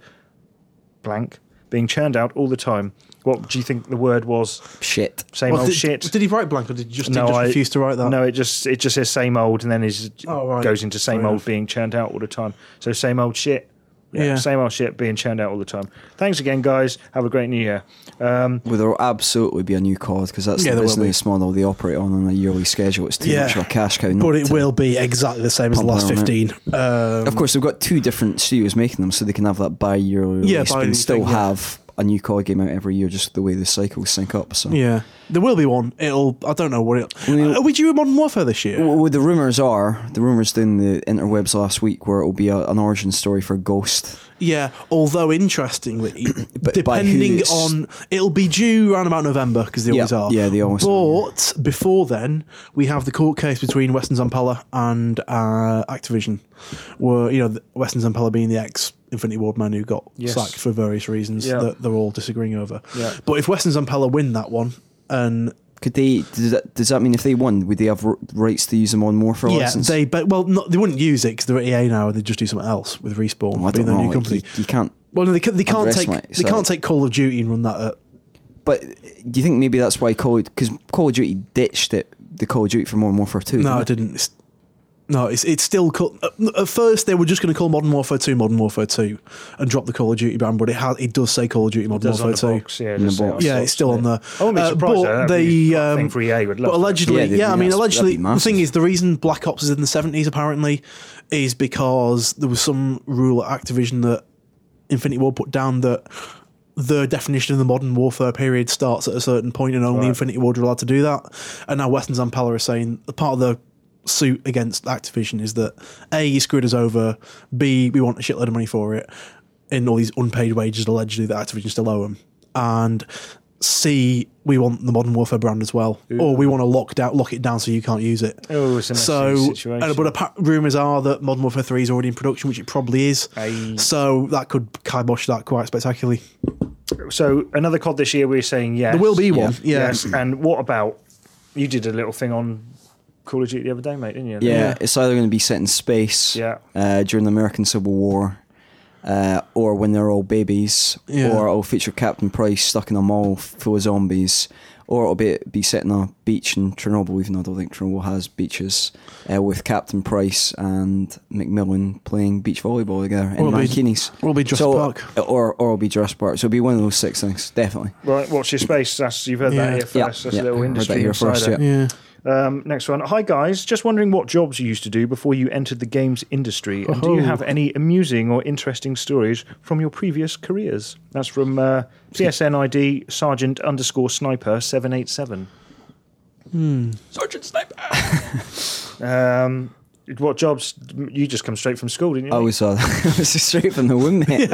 blank being churned out all the time. What do you think the word was? Shit. Same Well, old did, shit. Did he write blank or did you just, he just refuse to write that? No, it just it just says same old, and then is Oh, right. goes into same Fair old enough. being churned out all the time. So same old shit. Yeah. Same old shit being churned out all the time. Thanks again, guys. Have a great new year. Um, Well, there will absolutely be a new COD because that's Yeah, the there will be. business model they operate on on a yearly schedule. It's too Yeah. much of a cash cow. not But it to- will be exactly the same as the Pump last iron, mate. 15. Um, Of course, they've got two different studios making them, so they can have that bi-yearly Yeah, release, bi-yearly but still thing, yeah. have a new COD game out every year. Just the way the cycles sync up. So yeah. There will be one. It'll. I don't know what it. uh, Well, Are we due a Modern Warfare this year? Well, well, the rumors are the rumors doing the interwebs last week where it'll be a, an origin story for Ghost. Yeah, although interestingly, [CLEARS THROAT] But by who depending it's- on it'll be due around about November because they Yeah, always are. yeah, they always are. But before then, we have the court case between Weston Zampella and uh, Activision, where you know the- Weston Zampella being the ex Infinity Ward man who got Yes. sacked for various reasons Yeah. that they're all disagreeing over. Yeah. But if Weston Zampella win that one, and Could they? Does that, does that mean if they won, would they have r- rights to use them on more for a yeah, license? they but well, not, they wouldn't use it because they're at EA now and they would just do something else with Respawn Well, I being don't their know. new like, company. you, you can't. well, no, they, ca- they can't take underestimate, they so- can't take Call of Duty and run that at But uh, do you think maybe that's why Call because Call of Duty ditched it, the Call of Duty for Modern Warfare Two? No, it didn't. It's, no, it's it's still called. At at first, they were just going to call Modern Warfare Two Modern Warfare Two and drop the Call of Duty brand, but it has it does say Call of Duty Modern does on Warfare the Two. box, yeah, In the just say box. it Yeah, it's still on there. I wouldn't be Uh, surprised, though. but That'd be they, a um, thing for EA would love but that. allegedly, Yeah, yeah, they'd- I mean, that's- that'd allegedly, be the thing massive. is, the reason Black Ops is in the seventies apparently is because there was some rule at Activision that Infinity War put down that the definition of the modern warfare period starts at a certain point and only Right. Infinity Ward are allowed to do that. And now Weston Zampella is saying that part of the suit against Activision is that A, you screwed us over, B, we want a shitload of money for it, and all these unpaid wages allegedly that Activision still owe him. And C, we want the Modern Warfare brand as well, or we want to lock down, lock it down so you can't use it. Oh, it's a messy so, situation. and- but appa- rumors are that Modern Warfare Three is already in production, which it probably is. Aye. So that could kibosh that quite spectacularly. So another COD this year, we're saying yes. There will be one, yeah. Yes. And what about you? Did a little thing on Call of Duty the other day, mate, didn't you? Yeah, Yeah. it's either going to be set in space Yeah. uh, during the American Civil War uh, or when they're all babies, Yeah. or it'll feature Captain Price stuck in a mall full of zombies, or it'll be, be set in a beach in Chernobyl, even though I don't think Chernobyl has beaches, uh, with Captain Price and McMillan playing beach volleyball together in Or it'll be- mankinis. or it'll be Jurassic so, Park. Or, or it'll be Jurassic Park. So it'll be one of those six things, definitely. Right, watch your space. That's you've heard Yeah. that here Yeah, first. That's yeah. a little Heard that industry here first, insider. Yeah. Um, next one. Hi guys, just wondering what jobs you used to do before you entered the games industry, and do you Oh. have any amusing or interesting stories from your previous careers? That's from uh, PSN ID Sergeant underscore Sniper seven eight seven. Hmm. Sergeant Sniper! Um, what jobs? You just come straight from school, didn't you? I was, uh, [LAUGHS] I was straight from the womb, mate. He's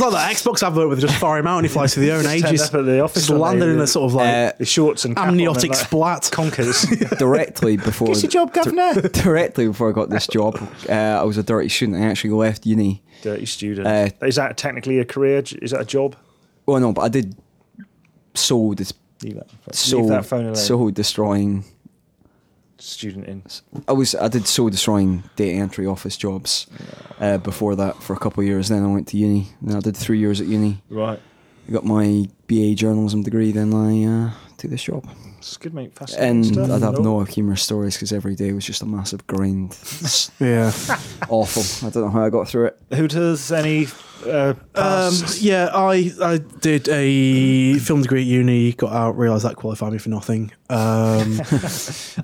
like that Xbox advert where they just fire him out and he flies to the own [LAUGHS] Just turned ages. up at the office, Just don't landed they? in a sort of like Uh, the shorts and cap on and, amniotic like, splat. conkers. [LAUGHS] directly before Get your job, governor. [LAUGHS] directly before I got this job, uh, I was a dirty student. I actually left uni. Dirty student. Uh, is that technically a career? Is that a job? Well, no, but I did soul, dis- Leave that, soul, leave that phone alone. soul destroying. student in. I was I did soul destroying data entry office jobs uh, before that for a couple of years. Then I went to uni. Then I did three years at uni. Right. I got my BA journalism degree. Then I uh, took this job, It's good, mate. Fascinating and stuff. I'd have no humorous stories because every day was just a massive grind. [LAUGHS] It's yeah. awful. I don't know how I got through it. Who does any uh, Um, past? yeah, I I did a film degree at uni, got out, realised that qualified me for nothing. [LAUGHS] Um,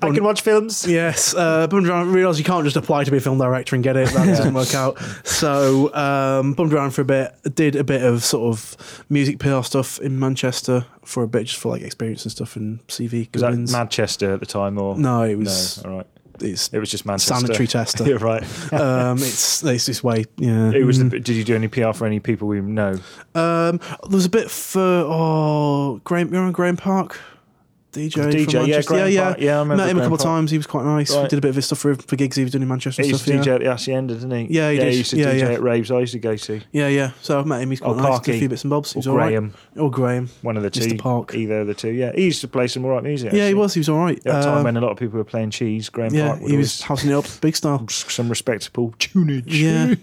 I can watch films. yes, uh, bummed around, realised you can't just apply to be a film director and get it. That doesn't work out. So um, bummed around for a bit, did a bit of sort of music PR stuff in Manchester for a bit, just for like experience and stuff and CV. Was that goodwins. Manchester at the time, or No, it was- No, all right. It's It was just Manchester. [LAUGHS] sanitary tester. yeah, [LAUGHS] right. um, it's it's this way. Yeah, Mm. It was. The, did you do any PR for any people we know? Um, there was a bit for oh, Graham. You're on Graham Park. DJ, The DJ, yeah, from Manchester. Graham yeah, Park. Yeah, I remember Met him a Graham couple of Park. times. He was quite nice. We Right. did a bit of his stuff for, for gigs he was doing in Manchester. He and used to stuff, DJ yeah. at the Hacienda, didn't he? Yeah, he yeah, did. He used to Yeah, DJ yeah. at raves I used to go to. yeah, yeah. So I've met him. He's qugot Or nice. Did Oh, Parky. a few bits and bobs. He Or was all right. Graham. Or Graham. One of the two. Mr. Park. Either of the two. Yeah, he used to play some all right music. Yeah, he actually. was. He was all right. At a time Um, when a lot of people were playing cheese, Graham yeah, Park would he always was housing it up, [LAUGHS] big style. some respectable tunage. Yeah.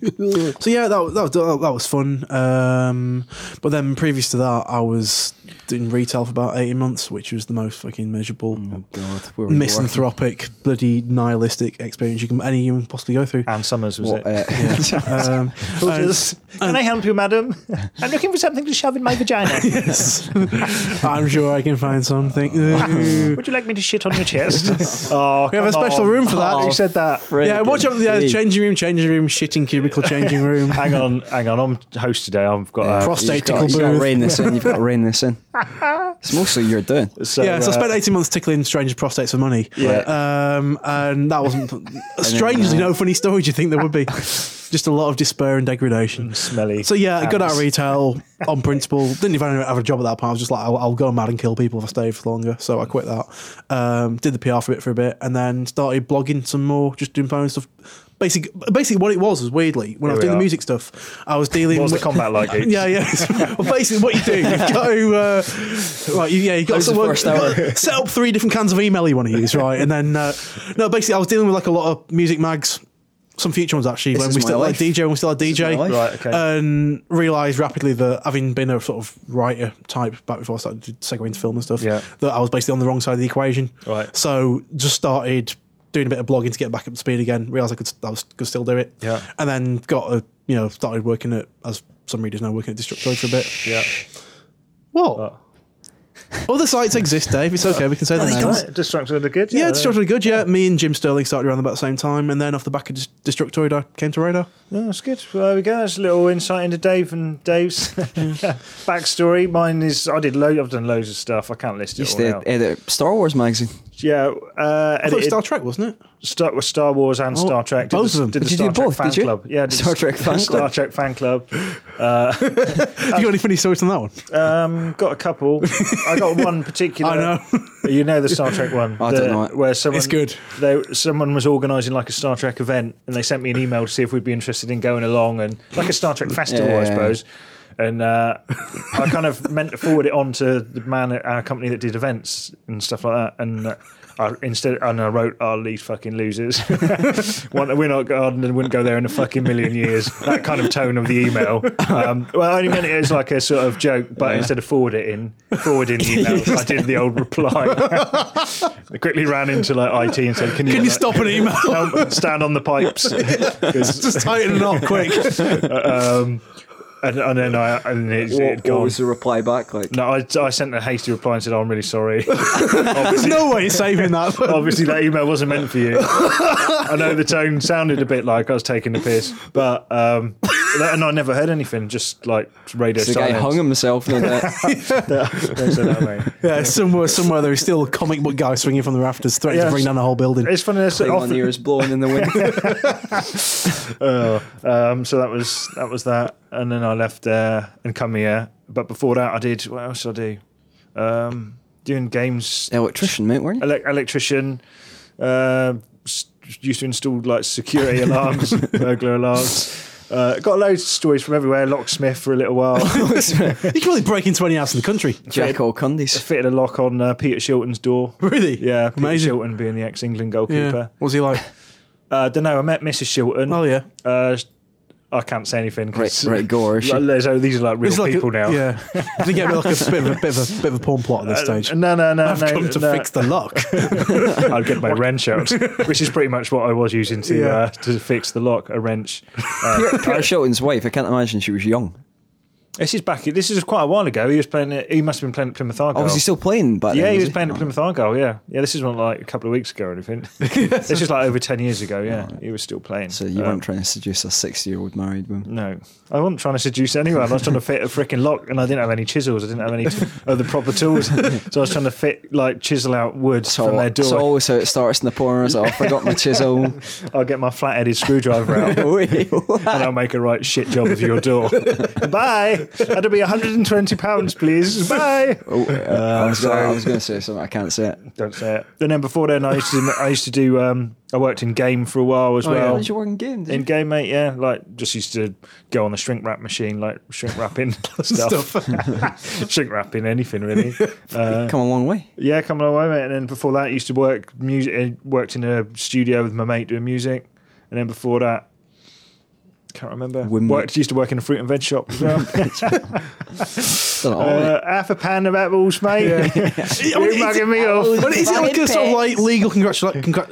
so yeah, that, was- that was that was fun. Um, but then previous to that, I was doing retail for about eighteen months, which was the most fucking miserable, Mm, Oh, God, where were you working? misanthropic, bloody nihilistic experience you can any human possibly go through. Anne Summers was What, it? uh, [LAUGHS] [LAUGHS] Um, and- Can I help you, madam? I'm looking for something to shove in my vagina. [LAUGHS] [LAUGHS] yes. I'm sure I can find something. Ooh. Would you like me to shit on your chest? [LAUGHS] oh, We have a come special on. Oh, room for that. Who said that? yeah, watch out! uh, Yeah, Friggin' changing room, changing room, shitting [LAUGHS] cubicle, changing room. Hang on, hang on. I'm host today. I've got uh, Prostate You've got, tickle you've got to booth. rein this in. You've got to rein [LAUGHS] this in. It's mostly you're doing. So, yeah, so I uh, spent 18 months tickling strangers' prostates for money. Yeah. Um, and that wasn't. [LAUGHS] strangely, no funny story do you think there would be? Just a lot of despair and degradation. smelly. So, yeah, I got out of hands. retail [LAUGHS] on principle. Didn't even have a job at that point. I was just like, I'll, I'll go mad and kill people if I stay for longer. So, I quit that. Um, did the PR for it for a bit and then started blogging some more, just doing my own stuff. Basically, basically, what it was was weirdly when I was Here we are. doing the music stuff, I was dealing What was the with combat [LAUGHS] like? Oops. [LAUGHS] yeah, yeah. well, basically, what you do, you've got to, uh, right, you, yeah, you've got Close the someone first hour. [LAUGHS] set up three different cans of email you want to use, right? And then, uh, no, basically, I was dealing with like a lot of music mags, some future ones actually, This when is we my still life. had DJ, when we still had DJ. my life. Right, okay. And realised rapidly that having been a sort of writer type back before I started to segue into film and stuff, Yeah. that I was basically on the wrong side of the equation. Right. So just started doing a bit of blogging to get back up to speed again. Realised I could, I was, could still do it. Yeah. And then got a, you know, started working at, as some readers know, working at Destructoid for a bit. Yeah. What? Oh. Other sites exist, Dave. It's okay. We can say the names. Right, Destructoid the good. Yeah, Destructoid good. Yeah, me and Jim Sterling started around about the same time, and then off the back of Dis- Destructoid, I came to Radar. No, that's good. Well, there we go. That's a little insight into Dave and Dave's [LAUGHS] backstory. Mine is I did load. I've done loads of stuff. I can't list it Used all to out. edit uh, Star Wars magazine. yeah, uh, I thought it was edited Star Trek, wasn't it? Star, Star Wars and Star Trek. Did both the- of them. Did, the Did Star you do Trek Oh, both, Fan did you? Club. Yeah, did the Star Trek fan Star club. Trek fan club. Uh, Have you got any funny stories on that one? Um, got a couple. I got one [LAUGHS] particular. I know. [LAUGHS] You know the Star Trek one. I the- don't know it. Where someone, It's good. They, someone was organising like a Star Trek event, and they sent me an email to see if we'd be interested in going along, and like a Star Trek festival, Yeah, I yeah, yeah. suppose. And uh, I kind of meant to forward it on to the man at our company that did events and stuff like that, and. Uh, I, instead, and I wrote our least fucking losers. One, we're not garden and wouldn't go there in a fucking million years. That kind of tone of the email. Um, well, I only meant it as like a sort of joke, but instead of forward it in, forward in the email, I did the old reply. I quickly ran into like IT and said, "Can you, Can you like, stop an email? [LAUGHS] help stand on the pipes?" 'Cause, Just tighten it up quick. um, and, and then I and it, it What, what gone. was the reply back like? No, I, I sent a hasty reply and said, oh, "I'm really sorry." obviously, No way it's saving [LAUGHS] that. obviously, that email wasn't meant for you. I know the tone sounded a bit like I was taking the piss, but um, that- and I never heard anything. Just like radio The guy silence. hung himself. [LAUGHS] No doubt. Don't say that, mate. Yeah, somewhere, somewhere there's still a comic book guy swinging from the rafters, threatening Yes. to bring down the whole building. It's funny. It's Thing on the often, ear is blowing in [LAUGHS] the wind. Oh, um, so that was that was that, and then I left there and come here. But before that, I did what else did I do? Um, doing games, Electrician, mate, weren't you? elec electrician. Uh, s- used to install like security [LAUGHS] alarms, burglar alarms. Uh, got loads of stories from everywhere. Locksmith for a little while. You can really break into any house in the country. [LAUGHS] [LAUGHS] Jack O'Cundy's. Fitted a lock on uh, Peter Shilton's door. Really? Yeah, Peter Amazing. Shilton being the ex-England Yeah. goalkeeper. What was [LAUGHS] he like? Uh, don't know. I met Mrs. Shilton. Oh, yeah. Uh, I can't say anything. 'cause- Right- right gore, is [LAUGHS] she? Like, there's- oh, these are like real It's like a- people now. Yeah. Did he get like [LAUGHS] a bit of a bit of a, bit of a porn plot at this Uh, stage? no, no, no. I've no, come to no. fix [LAUGHS] the lock. I'll get my wrench [LAUGHS] out, which is pretty much what I was using to Yeah. uh, to fix the lock. A wrench. [LAUGHS] Uh, Peter Peter Shilton's wife. I can't imagine she was young. this is back. This is quite a while ago. He was playing. at- He must have been playing at Plymouth Argyle. Oh, was he still playing? Back yeah, then, he was he? playing at Oh. Plymouth Argyle. Yeah, yeah. This isn't like a couple of weeks ago or [LAUGHS] anything. this is like over ten years ago. Yeah, he was still playing. So you Um, weren't trying to seduce a sixty-year-old married woman. No, I wasn't trying to seduce anyone. I was trying to fit a freaking lock, and I didn't have any chisels. I didn't have any t- other proper tools, so I was trying to fit like chisel out wood So from their door. it's always how it starts in the porn. It's like, I forgot my chisel. [LAUGHS] Oh, I'll get my flat-headed screwdriver out, and [LAUGHS] I'll make a right shit job of your [LAUGHS] door. Bye. That'll be 120 pounds, please. Bye. Oh, uh, I was gonna- I was going to say something. I can't say it. Don't say it. And then before then, I used to I used to do. Um, I worked in game for a while as How well. did you work in game? In game, mate, yeah, like just used to go on the shrink wrap machine, like shrink [LAUGHS] wrapping stuff, [LAUGHS] shrink wrapping anything [LAUGHS] really. Uh, Come a long way. yeah, coming away, mate. And then before that, I used to work music, uh, worked in a studio with my mate doing music, and then before that, can't remember. Wouldn't Worked used to work in a fruit and veg shop as well. Done it all, mate. uh, half a pan of apples, mate. [LAUGHS] I mean, You're it's- mugging me off. But is it like a sort of Fucking like legal congratu- congra-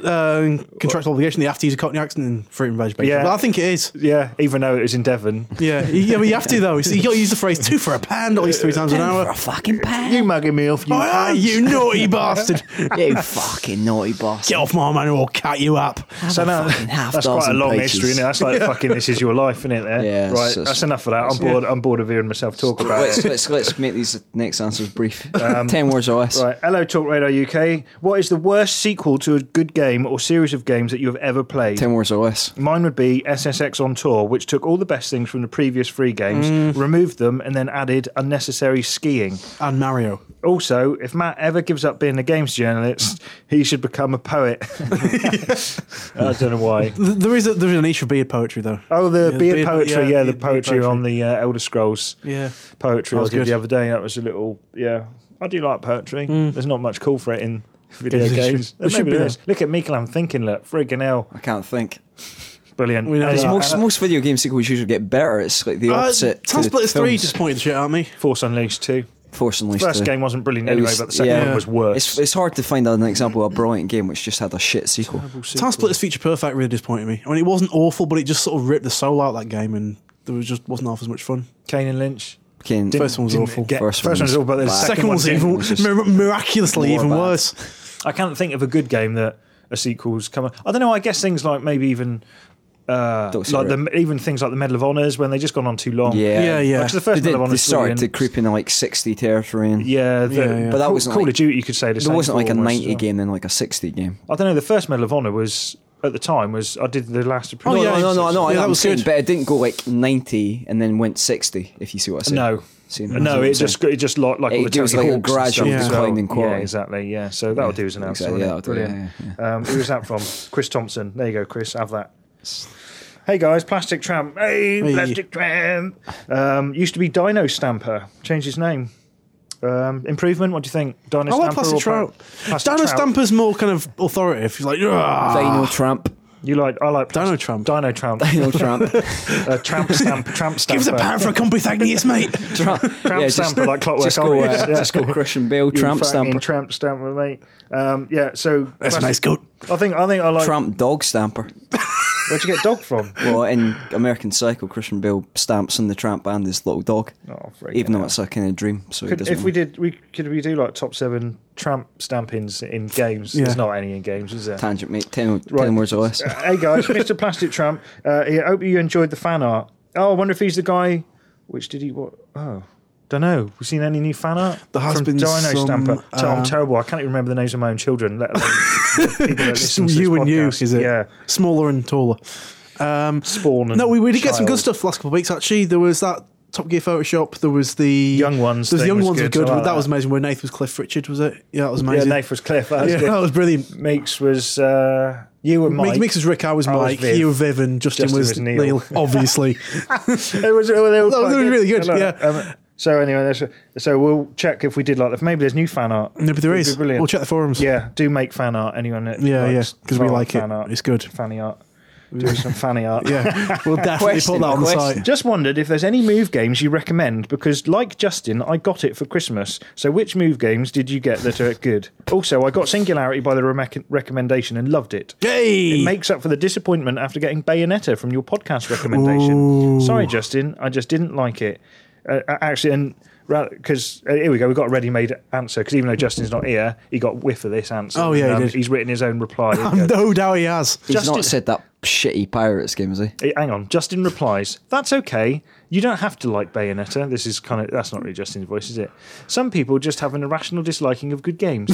uh, contractual obligation that you have to use a Cockney accent in fruit and veg? Basically? Yeah. Well, I think it is. Yeah, even though it was in Devon. Yeah, you, yeah, but you have to though. You got to use the phrase two for a pound at least three times an For hour. a fucking pan. You mugging me off, you Ah, cunt. you [LAUGHS] naughty bastard! You fucking naughty boss. Get off my man, or I'll cat you up. So now half that's quite a dozen long pages. history, is That's like fucking this is your life, isn't it? There, Yeah, it's right. just- that's enough of that. I'm bored. I'm bored of hearing myself talk about Let's, it. let's let's make these next answers brief. Ten words or less. Um, Right, hello, Talk Radar UK. What is the worst sequel to a good game or series of games that you have ever played? Ten words or less. Mine would be SSX on Tour, which took all the best things from the previous three games, Mm. removed them, and then added unnecessary skiing. And Mario. Also, if Matt ever gives up being a games journalist, he should become a poet. [LAUGHS] I don't know why. Th- There is a, there is a niche for beard poetry though. Oh, the Yeah, beard, beard- poetry, yeah, the yeah, beard- beard poetry, poetry. on the uh, Elder Scrolls Yeah. poetry That I was did good. the other day. That was a little, yeah. I do like poetry. There's not much call for it [LAUGHS] in video Mm. There games. should- there Maybe should be, there is. Look at Mikel, I'm thinking, look, friggin' hell, I can't think. brilliant. We know Anyway, that. Most most video game sequels usually get better. It's like the Uh, opposite. to Town the Splitters three films. just pointed the shit at me. Force Unleashed 2. Force and Leash First to- game wasn't brilliant It anyway, was- but the second yeah. one was worse. It's, it's hard to find an example of a brilliant game which just had a shit sequel. Town Splitters Feature Perfect really disappointed me. I mean, it wasn't awful, but it just sort of ripped the soul out of that game, and there was just wasn't half as much fun. Kane and Lynch. Can- First one was didn't awful. Get, First first, one one was was awful, but the bad. second, Second one one's didn't. even was just mir- miraculously more even bad. worse. I can't think of a good game that a sequel's come. I don't know. I guess things like maybe even uh, Don't say like the, even things like the Medal of Honors when they just gone on too long. Yeah. Yeah, yeah. Because the They, first did, Medal of they Honors started brilliant. to creep into like 60 territory. And Yeah, the, Yeah, yeah. but But that that was wasn't Call like- of Duty. You could say the There same wasn't like a for 90 almost. uh, game, then like a 60 game. I don't know. The first Medal of Honor was at the time was I did the last. Oh, no, yeah, no, no, no, yeah, no, I know that what I'm was saying, good. But it didn't go like 90 and then went 60, if you see what I said. No. See, that's No, what it I'm just saying. it just like like It all the gives, Tony like, Hawks a and stuff gradual as well. decline in Yeah, quality. exactly. Yeah, so that'll do as an exactly, announcement. yeah, wouldn't it? that'll do, yeah, Brilliant. Um, who was that from? Chris Thompson. There you go, Chris. Have that. Hey guys, Plastic Tramp. Hey, Hey. Plastic Tramp. Um, used to be Dino Stamper. Changed his name. Um, improvement. What do you think? Dino I Stamper. like Plastic or Pla- Trout. Plastic Dino Trout? Stamper's more kind of authoritative. He's like, "Rah." Ah. Dino Tramp. You like? I like Dino Plastic- Tramp. Dino Tramp. [LAUGHS] Dino Tramp. uh, [LAUGHS] tramp Stamp. Tramp Stamper. Give us a pound for a compithagius, mate. Tramp. Yeah, just- Stamper, like Clockwork Just go, uh, Orange. Yeah. just go Christian Bale, You Tramp fucking Stamper. Tramp Stamper, mate. Um, yeah. So That's a Plastic- nice coat. I think I think I like. Tramp Dog Stamper. Where'd you get dog from? Well, in American Psycho, Christian Bale stamps on the tramp and his little dog. Oh, freaking even hell. though it's a kind of dream, so he Could, doesn't. if we did, we could we do like top seven tramp stampings in games? Yeah. There's not any in games, is there? tangent, mate. Ten, Right. ten words or less. Uh, hey [LAUGHS] guys, Mr. Plastic Tramp. Uh, here, I hope you enjoyed the fan art. Oh, I wonder if he's the guy. Which did he? What? Oh, don't know. We seen any new fan art? There has from been Dino some, Stamper. Tell- uh, I'm terrible. I can't even remember the names of my own children. [LAUGHS] Let alone the people that Just listen to this you and you, podcast. is it? Yeah. Smaller and taller. Um, Spawn. And no, we really get some good Child. stuff the last couple of weeks. Actually, there was that Top Gear Photoshop. There was the Young Ones There was the thing young was ones were good. good. I like that, was that. amazing. Where Nath was Cliff Richard, was it? Yeah, that was Yeah, amazing. Nath was Cliff. That was Yeah, [LAUGHS] good. that was brilliant. Meeks was uh, you were Mike. Mike. Mix was Rick. I was I was Mike. Viv. You were Viv, and Justin, Justin was, was Neil. Neil. [LAUGHS] obviously, it was, it was, [LAUGHS] it was No, quite they were really good, I like yeah. it. Um, so anyway, that's, so we'll check if we did like that. Maybe there's new fan art. maybe there It'd is. be brilliant. We'll check the forums. Yeah, do make fan art. Anyone? That yeah, yeah, likes because we fan- like it. fan Art, It's good. fanny art. [LAUGHS] Do some fanny art. [LAUGHS] Yeah, [LAUGHS] we'll definitely Question, put that on the question. site. Just wondered if there's any move games you recommend because, like Justin, I got it for Christmas. So, which move games did you get that are good? Also, I got Singularity by the remec- recommendation and loved it. It Yay! makes up for the disappointment after getting Bayonetta from your podcast recommendation. Sorry, Justin, I just didn't like it. Uh, uh, actually, and because uh, here we go, we've got a ready-made answer. Because even though Justin's not here, he got whiff of this answer. um, Oh, yeah, he did. he's written his own [LAUGHS] reply. Here we go. [LAUGHS] no doubt he has. He's Justin- not said that shitty pirates game, has he? Eh, Hang on, Justin replies, "That's okay. You don't have to like Bayonetta. This is kind of that's not really Justin's voice, is it? Some people just have an irrational disliking of good [LAUGHS] games.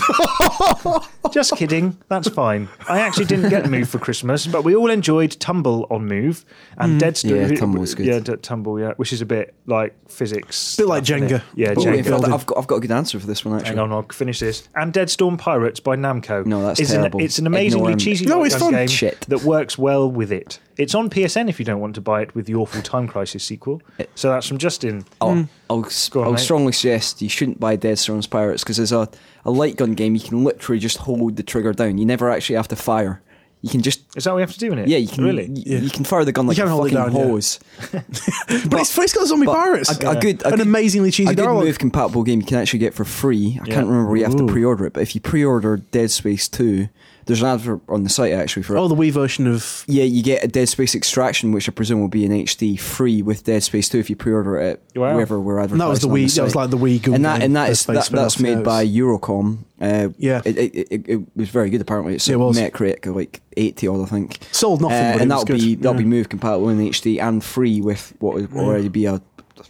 just kidding. That's fine. I actually didn't get Move for Christmas, but we all enjoyed Tumble on Move and Mm. Dead Yeah, Tumble's good. Yeah, D- Tumble. Yeah, which is a bit like physics, Bit like stuff, isn't it? Jenga. Yeah, But Oh, wait, Jenga. with- building. I've got, I've got a good answer for this one actually. Hang on, I'll finish this. And Deadstorm Pirates by Namco. No, that's is an- terrible. it's an amazingly Ignore 'em. cheesy No, it's gun fun. game Shit. that works well with it. It's on PSN if you don't want to buy it with the awful Time Crisis sequel. Eh. So that's from Justin. I'll, I'll, s- Go on, I'll mate. strongly suggest you shouldn't buy Dead Storms Pirates because there's a, a light gun game you can literally just hold the trigger down. You never actually have to fire. You can just Is that what we have to do in it? yeah, you can really. you, you can fire the gun like can a hold it fucking down, yeah. hose. But, it's, it's got zombie But pirates. A, a good, a an good- amazingly cheesy a good dialogue. move compatible game you can actually get for free. I can't remember where you have to pre-order it, but if you pre-order Dead Space Two, there's an advert on the site actually for it. Oh, the Wii version of Yeah, you get a Dead Space Extraction, which I presume will be in HD free with Dead Space Two if you pre-order it. at Wow. Wherever we're advertising. And that was the on Wii. site. That was like the Wii. Google and that and that Dead is Space that, that's spin-off, yeah, made it by was- Eurocom. Uh, Yeah. it, it, it, it was very good apparently. It's Yeah, it was. Metacritic of like eighty odd, I think. Uh, Sold nothing, but it and was that'll be good. that'll be Yeah. move compatible in HD and free with what would already be a,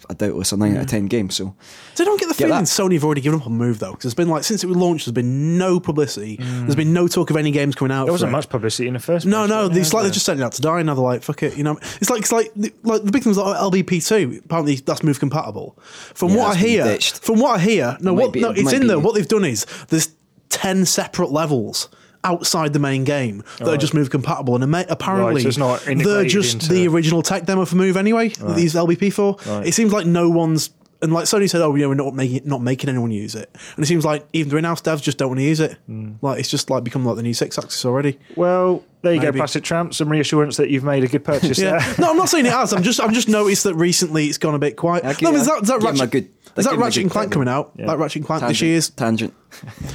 a doubtless a nine out of ten game. So So I don't get the Get feeling that. Sony have already given up on Move though, because there's been like since it was launched, there's been no publicity. There's been no talk of any games coming out. There wasn't for it. much publicity in the first. No, place, no, really, it's was like there? they're just sending it out to die. Now they're like, fuck it, you know. It's like it's like the- like the big things like LBP two. Apparently, that's move compatible. From Yeah, what I that's been hear, ditched. from what I hear, no, Might what, be- no, it it's might in be. there. What they've done is there's ten separate levels outside the main game that are just move compatible, and ama- apparently Right, so it's not they're integrated just into- the original tech demo for Move anyway. that They use LBP for. It seems like no one's. And like Sony said, oh, you know, we're not making not making anyone use it, and it seems like even the in-house devs just don't want to use it. Hmm. Like it's just like become like the new six axis already. Well, there you go, Maybe. Plastic Tramp. Some reassurance that you've made a good purchase. [LAUGHS] Yeah. there. No, I'm not saying it has. I'm just I'm just noticed that recently it's gone a bit quiet. Yeah, give- no, there's that, there's that give 'em a Ratchet, good- there's give that 'em a Ratchet good and Clank table. coming out. That Ratchet and Clank tangent, Uh, this year's. tangent.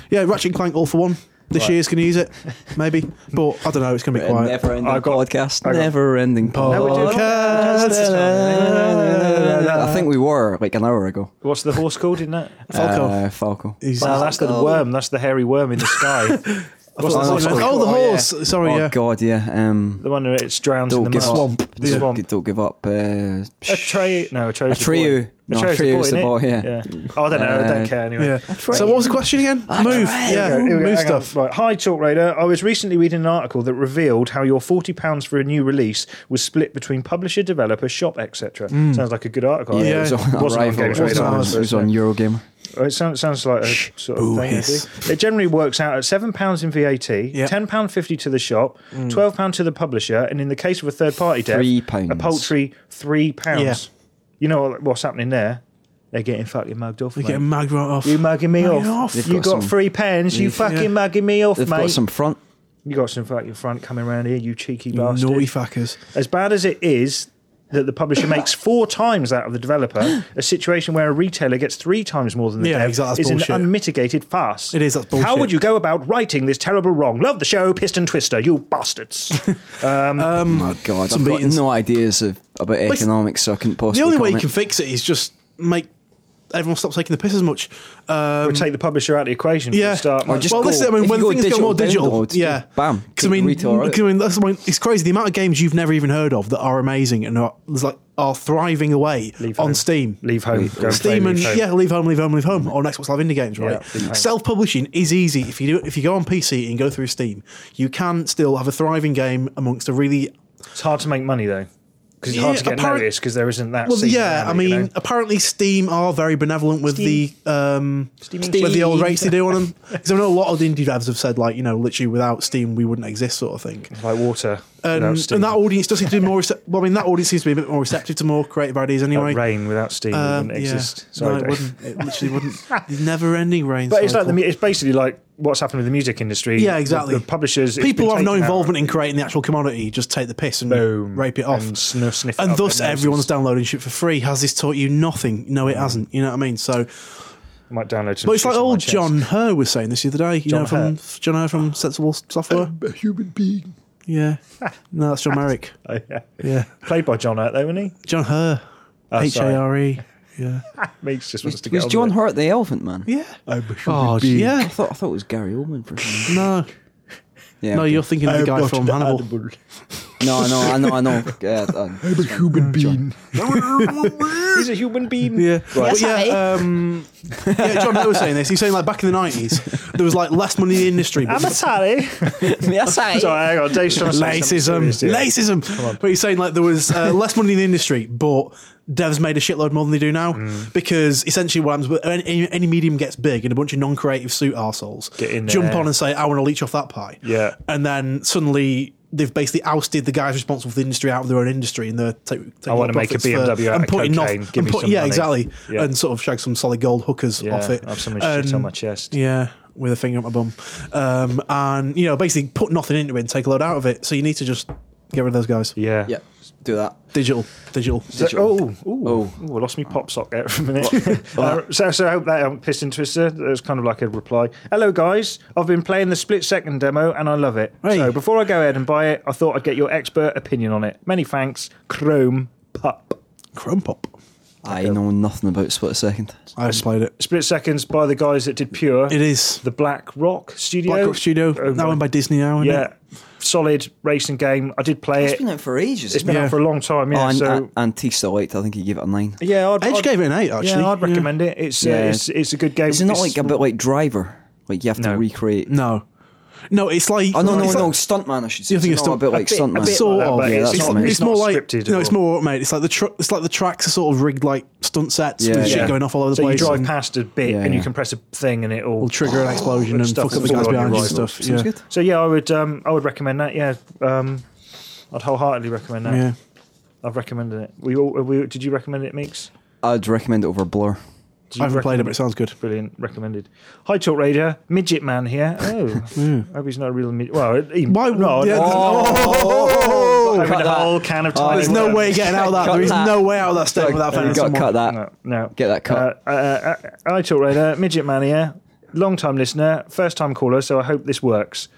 Yeah, Ratchet and Clank all for one. This year's going to use it, maybe. But I don't know. It's going to be quiet. Never ending I got- podcast. I got- Never ending Oh, No, we're doing- podcast. I think we were like an hour ago. What's the [LAUGHS] horse called in that? Falco. Uh, Falco. He's- oh. [LAUGHS] Well, that's the worm. That's the hairy worm in the sky. What's oh, the- oh, the horse. Sorry, oh yeah. God, yeah. Um, The one that it's drowned in don't the give mud. up. The swamp. Don't, don't give up. Uh, A sh- tray, no, a tray. A trio. No, a trio is the ball, yeah. Oh, I don't know. I Uh, don't care anyway. Yeah. So what was the question again? Move. Yeah, Here we go, here we go, move hang on. stuff. Right. Hi, Talk Radar. I was recently reading an article that revealed how your £40 for a new release was split between publisher, developer, shop, etc. Sounds like a good article. Yeah. Mm. it was on It wasn't on Arrival. Games It was Radar, on on, ours, it was on Eurogamer. Well, It sounds, sounds like a sort of boo thing. you hiss. do. It generally works out at seven pounds in VAT, ten pound fifty to the shop, twelve pound to the publisher, and in the case of a third party dev, Mm. Three pounds. a paltry three pounds. Yeah. You know what- what's happening there? They're getting fucking mugged off. They mate. get mag right off. you mugging me off. off. They've You got got, some- three pens. You They've- fucking yeah. mugging me off, They've mate. got some front. you got some fucking front coming around here. You cheeky You bastard. Naughty fuckers. As bad as it is that the publisher makes [COUGHS] four times that of the developer, a situation where a retailer gets three times more than the Yeah, dev exactly, that's is bullshit. an unmitigated farce. It is, that's How bullshit. would you go about righting this terrible wrong? Love the show, Piston Twister, you [LAUGHS] bastards. Oh God, Some I've got beatings. no ideas of, about economics, so I couldn't possibly. The only way you comment. can fix it is just make everyone stop taking the piss as much. Um, Take the publisher out of the equation for yeah. the start. Or just well, this is, I go- mean, if when you go things go digital, more digital, download, yeah, bam, Because I mean, retail, right? 'cause I mean, that's when it's crazy. The amount of games you've never even heard of that are amazing and are there's like are thriving away Leave on home. Steam. leave home. Go and play, Steam and leave home. yeah, leave home, leave home, leave home on Xbox Live Indie Games, right? Yeah, leave home. Self-publishing is easy if you do if you go on PC and go through Steam, you can still have a thriving game amongst a really It's hard to make money though, because it's Yeah, hard to get apparent- noticed because there isn't that. well, scene yeah. around it, I you mean, know? apparently Steam are very benevolent with the um, with the old rates they do on them. Because I know a lot of indie devs have said like, you know, literally without Steam we wouldn't exist, sort of thing. like water. And, without steam. um, and that audience does seem to be more. recep- well, I mean, that audience seems to be a bit more receptive to more creative ideas anyway. Like rain without steam Um, wouldn't yeah. exist. Sorry, no, it Dave. wouldn't. It literally wouldn't. There's never-ending rain. But it's like the, cycle. mu- it's basically like what's happened with the music industry. Yeah, The- exactly. The, publishers, it's people been who have no taken out involvement in creating the actual commodity. Just take the piss and Boom. rape it off. and sn- sniff it Mm. and up thus their noses. everyone's downloading shit for free. Has this taught you nothing? No, it hasn't. You know what I mean? So, I might download. Some but it's like shit on my old chest. John Hur was saying this the other day. You John know, from Hur. John Hur from Sensible Software. a human being. Yeah, no, that's John Merrick. Oh, [LAUGHS] yeah. Yeah, played by John Hurt, though, wasn't he? John Hur. sorry. H A R E. Yeah. Meeks just wants to get. Was on John with it. Hurt the elephant man? Yeah. I'm a human Oh, being. I yeah. thought I thought it was Gary Oldman for some No, Yeah, no, okay. you're thinking of the I'm guy not from an Hannibal. animal. no, no, I know, I know. [LAUGHS] Yeah, I- I'm a human being. He's a human being. Yeah. But yeah, um, yeah, John Doe was saying this. He's saying like back in the nineties, there was like less money in the industry. but- I'm a sorry. [LAUGHS] Yes, I- Sorry, hang on. Dave's trying to say something Lacism, serious here. lacism. But he's saying like there was uh, [LAUGHS] less money in the industry, but devs made a shitload more than they do now Mm. because essentially what happens when any, any medium gets big and a bunch of non-creative suit arseholes Get in jump there. on and say I want to leech off that pie, Yeah. and then suddenly. They've basically ousted the guys responsible for the industry out of their own industry, and they're take, taking wanna all make a profits for- BMW out and of putting cocaine, Off, give and me put- some yeah, money. exactly, Yeah. and sort of shag some solid gold hookers Yeah, off it. I have so much shit And- on my chest. yeah, with a finger up my bum. Um, and, you know, basically put nothing into it and take a load out of it. So you need to just get rid of those guys. Yeah. yeah, do that. Digital. Digital. So- oh, ooh, Oh. ooh, I lost me pop sock there for a [LAUGHS] minute. Uh, so, so I hope that um, piston twister. That was kind of like a reply. Hello, guys. I've been playing the split second demo and I love it. Hey. So before I go ahead and buy it, I thought I'd get your expert opinion on it. Many thanks, Chrome Pup. Chrome Pop. I know nothing about split second. I haven't played it. Split seconds by the guys that did Pure. It is the Black Rock Studio. Black Rock Studio. Um, Oh, that my- one by Disney now, isn't yeah, it? solid racing game. I did play It's it. been out for ages. It's been Yeah. out for a long time. Yeah, oh, and, so and, and T Select, I think he gave it a nine. yeah, I'd, I just I'd- gave it an 8, actually. Yeah, I'd recommend it. It's, uh, Yeah. it's it's a good game. Is it not It's- like a bit like Driver? Like you have to No. recreate. No. No, it's like. Oh no, no, it's no, like- stuntman. I should say. You're thinking It's of not a bit stunt- bit- a like stuntman. bit Sort like that, of, but Yeah, it's, that's it's, what I mean. it's more It's not like scripted no, at it's all. more mate. It's like the tr- it's like the tracks are sort of rigged like stunt sets Yeah. with shit Yeah. going off all over the so you place. drive and past a bit Yeah, and you yeah. can press a thing and it all will trigger an explosion Oh, and and stuff fuck up the that's guys going on behind you and your stuff. Sounds Yeah. good. So yeah, I would um, I would recommend that. Yeah, um, I'd wholeheartedly recommend that. yeah. I've recommended it. We all we, did you recommend it, Meeks? I'd recommend it over Blur. Did you I haven't played it, recommend but it sounds good. Brilliant, recommended. Hi, Talk Radio, midget man here. [LAUGHS] Oh, I hope he's not a real midget. Well, he, Why? No, yeah, no, oh, opened cut a that. whole can of time. there's no way getting out of [LAUGHS] that. Cut There is that. no way out of that statement without You finding got to someone. cut that. No, no. Get that cut. Uh, uh, uh, hi, Talk Radio, midget man here. Long time listener, first time caller. So I hope this works.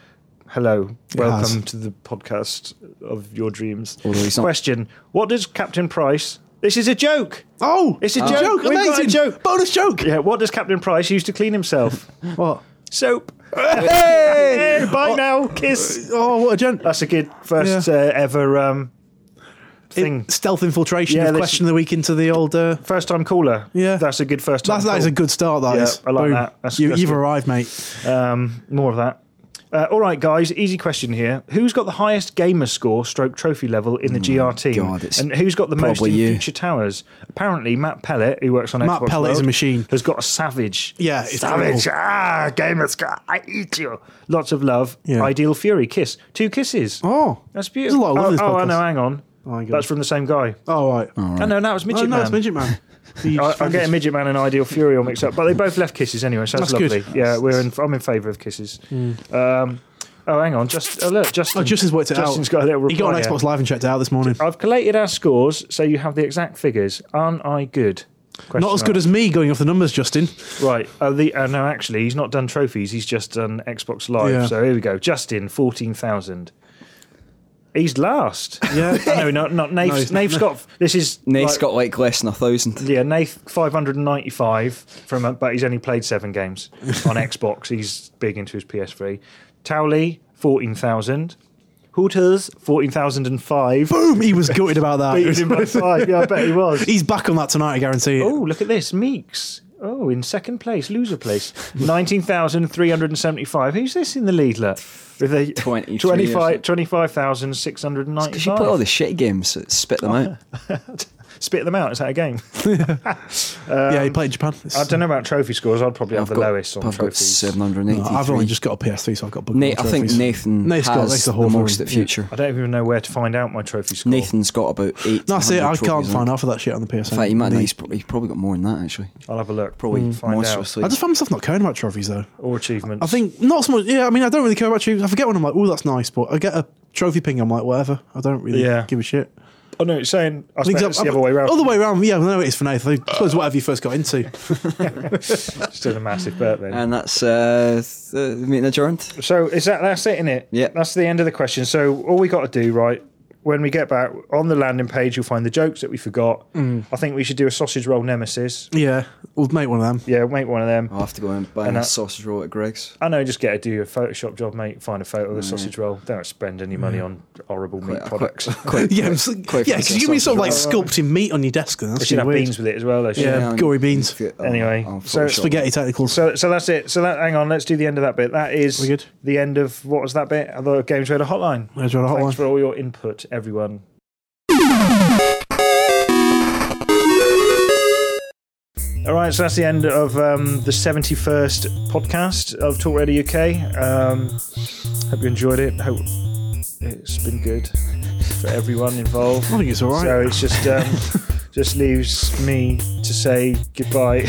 Hello, has. welcome to the podcast of your dreams. Although he's not- Question: What does Captain Price? This is a joke. Oh, It's a joke. We've got a Amazing joke. Bonus joke. Yeah, what does Captain Price use to clean himself? [LAUGHS] What? Soap. Hey, bye now, kiss. Oh, what a gent! That's a good first Yeah. uh, ever um, thing. It- stealth infiltration. Yeah, of this- question of the week into the old. Uh, first time caller. Yeah. that's a good first time. that's that is a call. good start. That Yeah, is. I like Boom. that. That's- you, that's you've good. arrived, mate. Um, more of that. Uh, all right, guys. Easy question here. Who's got the highest gamer score, stroke trophy level Mm, in the GR team, God, it's and who's got the most in probably you. future towers? Apparently, Matt Pellet, who works on Matt Xbox Pellet is a World, machine. has got a savage. Yeah, it's savage. brutal. Ah, gamer score. I eat you. Lots of love. Yeah. Ideal fury kiss. Two kisses. Oh, that's beautiful. There's a lot of love oh, in this oh, podcast. no, hang on. my God. That's from the same guy. All right. Oh, no, that was Midget Oh, no, Man. it's Midget [LAUGHS] Man. You I, just I'm found getting us. Midget Man and Ideal Fury all mixed up, but they both left kisses anyway, so that's, That's good. lovely. Yeah, we're in, I'm in favour of kisses. Um, oh, hang on, just oh, look, Justin. Oh, Justin's worked it Justin's out. got a little reply. He got on here. Xbox Live and checked it out this morning. I've collated our scores, so you have the exact figures. Aren't I good? Question Not as good mark. as me going off the numbers, Justin. right. Uh, the, uh, no, actually, he's not done trophies. He's just done Xbox Live. Yeah. So here we go. Justin, fourteen thousand. He's last. [LAUGHS] Yeah. no, not not Nate's. he's not. Nate's got this is Nate's like- got like less than a thousand. Yeah, Nath five hundred and ninety five from, a, but he's only played seven [LAUGHS] games on Xbox. He's big into his PS3. Towley fourteen thousand. Hooters fourteen thousand and [LAUGHS] five. Boom! [LAUGHS] He was gutted about that. Beaten him by five. Yeah, I bet he was. He's back on that tonight, I guarantee it. Oh, look at this, Meeks. Oh, in second place, loser place, [LAUGHS] nineteen thousand three hundred and seventy five. Who's this in the lead? Look, with a 23 25 25,695. Because you put all the shit games, that spit them out. Spit them out. Is that a [LAUGHS] game? yeah, he played in Japan. It's- I don't know about trophy scores. I'd probably have the got- lowest on I've got trophies. 783. I've only just got a PS3, so I've got. bugger Nate, all I think trophies. Nathan Nate's got- Nate's has the the, whole most thing, at yeah. future. I don't even know where to find out my trophy score. Nathan's got about eight. No, that's it. I can't find half of that shit on the PS3. In fact, he might. No, he's, pro- he's probably got more than that actually. I'll have a look. Mm. Probably Hmm. find out monstrously. I just found myself not caring about trophies though. or achievements. I think not so much. Yeah, I mean, I don't really care about trophies. I forget when I'm like, oh, that's nice, but I get a trophy ping. I'm like, whatever. I don't really Yeah. give a shit. Oh no, it's saying I I think suppose it's the other way around. Other way around. Yeah, I know it is for Nathan. I suppose whatever you first got into. Just doing a massive burp then. and that's uh, th- the meeting adjourned. so is that that's it, innit? Yeah. That's the end of the question. So all we got to do, right? When we get back on the landing page, you'll find the jokes that we forgot. Mm. I think we should do a sausage roll nemesis. Yeah, we'll make one of them. [LAUGHS] Yeah, make one of them. I'll have to go and buy And a that- sausage roll [LAUGHS] at Greg's. I know, just get to do a Photoshop job, mate. Find a photo of the sausage roll. Don't spend any money on horrible meat Mm. Quite- products. [LAUGHS] quite- Yeah, I'm so- quite yeah, because fancy you give me sort of like sausage sculpting meat on your desk, and we that's should have really weird. beans with it as well, though. shouldn't Yeah. we? and- gory beans. Oh, Anyway, I'll so- Photoshop Spaghetti technicals. So, so that's it. So that, hang on, let's do the end of that bit. That is We good? the end of what was that bit? The Games Radar Hotline. Games Radar Thanks Hotline. for all your input, everyone. All right, so that's the end of um, the seventy-first podcast of Talk Radio UK. Um, hope you enjoyed it. Hope it's been good [LAUGHS] for everyone involved. I think it's all right. So it's just um, just leaves me to say goodbye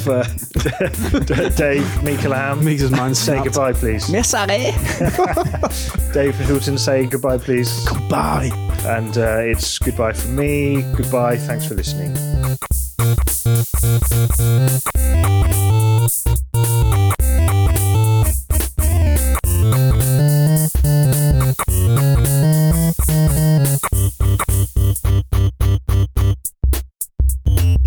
for [LAUGHS] Dave Meekalaham. Makes his mind say snap. goodbye, please. Dave Hilton, say goodbye, please. Bye. And uh, it's goodbye from me. Goodbye. Thanks for listening.